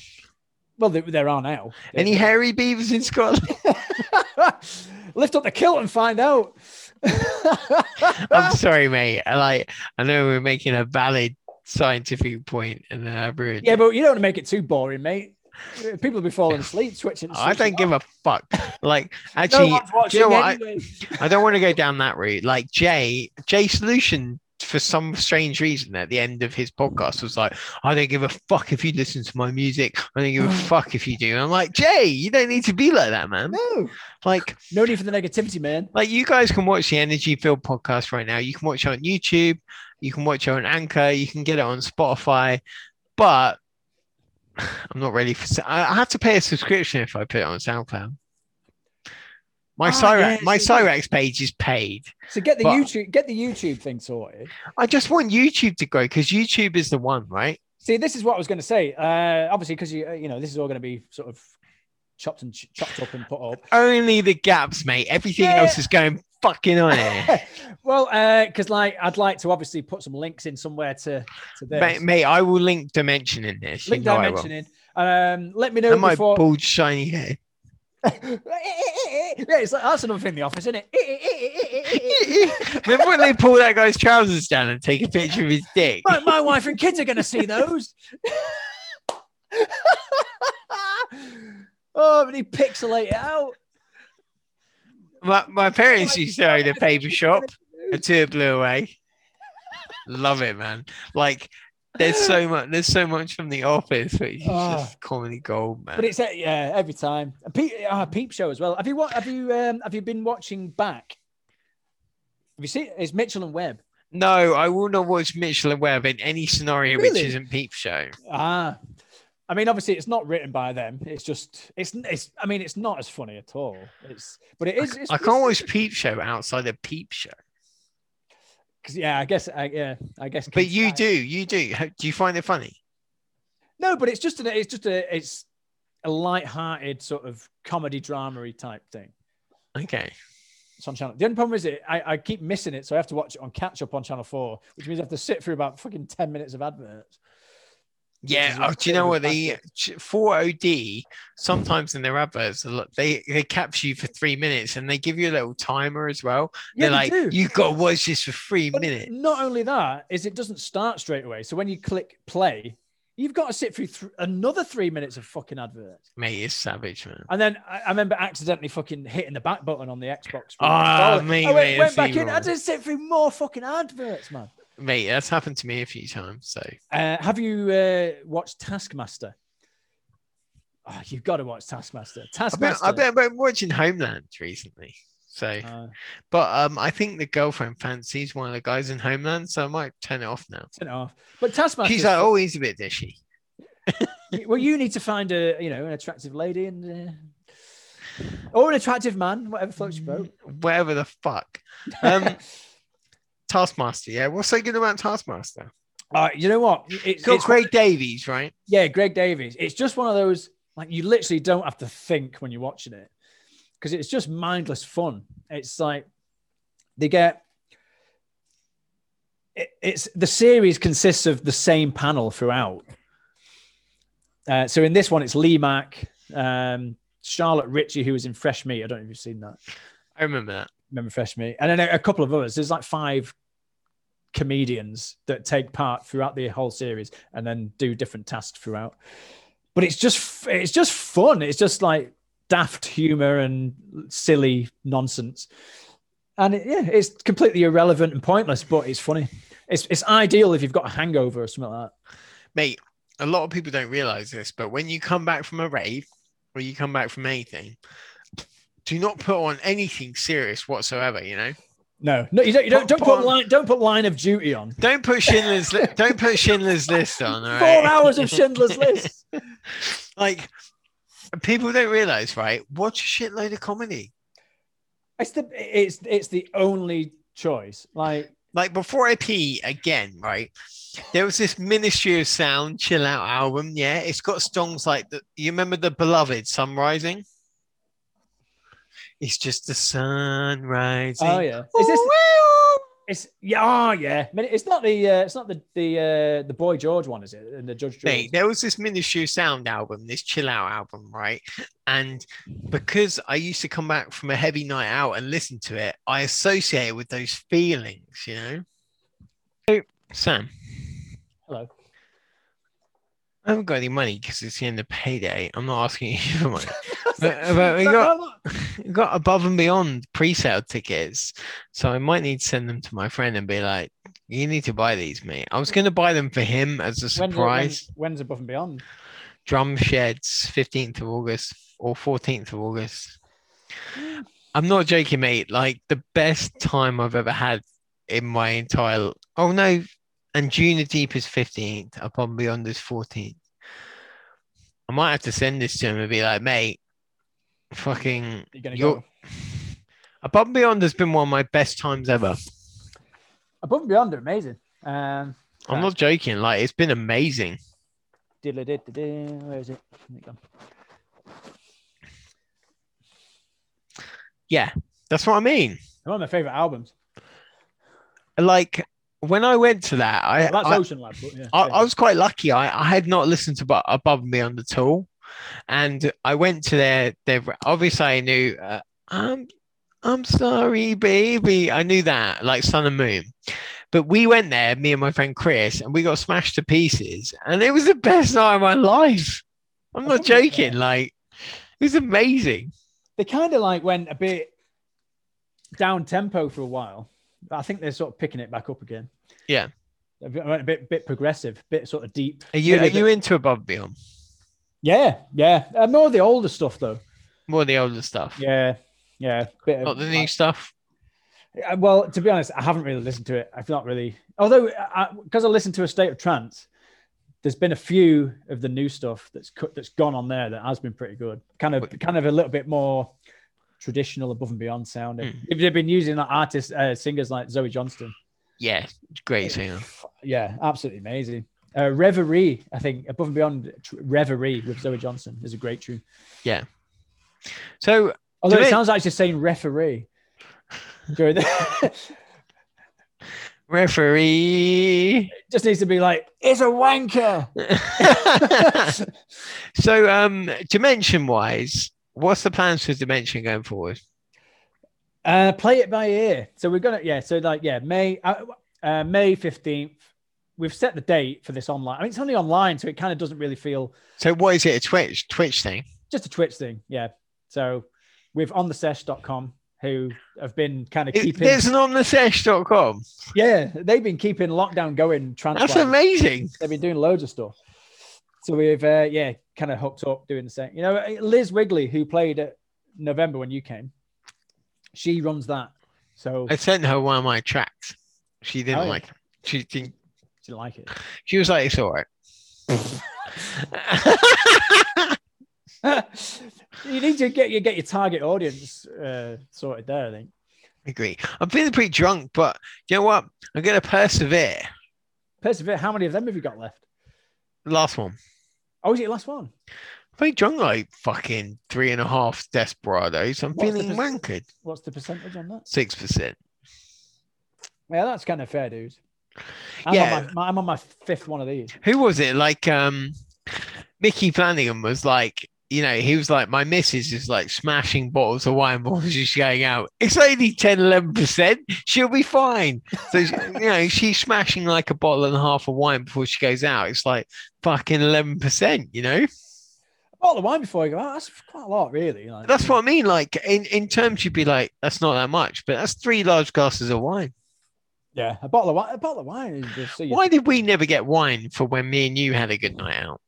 [SPEAKER 3] Well, there, there are now.
[SPEAKER 2] Any hairy beavers in Scotland?
[SPEAKER 3] Lift up the kilt and find out.
[SPEAKER 2] I'm sorry, mate. I like I know we're making a valid scientific point and then I ruined
[SPEAKER 3] yeah,
[SPEAKER 2] it.
[SPEAKER 3] but you don't want to make it too boring, mate. People will be falling asleep, switching.
[SPEAKER 2] I
[SPEAKER 3] switching
[SPEAKER 2] don't give
[SPEAKER 3] off.
[SPEAKER 2] a fuck. Like
[SPEAKER 3] No
[SPEAKER 2] actually
[SPEAKER 3] one's
[SPEAKER 2] do
[SPEAKER 3] watching
[SPEAKER 2] you know what? I-
[SPEAKER 3] anyway.
[SPEAKER 2] I don't want to go down that route. Like Jay, Jay Solution, for some strange reason, at the end of his podcast, was like, "I don't give a fuck if you listen to my music. I don't give
[SPEAKER 3] Mm.
[SPEAKER 2] a fuck if you do." And I'm like, Jay, you don't need to be like that, man.
[SPEAKER 3] no,
[SPEAKER 2] Like,
[SPEAKER 3] no need for the negativity, man.
[SPEAKER 2] like you guys can watch the Energy Field podcast right now. You can watch it on YouTube. You can watch it on Anchor. You can get it on Spotify. But I'm not ready for. I I have to pay a subscription if I put it on SoundCloud. My
[SPEAKER 3] Ah,
[SPEAKER 2] Cyrax,
[SPEAKER 3] yes,
[SPEAKER 2] my
[SPEAKER 3] it is.
[SPEAKER 2] Cyrax page is paid.
[SPEAKER 3] So get the
[SPEAKER 2] But-
[SPEAKER 3] YouTube, get the YouTube thing sorted.
[SPEAKER 2] I just want YouTube to grow because YouTube is the one, right?
[SPEAKER 3] See, this is what I was going to say. Uh, obviously, because you you know this is all going to be sort of chopped and ch- chopped up and put up.
[SPEAKER 2] Only the gaps, mate. Everything
[SPEAKER 3] Yeah.
[SPEAKER 2] else is going fucking on here.
[SPEAKER 3] well, because like I'd like to obviously put some links in somewhere to to this.
[SPEAKER 2] mate, mate, I will link Dimension in this.
[SPEAKER 3] Link
[SPEAKER 2] you know
[SPEAKER 3] dimension
[SPEAKER 2] I
[SPEAKER 3] in. Um, let me
[SPEAKER 2] will.
[SPEAKER 3] know
[SPEAKER 2] And my
[SPEAKER 3] before.
[SPEAKER 2] bald, shiny hair.
[SPEAKER 3] yeah, it's like, that's another thing in the office, isn't it?
[SPEAKER 2] Remember when they pull that guy's trousers down and take a picture of his dick?
[SPEAKER 3] my, my wife and kids are going to see those. oh, but he pixelate it out.
[SPEAKER 2] My, my parents used to own a paper shop until it blew away. Love it, man. Like, there's so much. There's so much from the office, which is
[SPEAKER 3] Ah.
[SPEAKER 2] just comedy gold, man.
[SPEAKER 3] But it's uh, yeah, every time. A peep, ah, peep show as well. Have you what? Have you um, have you been watching back? Have you seen? It's Mitchell and Webb.
[SPEAKER 2] No, I will not watch Mitchell and Webb in any scenario which
[SPEAKER 3] Really?
[SPEAKER 2] isn't Peep Show.
[SPEAKER 3] Ah, I mean, obviously, it's not written by them. It's just it's it's. I mean, it's not as funny at all. It's but it is. It's,
[SPEAKER 2] I can't watch Peep Show outside of Peep Show.
[SPEAKER 3] 'cause, yeah, I guess. I, yeah, I guess.
[SPEAKER 2] But
[SPEAKER 3] kids
[SPEAKER 2] you
[SPEAKER 3] like-
[SPEAKER 2] do, you do. How- Do you find it funny?
[SPEAKER 3] No, but it's just an. It's just a. It's a light-hearted sort of comedy dramery type thing.
[SPEAKER 2] Okay.
[SPEAKER 3] It's on channel. The only problem is it. I, I keep missing it, so I have to watch it on catch up on Channel Four, which means I have to sit through about fucking ten minutes of adverts.
[SPEAKER 2] Yeah.
[SPEAKER 3] is
[SPEAKER 2] Oh,
[SPEAKER 3] a
[SPEAKER 2] do you know
[SPEAKER 3] bit
[SPEAKER 2] what
[SPEAKER 3] of a
[SPEAKER 2] the four OD sometimes in their adverts look, they they capture you for three minutes and they give you a little timer as well. They're
[SPEAKER 3] they
[SPEAKER 2] like, you've got to watch this for three
[SPEAKER 3] But
[SPEAKER 2] minutes.
[SPEAKER 3] Not only that, is it doesn't start straight away. So when you click play, you've got to sit through th- another three minutes of fucking adverts.
[SPEAKER 2] Mate, it's savage, man.
[SPEAKER 3] And then I, I remember accidentally fucking hitting the back button on the Xbox.
[SPEAKER 2] Ah,
[SPEAKER 3] I
[SPEAKER 2] me,
[SPEAKER 3] went,
[SPEAKER 2] mate,
[SPEAKER 3] went
[SPEAKER 2] it's
[SPEAKER 3] back in.
[SPEAKER 2] evil.
[SPEAKER 3] I had to sit through more fucking adverts, man.
[SPEAKER 2] Mate, that's happened to me a few times. So
[SPEAKER 3] Uh, have you uh, watched Taskmaster? Oh, you've got to watch Taskmaster.
[SPEAKER 2] I've been,
[SPEAKER 3] Taskmaster.
[SPEAKER 2] I've been, I've been watching Homeland recently. So
[SPEAKER 3] Uh,
[SPEAKER 2] But um, I think the girlfriend fancies one of the guys in Homeland, so I might turn it off now.
[SPEAKER 3] turn it off. But Taskmaster.
[SPEAKER 2] She's like, oh, he's a bit dishy.
[SPEAKER 3] well, you need to find a you know an attractive lady and uh, or an attractive man, whatever floats your
[SPEAKER 2] Mm.
[SPEAKER 3] boat.
[SPEAKER 2] Whatever the fuck. Um, Taskmaster, yeah. What's so good about Taskmaster?
[SPEAKER 3] Uh, you know what? It's,
[SPEAKER 2] It's got
[SPEAKER 3] it's-
[SPEAKER 2] Craig Davies, right?
[SPEAKER 3] yeah, Greg Davies. It's just one of those like you literally don't have to think when you're watching it because it's just mindless fun. It's like they get it, it's the series consists of the same panel throughout. Uh, so in this one, it's Lee Mack, um, Charlotte Ritchie, who was in Fresh Meat. I don't know if you've seen that.
[SPEAKER 2] I remember that.
[SPEAKER 3] remember Fresh Meat, and then a, a couple of others. There's like five comedians that take part throughout the whole series, and then do different tasks throughout. But it's just f- it's just fun. It's just like daft humor and silly nonsense, and it, yeah, it's completely irrelevant and pointless, but it's funny. It's it's ideal if you've got a hangover or something like
[SPEAKER 2] Mate, a lot of people don't realize this, but when you come back from a rave or you come back from anything, do not put on anything serious whatsoever, you know?
[SPEAKER 3] that. No, no, you don't. You don't,
[SPEAKER 2] Put-
[SPEAKER 3] don't
[SPEAKER 2] put
[SPEAKER 3] put
[SPEAKER 2] on-
[SPEAKER 3] line. Don't put Line of Duty on.
[SPEAKER 2] Don't put Schindler's li- don't put Schindler's list on. all right?
[SPEAKER 3] Four hours of Schindler's List.
[SPEAKER 2] like people don't realize, right? Watch a shitload of comedy.
[SPEAKER 3] It's the it's it's the only choice. Like
[SPEAKER 2] like before I pee again, right? There was this Ministry of Sound chill out album. Yeah, it's got songs like the, you remember the Beloved Sun Rising. It's just the sun rising.
[SPEAKER 3] oh yeah, is this? It's yeah, oh, yeah. I mean, it's not the uh, it's not the the uh, the boy George one, is it? And the Judge George.
[SPEAKER 2] Mate, there was this Ministry of Sound album, this chill out album, right? And because I used to come back from a heavy night out and listen to it, I associate it with those feelings, you know. So, Sam,
[SPEAKER 3] Hello.
[SPEAKER 2] I haven't got any money because it's the end of payday. I'm not asking you for money. but, uh, but we
[SPEAKER 3] oh,
[SPEAKER 2] got we got above and beyond pre-sale tickets, so I might need to send them to my friend and be like, "You need to buy these, mate." I was going to buy them for him as a
[SPEAKER 3] When-
[SPEAKER 2] surprise.
[SPEAKER 3] When, when's above and beyond?
[SPEAKER 2] Drum Sheds, 15th of August or 14th of August. I'm not joking, mate. Like the best time I've ever had in my entire. Oh no, and June the Deep is 15th. Upon Beyond is 14th. I might have to send this to him and be like, mate, fucking.
[SPEAKER 3] You're gonna
[SPEAKER 2] You're-
[SPEAKER 3] go.
[SPEAKER 2] Above and Beyond has been one of my best times ever.
[SPEAKER 3] Above and beyond are amazing. Um,
[SPEAKER 2] I'm not joking. Like it's been amazing.
[SPEAKER 3] diddle-diddle-doo, where is it? Where's it gone?
[SPEAKER 2] That's what I mean.
[SPEAKER 3] One of my favorite albums.
[SPEAKER 2] Like when I went to that, I
[SPEAKER 3] Well, that's
[SPEAKER 2] I-
[SPEAKER 3] Ocean Lab. But yeah,
[SPEAKER 2] I,
[SPEAKER 3] yeah.
[SPEAKER 2] I was quite lucky. I, I had not listened to but Above and Beyond at all, and I went to their their. Obviously, I knew. Uh, I'm I'm sorry, baby. I knew that, like Sun and Moon. But we went there, me and my friend Chris, and we got smashed to pieces, and it was the best night of my life. I'm not
[SPEAKER 3] probably fair.
[SPEAKER 2] joking. Like it was amazing.
[SPEAKER 3] they kind of like went a bit down tempo for a while. but I think they're sort of picking it back up again.
[SPEAKER 2] Yeah.
[SPEAKER 3] They went a bit bit progressive, bit sort of deep.
[SPEAKER 2] Are you
[SPEAKER 3] Yeah,
[SPEAKER 2] are
[SPEAKER 3] but-
[SPEAKER 2] you into Above and Beyond?
[SPEAKER 3] Yeah, yeah. Uh, more the older stuff though.
[SPEAKER 2] More the older stuff,
[SPEAKER 3] Yeah, yeah. Bit of-
[SPEAKER 2] not the new stuff.
[SPEAKER 3] Uh, Well, to be honest, I haven't really listened to it. I've not really, although because I, listened to a state of trance, there's been a few of the new stuff that's cut that's gone on there that has been pretty good. Kind of, kind of a little bit more traditional above and beyond
[SPEAKER 2] Hmm.
[SPEAKER 3] sounding. If they've been using like artists, uh, singers like Zoe Johnston,
[SPEAKER 2] Yeah, great singer.
[SPEAKER 3] yeah, absolutely amazing. Uh, Reverie, I think above and beyond tr- Reverie with Zoe Johnston is a great tune.
[SPEAKER 2] So
[SPEAKER 3] Although
[SPEAKER 2] Do
[SPEAKER 3] it
[SPEAKER 2] it.
[SPEAKER 3] sounds like she's saying referee. During the-
[SPEAKER 2] referee.
[SPEAKER 3] just needs to be like, it's a wanker.
[SPEAKER 2] so, um, dimension wise, what's the plans for dimension going forward?
[SPEAKER 3] Uh, play it by ear. So we're gonna yeah. So like yeah, May uh, uh, May fifteenth. We've set the date for this online. I mean, it's only online, so it kind of doesn't really feel
[SPEAKER 2] So, what is it? A Twitch Twitch thing?
[SPEAKER 3] just a Twitch thing. Yeah. So we've on the sesh.com who have been kind of
[SPEAKER 2] It,
[SPEAKER 3] keeping
[SPEAKER 2] there's an on the sesh.com.
[SPEAKER 3] yeah they've been keeping lockdown going.
[SPEAKER 2] That's
[SPEAKER 3] trans-wise.
[SPEAKER 2] amazing.
[SPEAKER 3] They've been doing loads of stuff. So we've uh, yeah kind of hooked up doing the same. You know, Liz Wigley who played at November when you came, she runs that. So
[SPEAKER 2] I sent her one of my tracks. She didn't
[SPEAKER 3] Oh, yeah.
[SPEAKER 2] like. it. She didn't,
[SPEAKER 3] she like it.
[SPEAKER 2] She was like, "It's all right."
[SPEAKER 3] you need to get you get your target audience uh, sorted there. I think.
[SPEAKER 2] Agree. I'm feeling pretty drunk, but you know what? I'm gonna persevere.
[SPEAKER 3] Persevere. How many of them have you got left?
[SPEAKER 2] Last one.
[SPEAKER 3] Oh, is it your last one?
[SPEAKER 2] I'm pretty drunk, like fucking three and a half desperados. I'm
[SPEAKER 3] What's the
[SPEAKER 2] feeling
[SPEAKER 3] pers-
[SPEAKER 2] wankered.
[SPEAKER 3] What's the percentage on that?
[SPEAKER 2] Six percent.
[SPEAKER 3] Yeah, that's kind of fair, dude. I'm On
[SPEAKER 2] Yeah.
[SPEAKER 3] my, my, I'm on my fifth one of these.
[SPEAKER 2] who was it? Like um Mickey Flanagan was like, you know, he was like, My missus is like smashing bottles of wine before she's going out. It's only 10, 11 percent. She'll be fine. So she- you know, she's smashing like a bottle and a half of wine before she goes out. It's like fucking eleven percent, you know?
[SPEAKER 3] I bought the wine before I go out. That's quite a lot, really. Like,
[SPEAKER 2] That's what I mean. Like in, in terms you'd be like, that's not that much, but that's three large glasses of wine.
[SPEAKER 3] Yeah, a bottle of wine. A bottle of wine is just so you.
[SPEAKER 2] Why did we never get wine for when me and you had a good night out?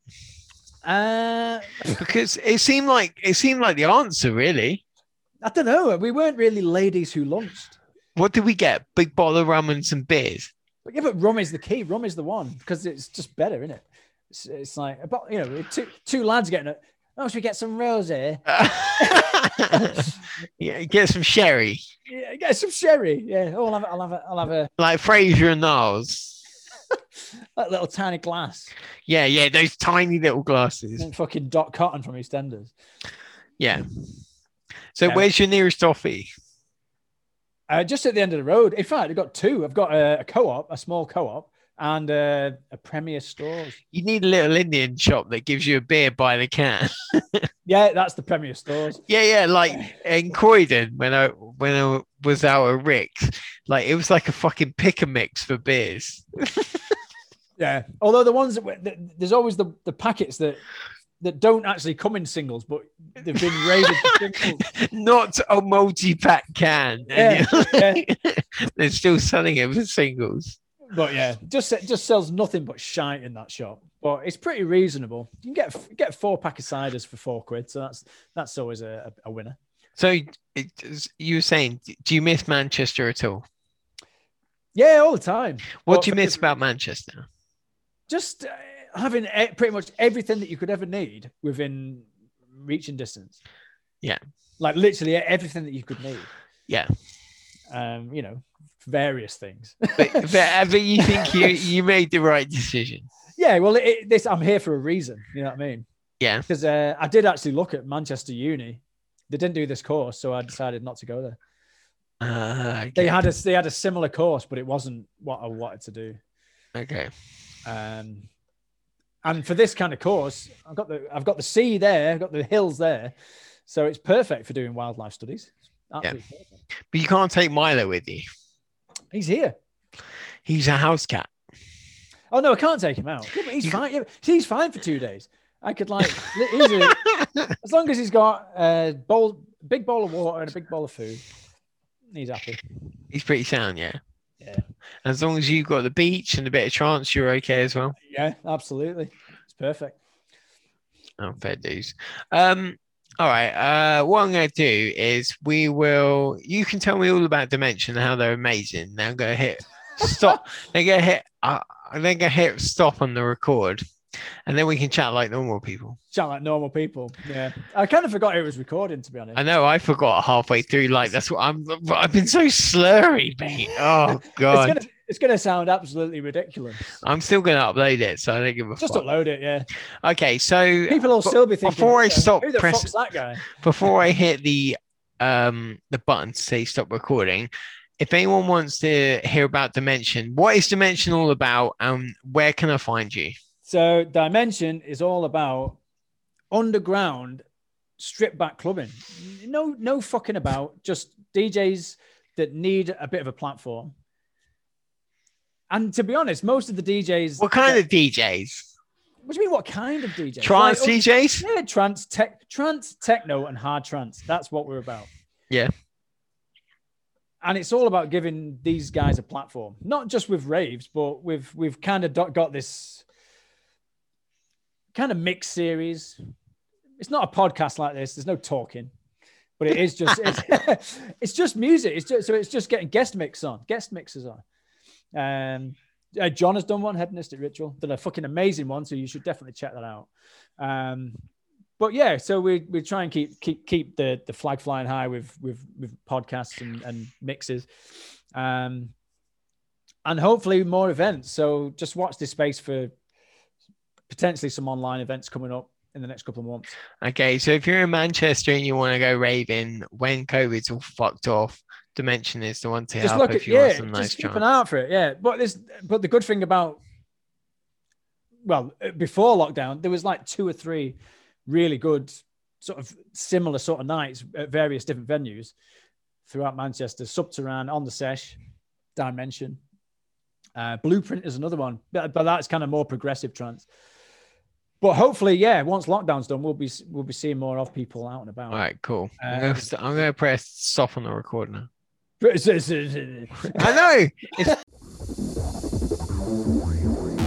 [SPEAKER 3] Uh,
[SPEAKER 2] Because it seemed like it seemed like the answer really.
[SPEAKER 3] I don't know. We weren't really ladies who launched.
[SPEAKER 2] What did we get? Big bottle of rum and some beers.
[SPEAKER 3] But yeah, but rum is the key. Rum is the one because it's just better, isn't it? It's, it's like about you know two two lads getting it. Oh, should we get some rosé?
[SPEAKER 2] I yeah, get some sherry,
[SPEAKER 3] Yeah, get some sherry. Yeah, oh, I'll have, a- I'll have, a, I'll have a,
[SPEAKER 2] like Fraser and Niles.
[SPEAKER 3] that little tiny glass.
[SPEAKER 2] Yeah, yeah, those tiny little glasses.
[SPEAKER 3] And fucking Doc Cotton from EastEnders.
[SPEAKER 2] Yeah. So
[SPEAKER 3] Yeah.
[SPEAKER 2] where's your nearest toffee?
[SPEAKER 3] Uh, just at the end of the road. In fact, I've got two. I've got a, a co-op, a small co-op, and uh, a Premier Stores.
[SPEAKER 2] You need a little Indian shop that gives you a beer by the can.
[SPEAKER 3] Yeah, that's the Premier Stores.
[SPEAKER 2] Yeah, yeah, like in Croydon when I when I was out at Rick's, like it was like a fucking pick a mix for beers.
[SPEAKER 3] Yeah. Although the ones that were- th- there's always the, the packets that that don't actually come in singles, but they've been raided for singles.
[SPEAKER 2] Not a multi-pack can.
[SPEAKER 3] Yeah,
[SPEAKER 2] And you-
[SPEAKER 3] yeah.
[SPEAKER 2] They're still selling it for singles.
[SPEAKER 3] But yeah, just se- just sells nothing but shite in that shop. But it's pretty reasonable. You can get f- get four pack of ciders for four quid, so that's that's always a, a a winner.
[SPEAKER 2] So it- it's- you were saying, do you miss Manchester at all?
[SPEAKER 3] Yeah, all the time.
[SPEAKER 2] What
[SPEAKER 3] Well,
[SPEAKER 2] do you
[SPEAKER 3] for-
[SPEAKER 2] miss about Manchester?
[SPEAKER 3] Just uh, having e- pretty much everything that you could ever need within reaching distance.
[SPEAKER 2] Yeah.
[SPEAKER 3] like literally e, everything that you could need.
[SPEAKER 2] Yeah.
[SPEAKER 3] um, you know, various things.
[SPEAKER 2] But, but ever you think you, you made the right decision?
[SPEAKER 3] Yeah, well, it, it, this I'm here for a reason. You know what I mean?
[SPEAKER 2] Yeah.
[SPEAKER 3] Because uh, I did actually look at Manchester Uni. They didn't do this course, so I decided not to go there.
[SPEAKER 2] Uh,
[SPEAKER 3] Ah, They
[SPEAKER 2] okay.
[SPEAKER 3] had a they had a similar course, but it wasn't what I wanted to do.
[SPEAKER 2] okay.
[SPEAKER 3] Um, and for this kind of course, I've got the I've got the sea there, I've got the hills there, so it's perfect for doing wildlife studies. Absolutely perfect.
[SPEAKER 2] But you can't take Milo with you.
[SPEAKER 3] He's here.
[SPEAKER 2] He's a house cat.
[SPEAKER 3] Oh no, I can't take him out. Yeah, but he's
[SPEAKER 2] You-
[SPEAKER 3] fine. Yeah, but he's fine for two days. I could like he's a- as long as he's got a bowl, big bowl of water and a big bowl of food, he's happy.
[SPEAKER 2] He's pretty sound, yeah.
[SPEAKER 3] Yeah.
[SPEAKER 2] As long as you've got the beach and a bit of trance, you're okay as well.
[SPEAKER 3] Yeah, absolutely. It's perfect.
[SPEAKER 2] Oh, fair dues. Um, all right. Uh, what I'm going to do is we will. You can tell me all about Dimension and how they're amazing. Now I'm going to hit stop. they're going to hit. Uh, they're going to hit stop on the record, and then we can chat like normal people.
[SPEAKER 3] Sound like normal people. Yeah, I kind of forgot it was recording to be honest.
[SPEAKER 2] I know I forgot halfway through. Like that's what I'm. I've been so slurry, mate. Oh
[SPEAKER 3] It's
[SPEAKER 2] god.
[SPEAKER 3] gonna, it's gonna sound absolutely ridiculous.
[SPEAKER 2] I'm still going to upload it, so I don't give a
[SPEAKER 3] Just
[SPEAKER 2] fuck.
[SPEAKER 3] upload it. Yeah,
[SPEAKER 2] Okay, so
[SPEAKER 3] people will
[SPEAKER 2] But
[SPEAKER 3] still be thinking.
[SPEAKER 2] before I
[SPEAKER 3] "Yeah,
[SPEAKER 2] stop
[SPEAKER 3] who the
[SPEAKER 2] press-
[SPEAKER 3] fuck's that guy?
[SPEAKER 2] before I hit the um the button to say stop recording, if anyone wants to hear about Dimension, what is Dimension all about? Um, where can I find you?
[SPEAKER 3] So Dimension is all about underground strip back clubbing. No, no fucking about. Just DJs that need a bit of a platform. And to be honest, most of the DJs.
[SPEAKER 2] What kind
[SPEAKER 3] that-
[SPEAKER 2] of DJs?
[SPEAKER 3] What do you mean? What kind of DJs?
[SPEAKER 2] Trance
[SPEAKER 3] Like,
[SPEAKER 2] DJs?
[SPEAKER 3] Yeah, trance, tech, trance, techno, and hard trance. That's what we're about.
[SPEAKER 2] Yeah.
[SPEAKER 3] And it's all about giving these guys a platform, not just with raves, but we've we've kind of got this kind of mixed series. It's not a podcast like this. There's no talking, but it is just it's, it's just music. It's just so it's just getting guest mix on, guest mixes on. Um, uh, John has done one, Hedonistic Ritual, did a fucking amazing one, so you should definitely check that out. Um, but yeah, so we we try and keep keep keep the the flag flying high with with with podcasts and, and mixes, um, and hopefully more events. So just watch this space for potentially some online events coming up in the next couple of months.
[SPEAKER 2] Okay, so if you're in Manchester and you want to go raving when COVID's all fucked off, Dimension is the one to
[SPEAKER 3] just
[SPEAKER 2] help
[SPEAKER 3] look
[SPEAKER 2] if
[SPEAKER 3] at
[SPEAKER 2] you want
[SPEAKER 3] yeah,
[SPEAKER 2] some
[SPEAKER 3] just
[SPEAKER 2] nice
[SPEAKER 3] keep
[SPEAKER 2] trance.
[SPEAKER 3] an eye out for it. Yeah, but this but the good thing about well uh, before lockdown there was like two or three really good sort of similar sort of nights at various different venues throughout Manchester, Subterrane, on the Sesh, Dimension. Uh, Blueprint is another one, but, but that's kind of more progressive trance. But hopefully, yeah, once lockdown's done, we'll be we'll be seeing more of people out and about.
[SPEAKER 2] All right, cool. I'm
[SPEAKER 3] Um,
[SPEAKER 2] gonna st- I'm going to press stop on the record now. I know. It's-